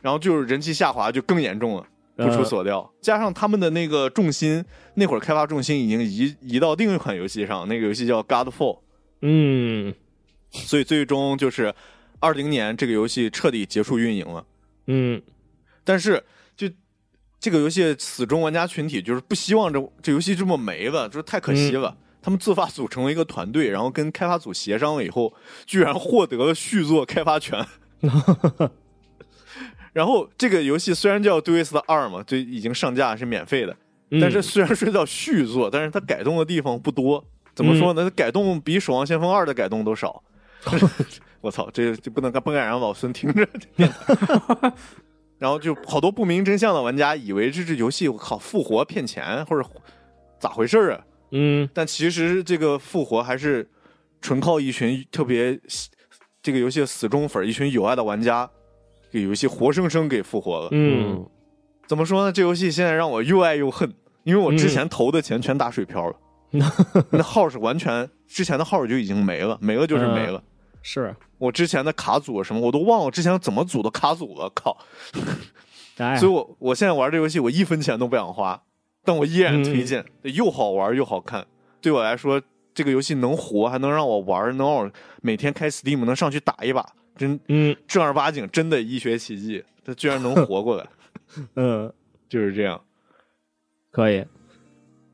然后就是人气下滑就更严重了，不出所料，加上他们的那个重心，那会儿开发重心已经移移到另一款游戏上，那个游戏叫《Godfall》，嗯所以最终就是二零年这个游戏彻底结束运营了。嗯但是就这个游戏死忠玩家群体就是不希望这这游戏这么没了，就是太可惜了。他们自发组成了一个团队，然后跟开发组协商了以后，居然获得了续作开发权。然后这个游戏虽然叫《Duist 二》嘛，就已经上架是免费的，嗯，但是虽然说叫续作，但是它改动的地方不多。怎么说呢？它改动比《守望先锋二》的改动都少。我操，这这不能不敢让老孙听着。 然后就好多不明真相的玩家以为这是游戏，我靠，复活骗钱或者咋回事儿啊？嗯但其实这个复活还是纯靠一群特别喜这个游戏的死忠粉儿，一群有爱的玩家，给游戏活生生给复活了。嗯，怎么说呢？这游戏现在让我又爱又恨，因为我之前投的钱全打水漂了，那号是完全之前的号就已经没了，没了就是没了。是，我之前的卡组什么我都忘了，我之前怎么组的卡组了，靠！哎所以，我我现在玩这游戏，我一分钱都不想花，但我依然推荐，又好玩又好看。对我来说，这个游戏能活，还能让我玩，能让我每天开 Steam 能上去打一把，真嗯正儿八经，真的医学奇迹，它居然能活过来， 嗯，就是这样。可以。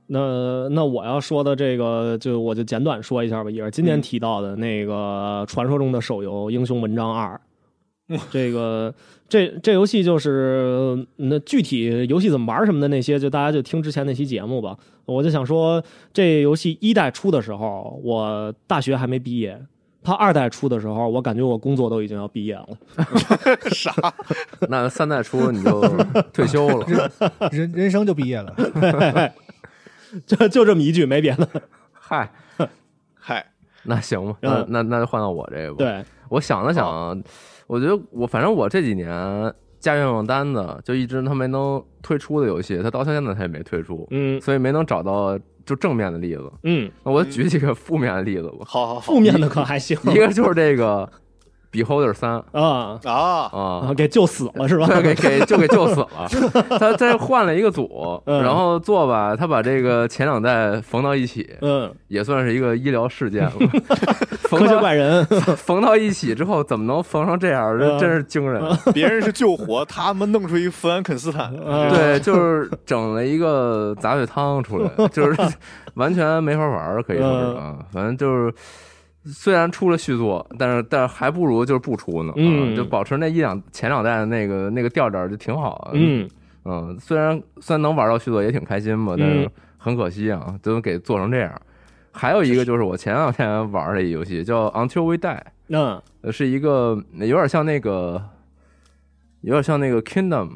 那那我要说的这个，就我就简短说一下吧，也是今天提到的那个传说中的手游《英雄文章二》。这个这这游戏就是嗯那具体游戏怎么玩什么的那些，就大家就听之前那期节目吧。我就想说，这游戏一代出的时候，我大学还没毕业；它二代出的时候，我感觉我工作都已经要毕业了。 那三代出你就退休 了， 人人生就毕业了，就就这么一句，没别的。嗨，嗨，那行吧，那嗯那那就换到我这个吧。，对，我想了想，我觉得我反正我这几年加愿望单子就一直他没能推出的游戏，他到现在他也没推出，嗯所以没能找到就正面的例子。嗯，那我举几个负面的例子吧，好好好负面的可还行一个就是这个《Beholder 三》啊。啊，啊啊，，给救死 了是吧？对，给给就给救死了。他他换了一个组，嗯然后做吧，他把这个前两代缝到一起， 嗯，也算是一个医疗事件了。科缝学到 怪人，缝到一起之后，怎么能缝成这样？这嗯真是惊人。别人是救活，他们弄出一弗兰肯斯 坦，哎嗯对，就是整了一个杂碎汤出 来，就是完全没法玩儿，可以说是嗯啊，反正就是。虽然出了续作，但是但是还不如就是不出呢，嗯啊，就保持那一两前两代的那个那个调调就挺好，，啊嗯，嗯，虽然虽然能玩到续作也挺开心吧，但是嗯很可惜啊，都给做成这样。还有一个就是我前两天玩的一游戏叫《Until We Die 嗯，》，是一个有点像那个，有点像那个 Kingdom，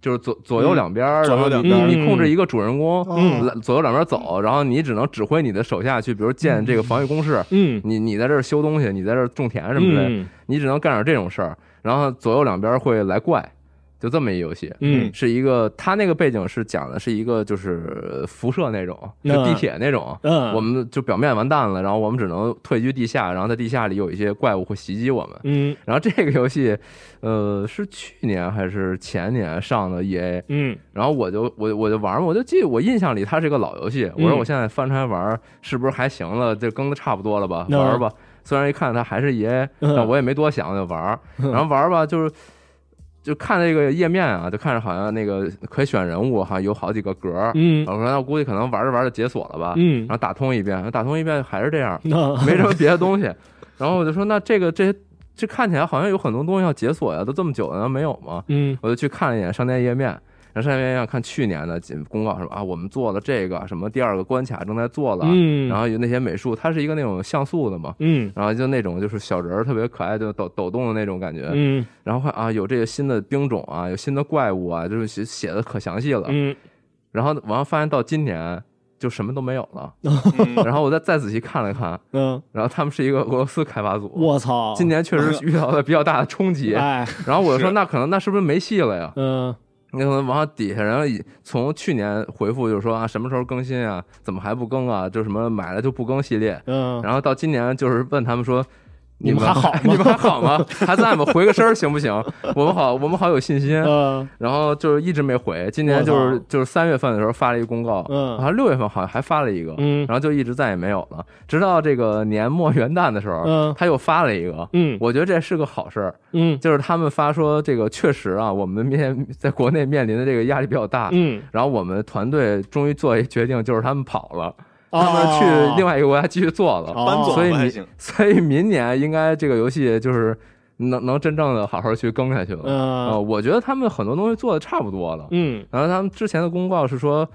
就是左左嗯右两边儿，左右然后两你边儿你嗯哦控制一个主人公，嗯来左右两边走，然后你只能指挥你的手下去，比如建这个防御工事，嗯，你你在这儿修东西，你在这儿种田什么之类的，嗯你只能干点这种事儿。然后左右两边会来怪，就这么一游戏。嗯是一个他那个背景是讲的是一个就是辐射那种，就嗯地铁那种。嗯，我们就表面完蛋了，然后我们只能退居地下，然后在地下里有一些怪物会袭击我们。嗯然后这个游戏，呃，是去年还是前年上的 EA，嗯然后我就我我就玩嘛，我就记我印象里它是一个老游戏，我说嗯我现在翻出来玩儿是不是还行了？这更的差不多了吧，嗯玩儿吧。虽然一看它还是爷，嗯但我也没多想就玩儿，然后玩儿吧就是。就看那个页面啊，就看着好像那个可以选人物哈，有好几个格儿。嗯我说那我估计可能玩着玩着解锁了吧。嗯然后打通一遍，打通一遍还是这样，那啊没什么别的东西。然后我就说那这个这这看起来好像有很多东西要解锁呀，都这么久了没有吗？嗯我就去看了一眼商店页面，然后商店页面看去年的几公告什么啊，我们做了这个什么第二个关卡正在做了，嗯然后呃啊有那些美术，它是一个那种像素的嘛，嗯然后就那种就是小人儿特别可爱，就抖抖动的那种感觉，嗯然后看啊有这个新的兵种啊，有新的怪物啊，就是写写的可详细了，嗯然后完了发现到今年就什么都没有 了，然后我再再仔细看了看，嗯，然后他们是一个俄罗斯开发组，我操，今年确实遇到了比较大的冲击，哎，然后我就说是那可能那是不是没戏了呀？嗯那可能往底下人已从去年回复就是说啊，什么时候更新啊？怎么还不更啊？就什么买了就不更系列。 嗯，然后到今年就是问他们说，你你们还好吗你们还好吗？还在吗？回个声儿行不行？我们好，我们好有信 心。嗯然后就是一直没回，今年就我是操就是三月份的时候发了一个公告，嗯好像六月份好像还发了一个，嗯然后就一直再也没有了，直到这个年末元旦的时嗯候，他又发了一个，嗯我觉得这是个好事儿，嗯就是他们发说这个确实啊，我们面在国内面临的这个压力比较大，嗯，然后我们团队终于做一决定，就是他们跑了，他哦们去另外一个国家继续做了，哦搬走所以了还你行，所以明年应该这个游戏就是能能真正的好好去更下去了。嗯呃，我觉得他们很多东西做的差不多了，嗯然后他们之前的公告是说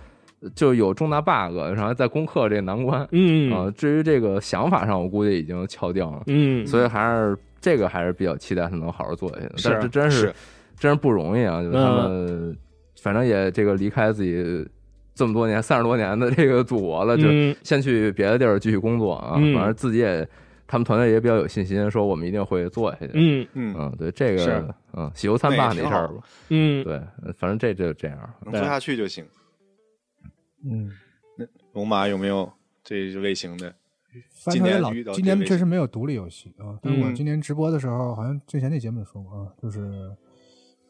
就有重大 bug，然后再攻克这个难关。嗯啊，至于这个想法上，我估计已经敲定了。嗯，所以还是这个还是比较期待他能好好做下去的。是嗯但这真是是真是不容易啊！就是他们反正也这个离开自己这么多年三十多年的这个祖国了，就嗯先去别的地儿继续工作啊。嗯反正自己也他们团队也比较有信心，说我们一定会做下去。嗯嗯，嗯，对这是个嗯喜忧参半那也挺那事好儿吧，嗯，对，反正这就这样。能对做下去就行。嗯，龙马有没有这位型的？翻今出来年老遇到，今这年位确实没有独立游戏啊，但是我嗯今年直播的时候，好像之前那节目也说过啊，就是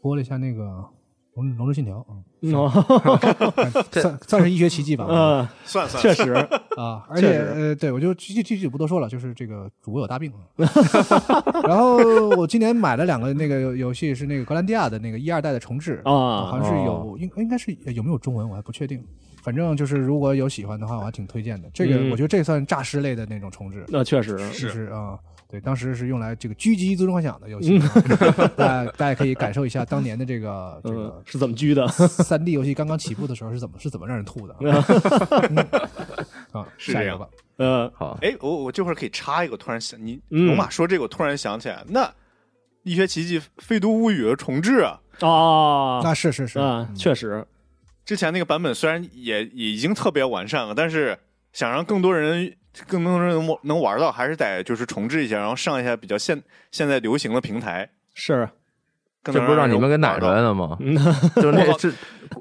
播了一下那个《龙龙之信条》啊，哦， 算算是医学奇迹吧。啊嗯，算算确实， 啊，而确且实呃，对我就具体具体就不多说了，就是这个主播有大病啊。 然后我今年买了两个那个游游戏，是那个格兰蒂亚的那个一二代的重置啊好像是有应应该是呃有没有中文我还不确定，反正就是如果有喜欢的话，我还挺推荐的。这嗯个我觉得这算诈尸类的那种重置，那确实，就是啊、对，当时是用来这个狙击最终幻想的游戏，嗯大 家大家可以感受一下当年的这个这嗯个，是怎么狙的？ 三 D 游戏刚刚起步的时候是怎么是怎么让人吐的啊嗯啊？是下这一样个吧，嗯好，哎，我我这会儿可以插一个，突然想你嗯龙马说这个，我突然想起来，那《医学奇迹》《废都物语》的重置啊，啊那是是是，啊，嗯确实，之前那个版本虽然也也已经特别完善了，但是想让更多人、更多人能能玩到，还是得就是重置一下，然后上一下比较现现在流行的平台。 是更这能不是让让你们给奶出来着？的 吗？嗯就是那我靠这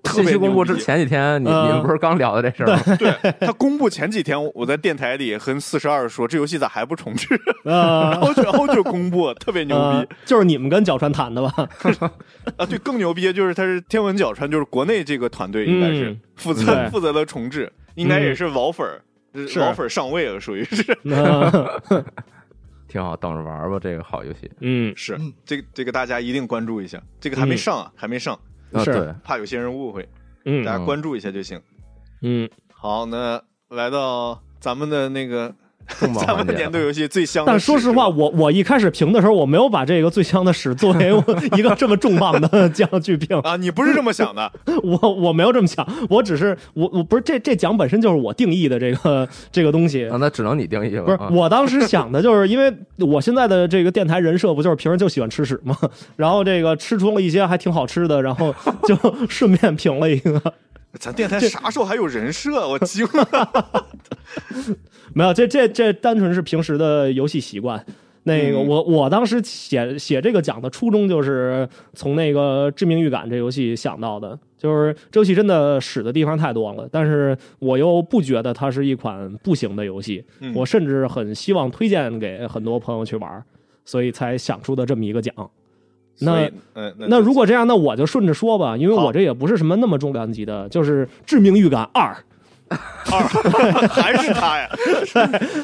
特信别息公布牛之逼前几天，你嗯你们不是刚聊的这事儿 吗？ 他公布前几天，我我在电台里和四十二说，这游戏咋还不重置？ 然啊，后然后就公布，特别牛逼呃。就是你们跟角川谈的吧？啊，对，更牛逼的就是他是天文角川，就是国内这个团队应该是嗯负责、对嗯负责了重置，应该也是老粉儿，是老粉儿上位了，属于 是 嗯挺好，等着玩儿吧，这个好游戏。嗯，是这个这个大家一定关注一下，这个还没嗯上啊，还没上，啊，是对，怕有些人误会，嗯大家关注一下就行。嗯，好，那来到咱们的那个重 磅咱环们节年度游戏最香的但史诗，说实话，我我一开始评的时候，我没有把这个最香的史作 为我一个这么重磅的奖去评，啊，你不是这么想的，我我没有这么想，我只是我我不是这这奖本身就是我定义的这个这个东西嗯啊，，那只能你定义了。不是啊，我当时想的就是，因为我现在的这个电台人设不就是平时就喜欢吃屎吗？然后这个吃出了一些还挺好吃的，然后就 顺便评了一个，咱电台啥时候还有人设？我惊了，没有，这这这单纯是平时的游戏习惯。那个嗯我我当时写写这个奖的初衷就是从那个《致命预感》这游戏想到的，就是这游戏真的使的地方太多了，但是我又不觉得它是一款不行的游戏，嗯我甚至很希望推荐给很多朋友去玩儿，所以才想出的这么一个奖。所那以嗯，那如果这样，那我就顺着说吧，因为我这也不是什么那么重量级的，就是《致命预感二》。二 还是他 呀，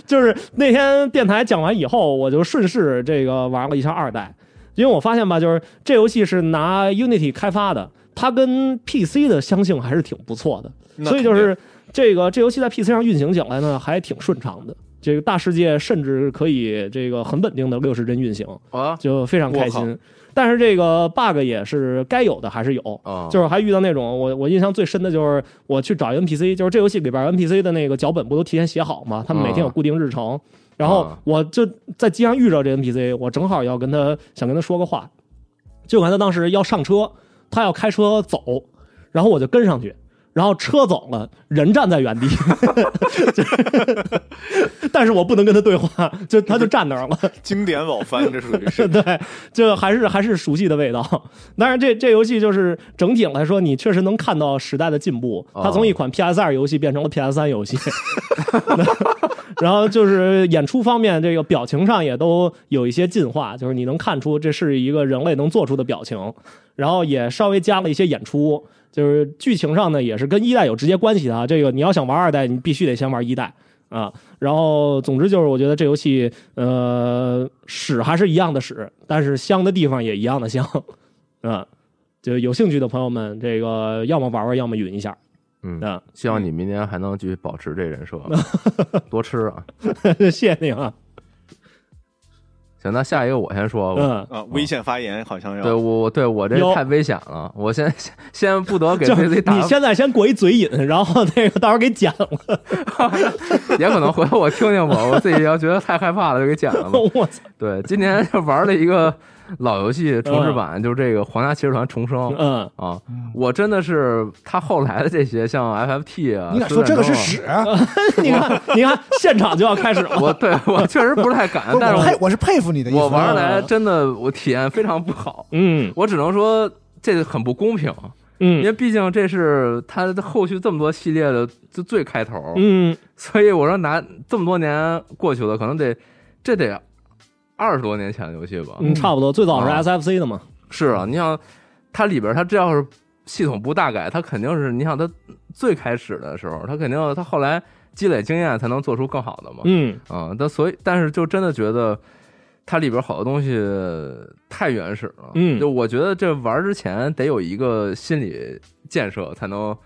就是那天电台讲完以后，我就顺势这个玩了一下二代，因为我发现吧，就是这游戏是拿 Unity 开发的，它跟 PC 的相性还是挺不错的，那所以就是这个这游戏在 PC 上运行起来呢，还挺顺畅的。这个大世界甚至可以这个很稳定的六十帧运行，啊就非常开我心。但是这个 bug 也是该有的还是有，啊，就是还遇到那种我我印象最深的就是我去找 NPC，就是这游戏里边 NPC 的那个脚本不都提前写好吗？他们每天有固定日程，然后啊我就在街上遇着这 NPC，我正好要跟他想跟他说个话，结果他当时要上车，他要开车走，然后我就跟上去。然后车走了，人站在原地， 就是 但是我不能跟他对话，就他就站那 儿了。经典老番，这属于是对，就还是还是熟悉的味道。当然这，这游戏就是整体来说，你确实能看到时代的进步。它从一款 PS 二游戏变成了 PS 三游戏， 然后就是演出方面，这个表情上也都有一些进化，就是你能看出这是一个人类能做出的表情，然后也稍微加了一些演出。就是剧情上呢，也是跟一代有直接关系的啊。这个你要想玩二代，你必须得先玩一代啊。然后，总之就是，我觉得这游戏，呃，使还是一样的使，但是香的地方也一样的香，啊，就有兴趣的朋友们，这个要么玩玩，要么云一下，嗯啊， 希望你明年还能继续保持这人 设，多吃啊。谢谢你啊，行，那下一个我先说吧。嗯，啊，危险发言好像要对我，我对我这有太危险了，我先 先先不得给就自是己打你，现在先过一嘴瘾， 然后那个到时候给剪了， 也可能回头我听听我，我自己要觉得太害怕了就给剪了吧。我操，对，今年就玩了一个老游戏重置版，就是这个《皇家骑士团重生》嗯， 啊！我真的是他后来的这些，像 FFT 啊，你敢说这个是屎？啊你看，你看，现场就要开始了。啊我对我确实不是太敢不，啊但 我是佩我是佩服你的意思。啊我玩儿来真的我体验非常不好，嗯我只能说这很不公平，因嗯为毕竟这是他后续这么多系列的就最开头，嗯，所以我说拿这么多年过去了，可能得这得二十多年前的游戏吧，嗯，差不多，最早是啊 SFC 的嘛。是啊，你想它里边儿它这要是系统不大改，它肯定是你想它最开始的时候，它肯定它后来积累经验才能做出更好的嘛。嗯啊，但所以但是就真的觉得它里边好多东西太原始了。嗯就我觉得这玩儿之前得有一个心理建设，才能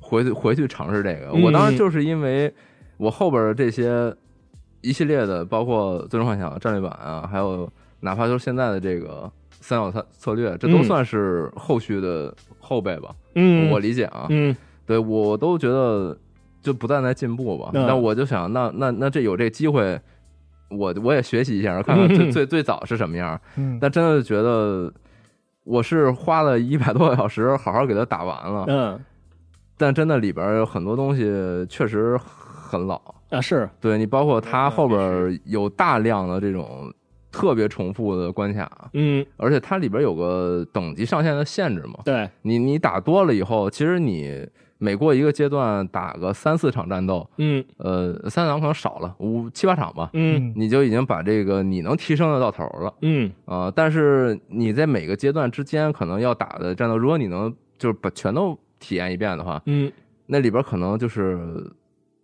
回去回去尝试这个。嗯我当时就是因为我后边儿这些一系列的，包括《最终幻想》战略版啊，还有哪怕就是现在的这个三角策策略，这都嗯算是后续的后辈吧。嗯，我理解啊，嗯对我都觉得就不断在进步吧。嗯那我就想，那那那这有这机会，我我也学习一下，看看最、 嗯最最早是什么样。嗯，但真的觉得我是花了一百多个小时好好给它打完了，嗯但真的里边有很多东西确实很老。啊是对你，包括它后边有大量的这种特别重复的关卡，嗯而且它里边有个等级上限的限制嘛。对你你打多了以后，其实你每过一个阶段打个三四场战斗，嗯呃，三四场可能少了，五七八场吧，嗯你就已经把这个你能提升的到头了嗯啊、呃但是你在每个阶段之间可能要打的战斗，如果你能就是把全都体验一遍的话，嗯那里边可能就是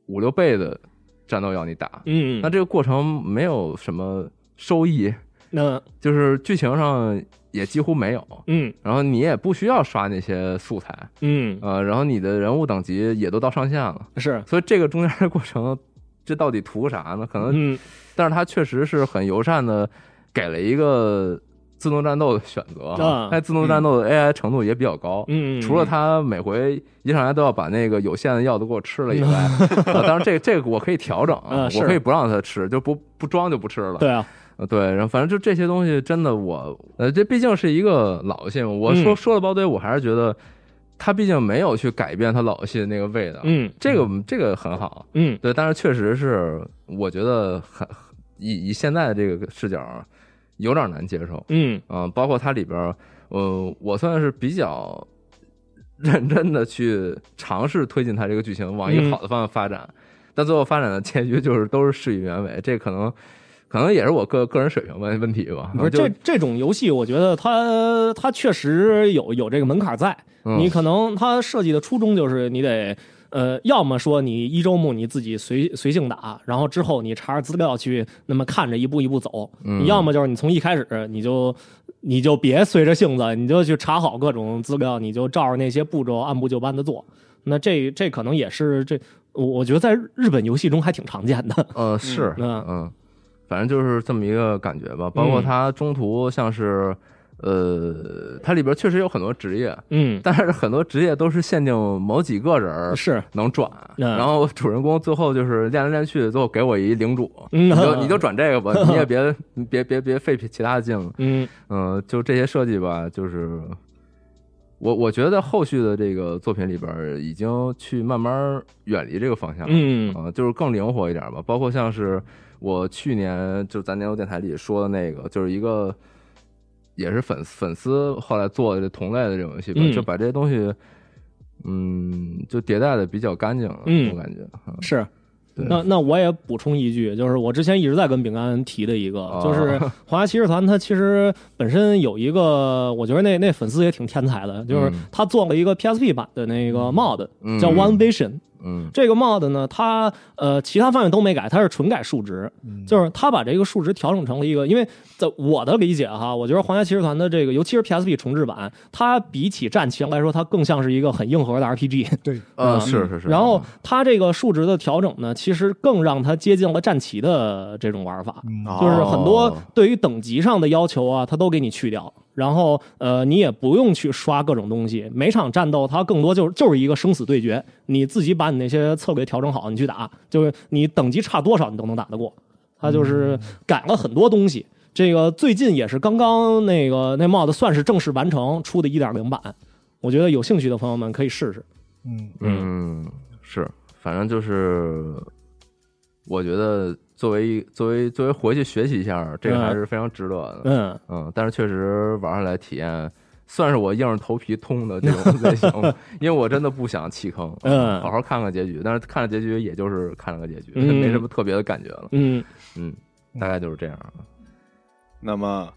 五六倍的战斗要你打，嗯，那这个过程没有什么收益，那就是剧情上也几乎没有。嗯然后你也不需要刷那些素材，嗯呃，然后你的人物等级也都到上限了，是所以这个中间的过程，这到底图啥呢？可能，嗯但是它确实是很友善的，给了一个自动战斗的选择啊啊，但自动战斗的 AI 程度也比较高。嗯，除了它每回一上来都要把那个有限的药都给我吃 了以外，啊当然这这个我可以调整嗯啊，是我可以不让它吃，就不不装就不吃了。对啊，呃，对，然后反正就这些东西，真的我，呃，这毕竟是一个老游戏嘛。我说、嗯说了包堆，我还是觉得它毕竟没有去改变它老游戏的那个味道，嗯这个这个很好。嗯对，但是确实是，我觉得很以以现在的这个视角啊有点难接受。嗯嗯、包括它里边儿，呃，我算是比较认真的去尝试推进它这个剧情往一个嗯好的方向发展，但最后发展的结局就是都是事与愿违，这可能可能也是我个个人水平问问题吧。不是啊就这这种游戏，我觉得它它确实有有这个门槛在。嗯你可能它设计的初衷就是你得呃，要么说你一周目你自己随随性打，然后之后你查着资料去那么看着一步一步走；嗯要么就是你从一开始你就你就别随着性子，你就去查好各种资料，你就照着那些步骤按部就班的做。那这这可能也是这我我觉得在日本游戏中还挺常见的。呃是嗯嗯反正就是这么一个感觉吧。包括嗯它中途像是、呃，它里边确实有很多职业，嗯，但是很多职业都是限定某几个人儿 是，能转，嗯然后主人公最后就是练来练去，最后给我一领主，嗯你就你就转这个吧，你也别别别别费其他的劲了。嗯嗯、就这些设计吧，就是我我觉得后续的这个作品里边儿已经去慢慢远离这个方向了，嗯呃就是更灵活一点吧。包括像是我去年就咱年度电台里说的那个，就是一个也是粉丝粉丝后来做的这同类的这种游戏吧，嗯就把这些东西，嗯，就迭代的比较干净了，嗯我感觉。嗯是。对那那我也补充一句，就是我之前一直在跟饼干提的一个，哦就是皇家骑士团，它其实本身有一个，我觉得那那粉丝也挺天才的，就是嗯他做了一个 PSP 版的那个 mod，、嗯叫 One Vision。嗯这个 mod 呢，它呃其他方面都没改，它是纯改数值，嗯就是它把这个数值调整成了一个，因为在我的理解哈，我觉得皇家骑士团的这个，尤其是 PSP 重置版，它比起战棋来说，它更像是一个很硬核的 RPG。对，呃，是是是。嗯然后它这个数值的调整呢，其实更让它接近了战棋的这种玩法，嗯就是很多哦对于等级上的要求啊，它都给你去掉。然后呃，你也不用去刷各种东西，每场战斗它更多就是就是一个生死对决，你自己把你那些策略调整好，你去打，就是你等级差多少你都能打得过。它嗯就是改了很多东西。这个最近也是刚刚那个那帽子算是正式完成出的一点零版，我觉得有兴趣的朋友们可以试试。嗯，嗯，是，反正就是，我觉得作为一作为作为回去学习一下，这个还是非常值得的。嗯，嗯，但是确实玩下来体验，算是我硬着头皮通的这 种类型，因为我真的不想弃坑，嗯好好看看结局。但是看了结局，也就是看了个结局，嗯没什么特别的感觉了。嗯，嗯，大概就是 这样。那么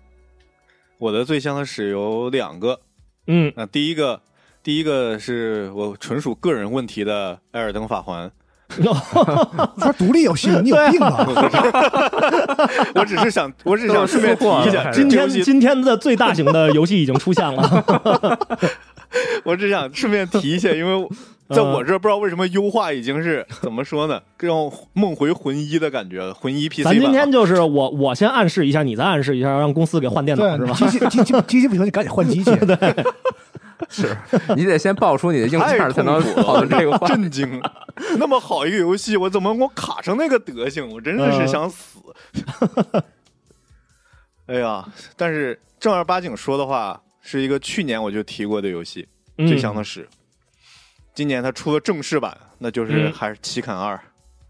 我的最香的屎有两个，嗯，那第一个，第一个是我纯属个人问题的《艾尔登法 环嗯说独立游戏，你有病啊吧？》，我只是想，我啊只是想顺便提一下，这今这游天戏今天的最大型的游戏已经出现 了，我只想顺便提一下，因为嗯我在我这儿不知道为什么优化已经是怎么说呢，让我梦回魂一的感觉了，魂一 PC 咱版啊。今天就是我我先暗示一下，你再暗示一下，让公司给换电脑是对，吧？机器机器机器不行，你赶紧换机器。是你得先爆出你的硬件太儿才能痛苦了讨论这个话。震惊！ 那么好一个游戏，我怎么我卡成那个德行？我真的嗯是想死。哎呀，但是正儿八经说的话，是一个去年我就提过的游戏，嗯最香的是》。今年它出了正式版，那就是嗯还是《七砍二》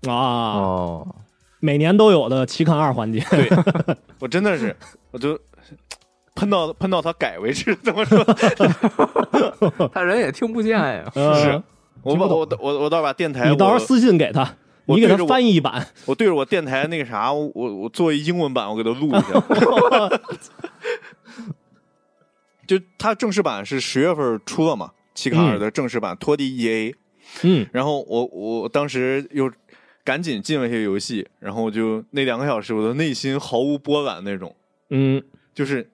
嗯啊，哦，每年都有的奇看二环节， 我真的是，我就喷到喷到它改为止。怎么说？嗯他人也听不见呀。是我把我我我到把电台，嗯你到时候哎我私信给他，我你给对他着我翻译一版，我对着我电台那个啥，我我我做一英文版，我给它录一下。就它正式版是十月份出了嘛，奇卡尔的正式版拖地 EA，嗯然后我我当时又赶紧进了一些游戏，然后我就那两个小时，我的内心毫无波澜那种，嗯就是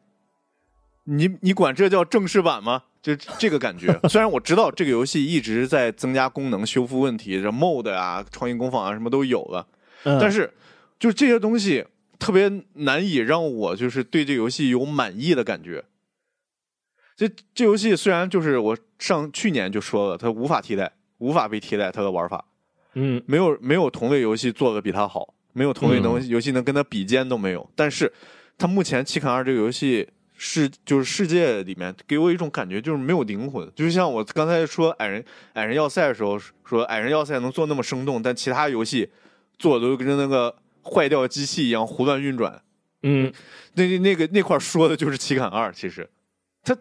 你你管这叫正式版吗？就这个感觉。虽然我知道这个游戏一直在增加功能、修复问题，这 mod 啊、创意工坊啊什么都有了，嗯，但是就这些东西特别难以让我就是对这游戏有满意的感觉。这这游戏虽然就是我上去年就说了，它无法替代，无法被替代它的玩法，嗯没有没有同类游戏做的比它好，没有同类能、游戏能跟它比肩都没有。但是它目前《七砍二》这个游戏是就是世界里面给我一种感觉就是没有灵魂，就是像我刚才说矮人矮人要塞的时候说矮人要塞能做那么生动，但其他游戏做的都跟那个坏掉的机器一样胡乱运转。嗯那那那个那块儿说的就是《七砍二》，其实它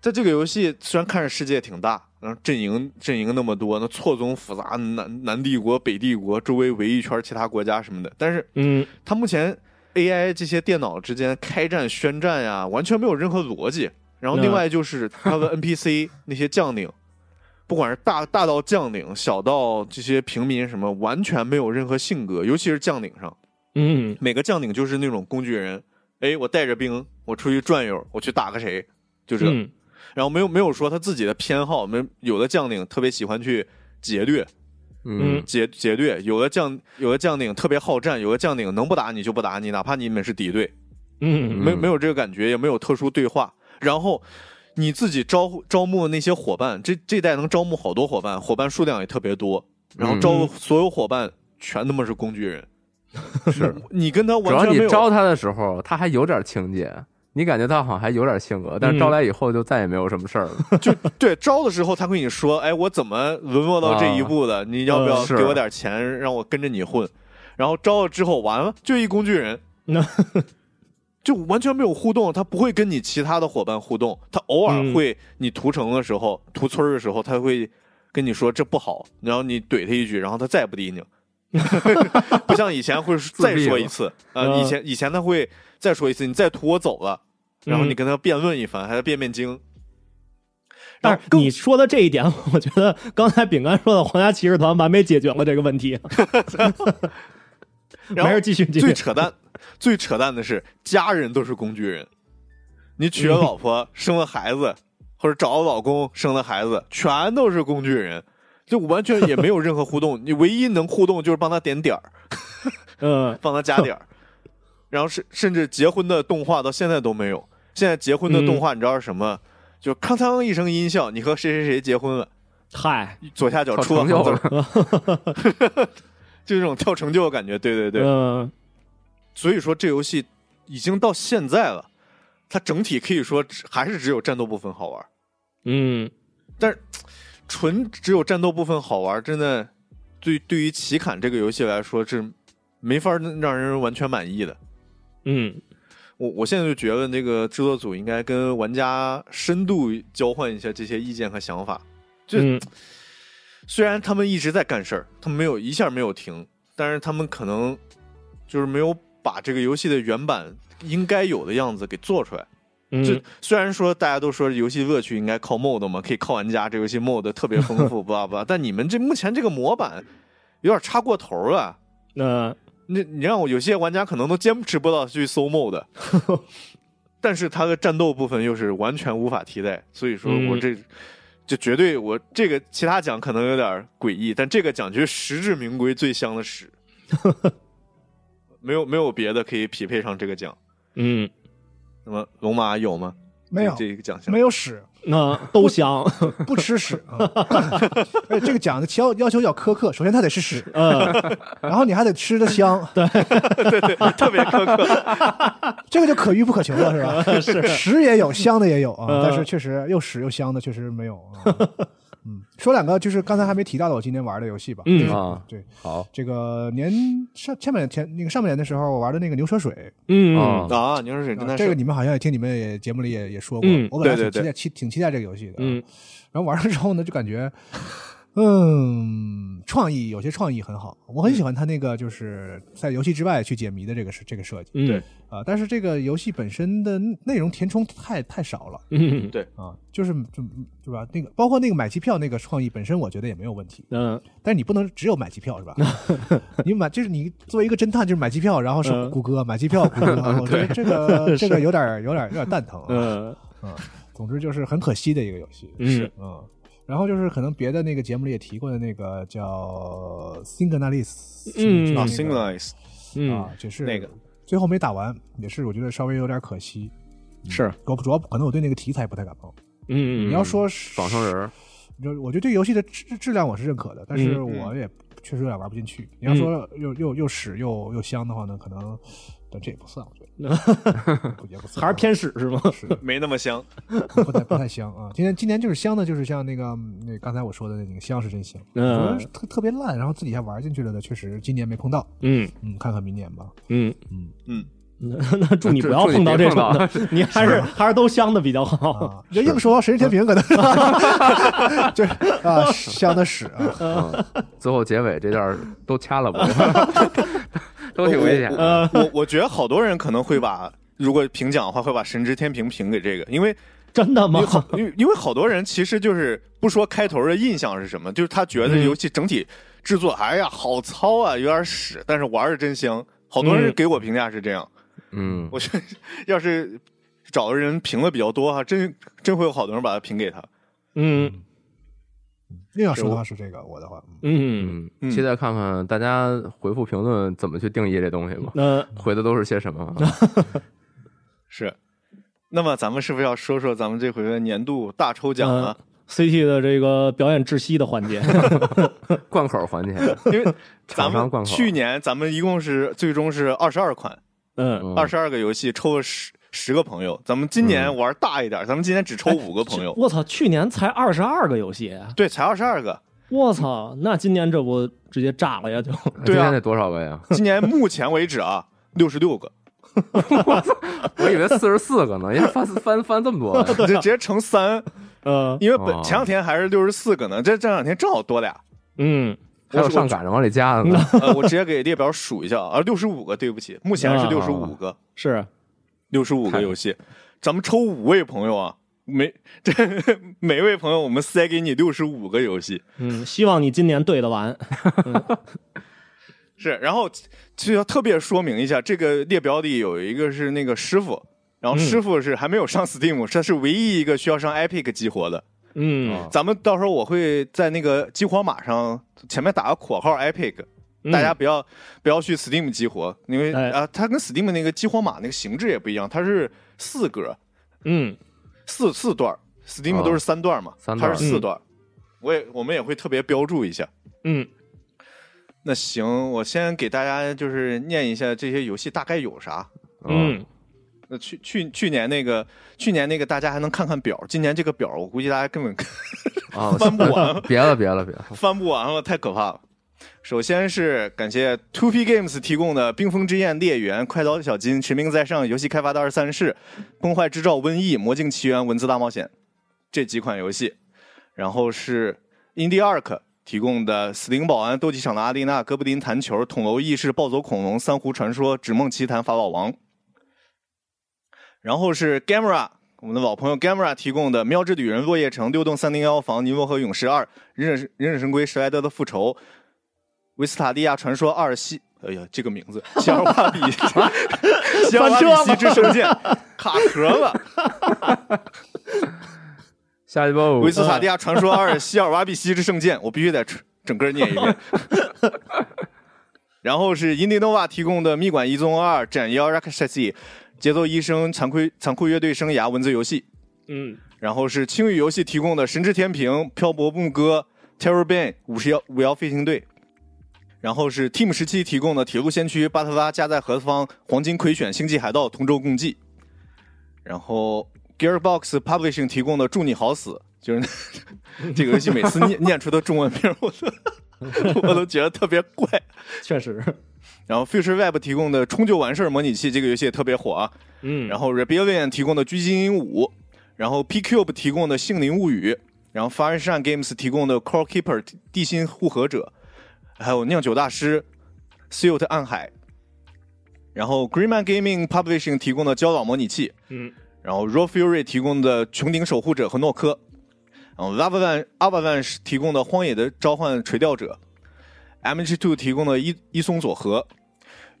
它这个游戏虽然看着世界挺大，然后阵营阵营那么多，那错综复杂，南南帝国、北帝国周围围一圈其他国家什么的，但是嗯它目前 AI 这些电脑之间开战、宣战呀、完全没有任何逻辑。然后另外就是它的 NPC 那些将领，不管是大大到将领，小到这些平民什么，完全没有任何性格，尤其是将领上。嗯每个将领就是那种工具人，哎，我带着兵，我出去转悠，我去打个谁，就这。嗯然后没有没有说他自己的偏好，没有有的将领特别喜欢去劫掠，嗯劫劫掠；有的将有的将领特别好战，有的将领能不打你就不打你，哪怕你们是敌对，嗯没有没有这个感觉，也没有特殊对话。然后你自己招招募那些伙伴，这这代能招募好多伙伴，伙伴数量也特别多。然后嗯招所有伙伴全他妈是工具人，是， 你跟他主完要全没你有招他的时候，他还有点情节，你感觉他好像还有点性格，但是嗯招来以后就再也没有什么事儿了。对，招的时候他会跟你说，哎，我怎么沦落到这啊一步的？你要不要嗯是给我点钱，让我跟着你混？然后招了之后，完了就一工具人，那就完全没有互动，他不会跟你其他的伙伴互动，他偶尔嗯会，你屠城的时候、屠村儿的时候，他会跟你说这不好，然后你怼他一句，然后他再也不理你了。 不像以前会再说一次，呃，嗯以前以前他会再说一次，你再屠我走了，然嗯后你跟他辩论一番，还要辩辩经，但是你说的这一点， 我觉得刚才饼干说的皇家骑士团完美解决了这个问题。然后没事，继续继续 最。扯淡，最扯淡的是家人都是工具人。你娶嗯了老婆，生了孩子，或者找了老公，生了孩子，全都是工具人，就完全也没有任何互动。 你唯一能互动就是帮他点点儿，嗯帮他加 点儿，然后甚甚至结婚的动画到现在都没有。现在结婚的嗯动画你知道是什么？就咔嚓一声音效，你和谁谁谁结婚了，嗨，左下角靠出了成就行字了 儿，就这种跳成就的感觉。对对对，嗯所以说这游戏已经到现在了，它整体可以说只还是只有战斗部分好玩。嗯，但是纯只有战斗部分好玩，真的对对于奇砍这个游戏来说是没法让人完全满意的。嗯，我我现在就觉得那个制作组应该跟玩家深度交换一下这些意见和想法。这嗯虽然他们一直在干事儿，他们没有一下没有停，但是他们可能就是没有把这个游戏的原版应该有的样子给做出来。嗯就虽然说大家都说游戏乐趣应该靠 mod 嘛，可以靠玩家，这游戏 mod 特别丰 富，不拉不拉，但你们这目前这个模板有点差过头了。那那你让我有些玩家可能都坚持不到去搜 mod，但是它的战斗部分又是完全无法替代，所以说嗯我这、就绝对我这个其他奖可能有点诡异，但这个奖却实至名归，最香的 屎，没有没有别的可以匹配上这个奖。嗯，那么龙马有吗？ 没有这这个奖项没有屎，那都香，不吃屎啊！ 而且这个讲的要要求要苛刻，首先它得是屎，然后你还得吃的香，对，特别苛刻。这个就可遇不可求了，是吧？是屎也有，香的也有啊嗯，但是确实又屎又香的确实没有。啊嗯，说两个就是刚才还没提到的我今天玩的游戏吧。嗯啊，对，好，这个年上前半年前那个上半年的时候，我玩的那个牛车水， 嗯啊啊，牛是水真啊的这个是你们好像也听你们也节目里也也说过，嗯我本来对挺对期待期挺期待这个游戏的，嗯，然后玩了之后呢，就感觉，嗯，创意有些创意很好，我很喜欢它那个就是在游戏之外去解谜的这个设这个设计嗯对啊、但是这个游戏本身的内容填充太太少了嗯啊，就是就对吧？那个包括那个买机票那个创意本身，我觉得也没有问题，嗯但是你不能只有买机票是 吧？你买就是你作为一个侦探，就是买机票，然后是嗯谷歌、买机 票谷歌，我觉得这个这个有点有点有点蛋疼啊。嗯总之就是很可惜的一个游戏，嗯是嗯。然后就是可能别的那个节目里也提过的那个叫 Singularis，嗯就是那啊个，Singularis 嗯啊，也是那个最后没打完，也是我觉得稍微有点可惜。是我主要可能我对那个题材不太感冒。嗯你要说是仿生人，儿，就是我觉得这个游戏的质质量我是认可的，但是嗯嗯我也确实有点玩不进去。你要说又又又屎又又香的话呢，可能但这也不算，我觉得也不算，啊还是偏屎是吗？是没那么香。不太不太香啊。今天今天就是香的，就是像那个那刚才我说的那个香是真香，嗯我觉得特特别烂，然后自己还玩进去了的，确实今年没碰到，嗯嗯，看看明年吧。嗯嗯，那那 祝你不要碰到这种的， 你还是还是都香的比较好。 啊，就硬说神之天平可能就是啊，香的屎啊，嗯，最后结尾这段儿都掐 了吧， 都挺危险的。我我我觉得好多人可能会把，如果评奖的话，会把《神之天平》评给这个，因为真的因吗为？好因为因为好多人其实就是不说开头的印象是什么，就是他觉得嗯游戏整体制作，哎呀，好糙啊，有点屎，但是玩的真香。好多人嗯给我评价是这样，嗯，我觉得要是找的人评的比较多哈，真真会有好多人把它评给他。嗯硬要说的话是这个，我的话，嗯嗯，嗯，嗯期待看看大家回复评论怎么去定义这东西吧。那嗯回的都是些什么？是，那么咱们是不是要说说咱们这回的年度大抽奖啊呢？ CT 的这个表演窒息的环 节， 贯口环节， 因为咱厂商灌们口去年咱们一共是最终是二十二款，嗯二十二个游戏抽了十十个朋友。咱们今嗯年玩大一点，咱们今年只抽五个哎朋友，我操，去年才二十二个游戏，对，才二十二个。我操，那今年这不直接炸了呀？就哎今对啊天得多少个呀？今年目前为止啊， 六十六个，我以为四十四个呢，人家翻翻翻这么多 啊呀， 这直接乘三，呃因为本哦前两天还是六十四个呢，这这两天正好多俩。嗯还有上赶着往里加的呢。呃， 我直接给列表数一下啊，六十五个，对不起，目前嗯是啊六十五个，是六十五个游戏，咱们抽五位朋友啊，每 这每位朋友我们塞给你六十五个游戏，嗯，希望你今年对得完。是，然后就要特别说明一下，这个列表里有一个是那个师傅，然后师傅是还没有上 Steam，、这是唯一一个需要上 Epic 激活的。嗯，咱们到时候我会在那个激活码上前面打个括号 Epic，、大家不要不要去 Steam 激活，因为啊、哎它跟 Steam 那个激活码那个形制也不一样，它是四格嗯四四段儿，Steam 哦都是三段嘛，三它段儿嗯是四段儿，我也我们也会特别标注一下。嗯那行，我先给大家就是念一下这些游戏大概有啥。嗯，那去去去年那个去年那个大家还能看看表，今年这个表我估计大家根本 啊，翻不完， 别了，别了，别了，翻不完了，太可怕了。首先是感谢 Two P Games 提供的《冰封之焰》《猎猿》《快刀小金》《驰名在上》《游戏开发的二三事》《崩坏之兆》《瘟疫》《魔境奇缘》《文字大冒险》这几款游戏，然后是 Indie Arc 提供的《死灵保安》《斗鸡场的阿丽娜》《哥布林弹球》《捅楼意识》《暴走恐龙》《三湖传说》《指梦奇谭》《法老王》，然后是 Gamera 我们的老朋友 Gamera 提供的《喵之旅人》《落叶城》《六栋三零幺房》《尼罗河勇士二》《忍者忍者神龟》《史莱德的复仇》《维斯塔利亚传说二》西。哎呀，这个名字，希尔瓦比，希尔瓦比西之圣剑，卡壳了。下一波维斯塔利亚传说二：希尔瓦比西之圣剑，我必须得整个念一遍。然后是 Indinova 提供的《密馆一宗二》《斩妖 Rakshasi》《节奏医生》《残酷残酷乐队生涯》文字游戏。嗯，然后是青宇游戏提供的《神之天平》《漂泊牧歌》《Terror Band》五十幺五幺飞行队。然后是 Team 十七提供的《铁路先驱》《巴特拉家在何方》《黄金葵选》《星际海盗》《同舟共济》。然后 Gearbox Publishing 提供的《祝你好死》，就是 那这个游戏每次念念出的中文名儿，我都 我都觉得特别怪。确实，然后 Future Web 提供的《冲就完事儿》模拟器，这个游戏也特别火啊。嗯，然后 Rebellion 提供的《狙击精英五》，然后 PCube 提供的《杏林物语》，然后 Fireshine Games 提供的《Core Keeper》地心护河者，还有酿酒大师 Silt 暗海，然后 Greenman Gaming Publishing 提供的《焦老模拟器》，嗯，然后 Raw Fury 提供的《穹顶守护者》和《诺科》，然后 Lavavan Avalanche 提供的《荒野的召唤：垂钓者》，MH2 提供的伊伊松佐和。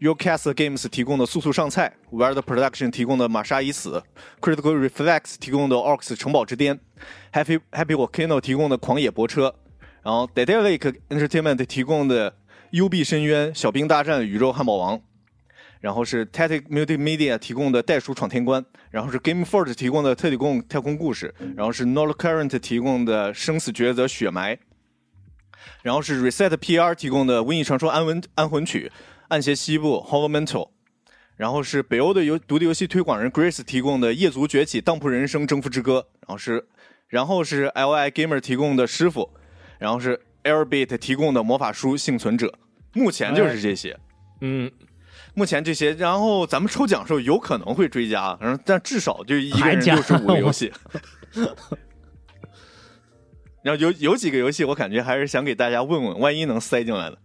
Ucast Games 提供的《速速上菜》，Wild Production 提供的《玛莎已死》，Critical Reflex 提供的《Orcs 城堡之巅》，Happy Happy Volcano 提供的《狂野泊车》，然后 d e d a l i c Entertainment 提供的《幽闭深渊》《小兵大战宇宙汉堡王》，然后是 Tactic Multimedia 提供的《袋鼠闯天关》，然后是 GameForge 提供的《特里贡太空故事》，然后是 n o r t Current 提供的《生死抉择血埋》，然后是 Reset PR 提供的《瘟疫传说安文安魂曲》。《暗邪西部》h o l l o Mental，然后是北欧的游独立游戏推广人 Grace 提供的《夜族崛起》《当铺人生》《征服之歌》，然后是然后是 LI Gamer 提供的《师傅》，然后是 Airbeat 提供的《魔法书幸存者》。目前就是这些，嗯，目前这些。然后咱们抽奖的时候有可能会追加，然后但至少就一个还人加六十五个游 戏。然后有有几个游戏，我感觉还是想给大家问问，万一能塞进来的。嗯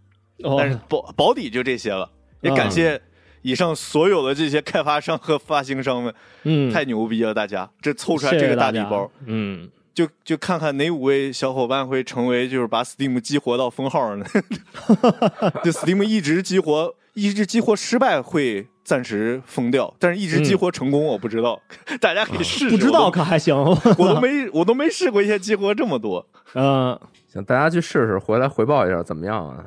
但是哦，嗯保保底就这些了，也感谢以上所有的这些开发商和发行商们，嗯，太牛逼了！大家这凑出来谢这谢个大大礼家包，，嗯，就就看看哪五位小伙伴会成为就是把 Steam 激活到封号 呢？就 Steam 一直激活，一直激活失败会暂时封掉，但是一直激活成功我不知道，大家可以试试。嗯不知道我都可 还行，我都没我都没试过一些激活这么多，嗯，行，大家去试试，回来回报一下怎么样啊？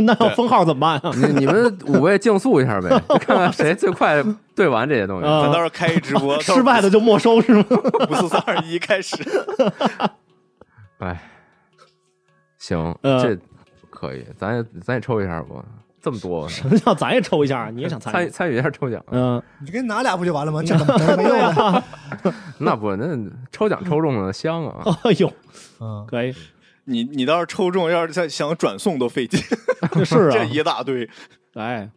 那要封号怎么办啊你你们 五位竞速一下呗，看看谁最快对完这些东西。啊？咱到时啊，候开一直播， 失败的就没收是吗？五 四三二一开始。哎，行，嗯呃这可以，咱也咱也抽一下吧。这么多，什么叫咱也抽一下？你也想参参与与？参与一下抽奖？嗯，你就给你拿俩不就完了吗？这怎么这没用的？那不，那抽奖抽中了香啊！哎呦，嗯，可以，你你倒是抽中，要是再想转送都费劲，是这啊，一大堆。哎，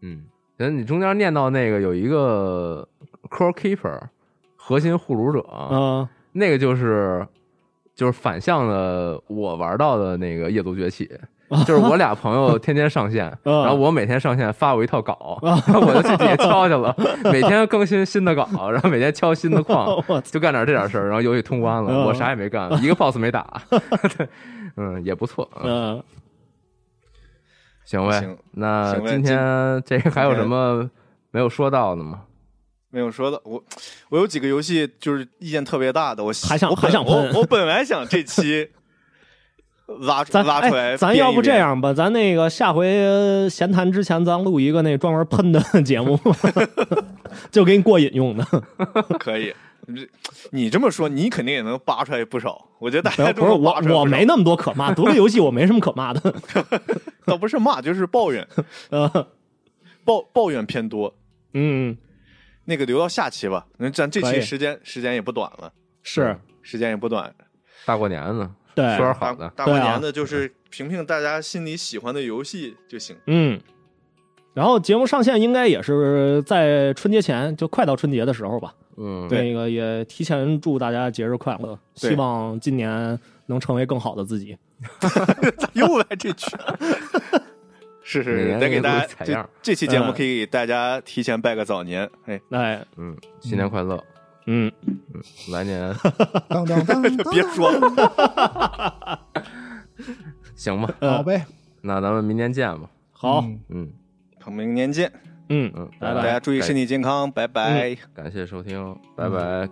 嗯，行，你中间念到那个有一个 Core Keeper 核心护犊者，啊啊嗯，那个就是就是反向的，我玩到的那个《夜族崛起》，就是我俩朋友天天上线，嗯然后我每天上线发我一套稿，然后我就去底下敲去了，每天更新新的稿，然后每天敲新的矿我，就干点这点事儿，然后游戏通关了，嗯我啥也没干，一 个 boss 没打， 对嗯，也不错，嗯嗯，行呗行，那行呗今天这个还有什么没有说到的吗？没有说的，我我有几个游戏就是意见特别大的，我还想我本还想喷我我本来想这 期拉出咱拉出来、哎，咱要不这，样吧，咱那个下回呃闲谈之前，咱录 一个那专门喷的节目，就给你过瘾用的。可以你这么说，你肯定也能扒出来不少。我觉得大不家是都不是能扒我出来不少我没那么多可骂，独立游戏我没什么可 骂的。倒不是骂，就是抱怨，呃，抱抱怨偏多。嗯，那个留到下期吧，那咱这可期以时间时间也不短了，是时间也不短。大过年呢，对说，点大哎好的。大过对啊年的，就是评评大家心里喜欢的游戏就行。嗯。然后节目上线应该也是在春节前，就快到春节的时候吧。嗯，对那个也提前祝大家节日快乐，对希望今年能成为更好的自己。 又来这句， 是是每是，年得给大给家录采这样这期节目嗯可以给大家提前拜个早年，哎，哎，嗯，新年快乐，嗯，来 年当当当，别说了， 行吧？好呗，那咱们明年见吧。好，嗯嗯我们明年见，嗯嗯，拜大拜家注意身体健康，拜拜。感谢收听，拜拜。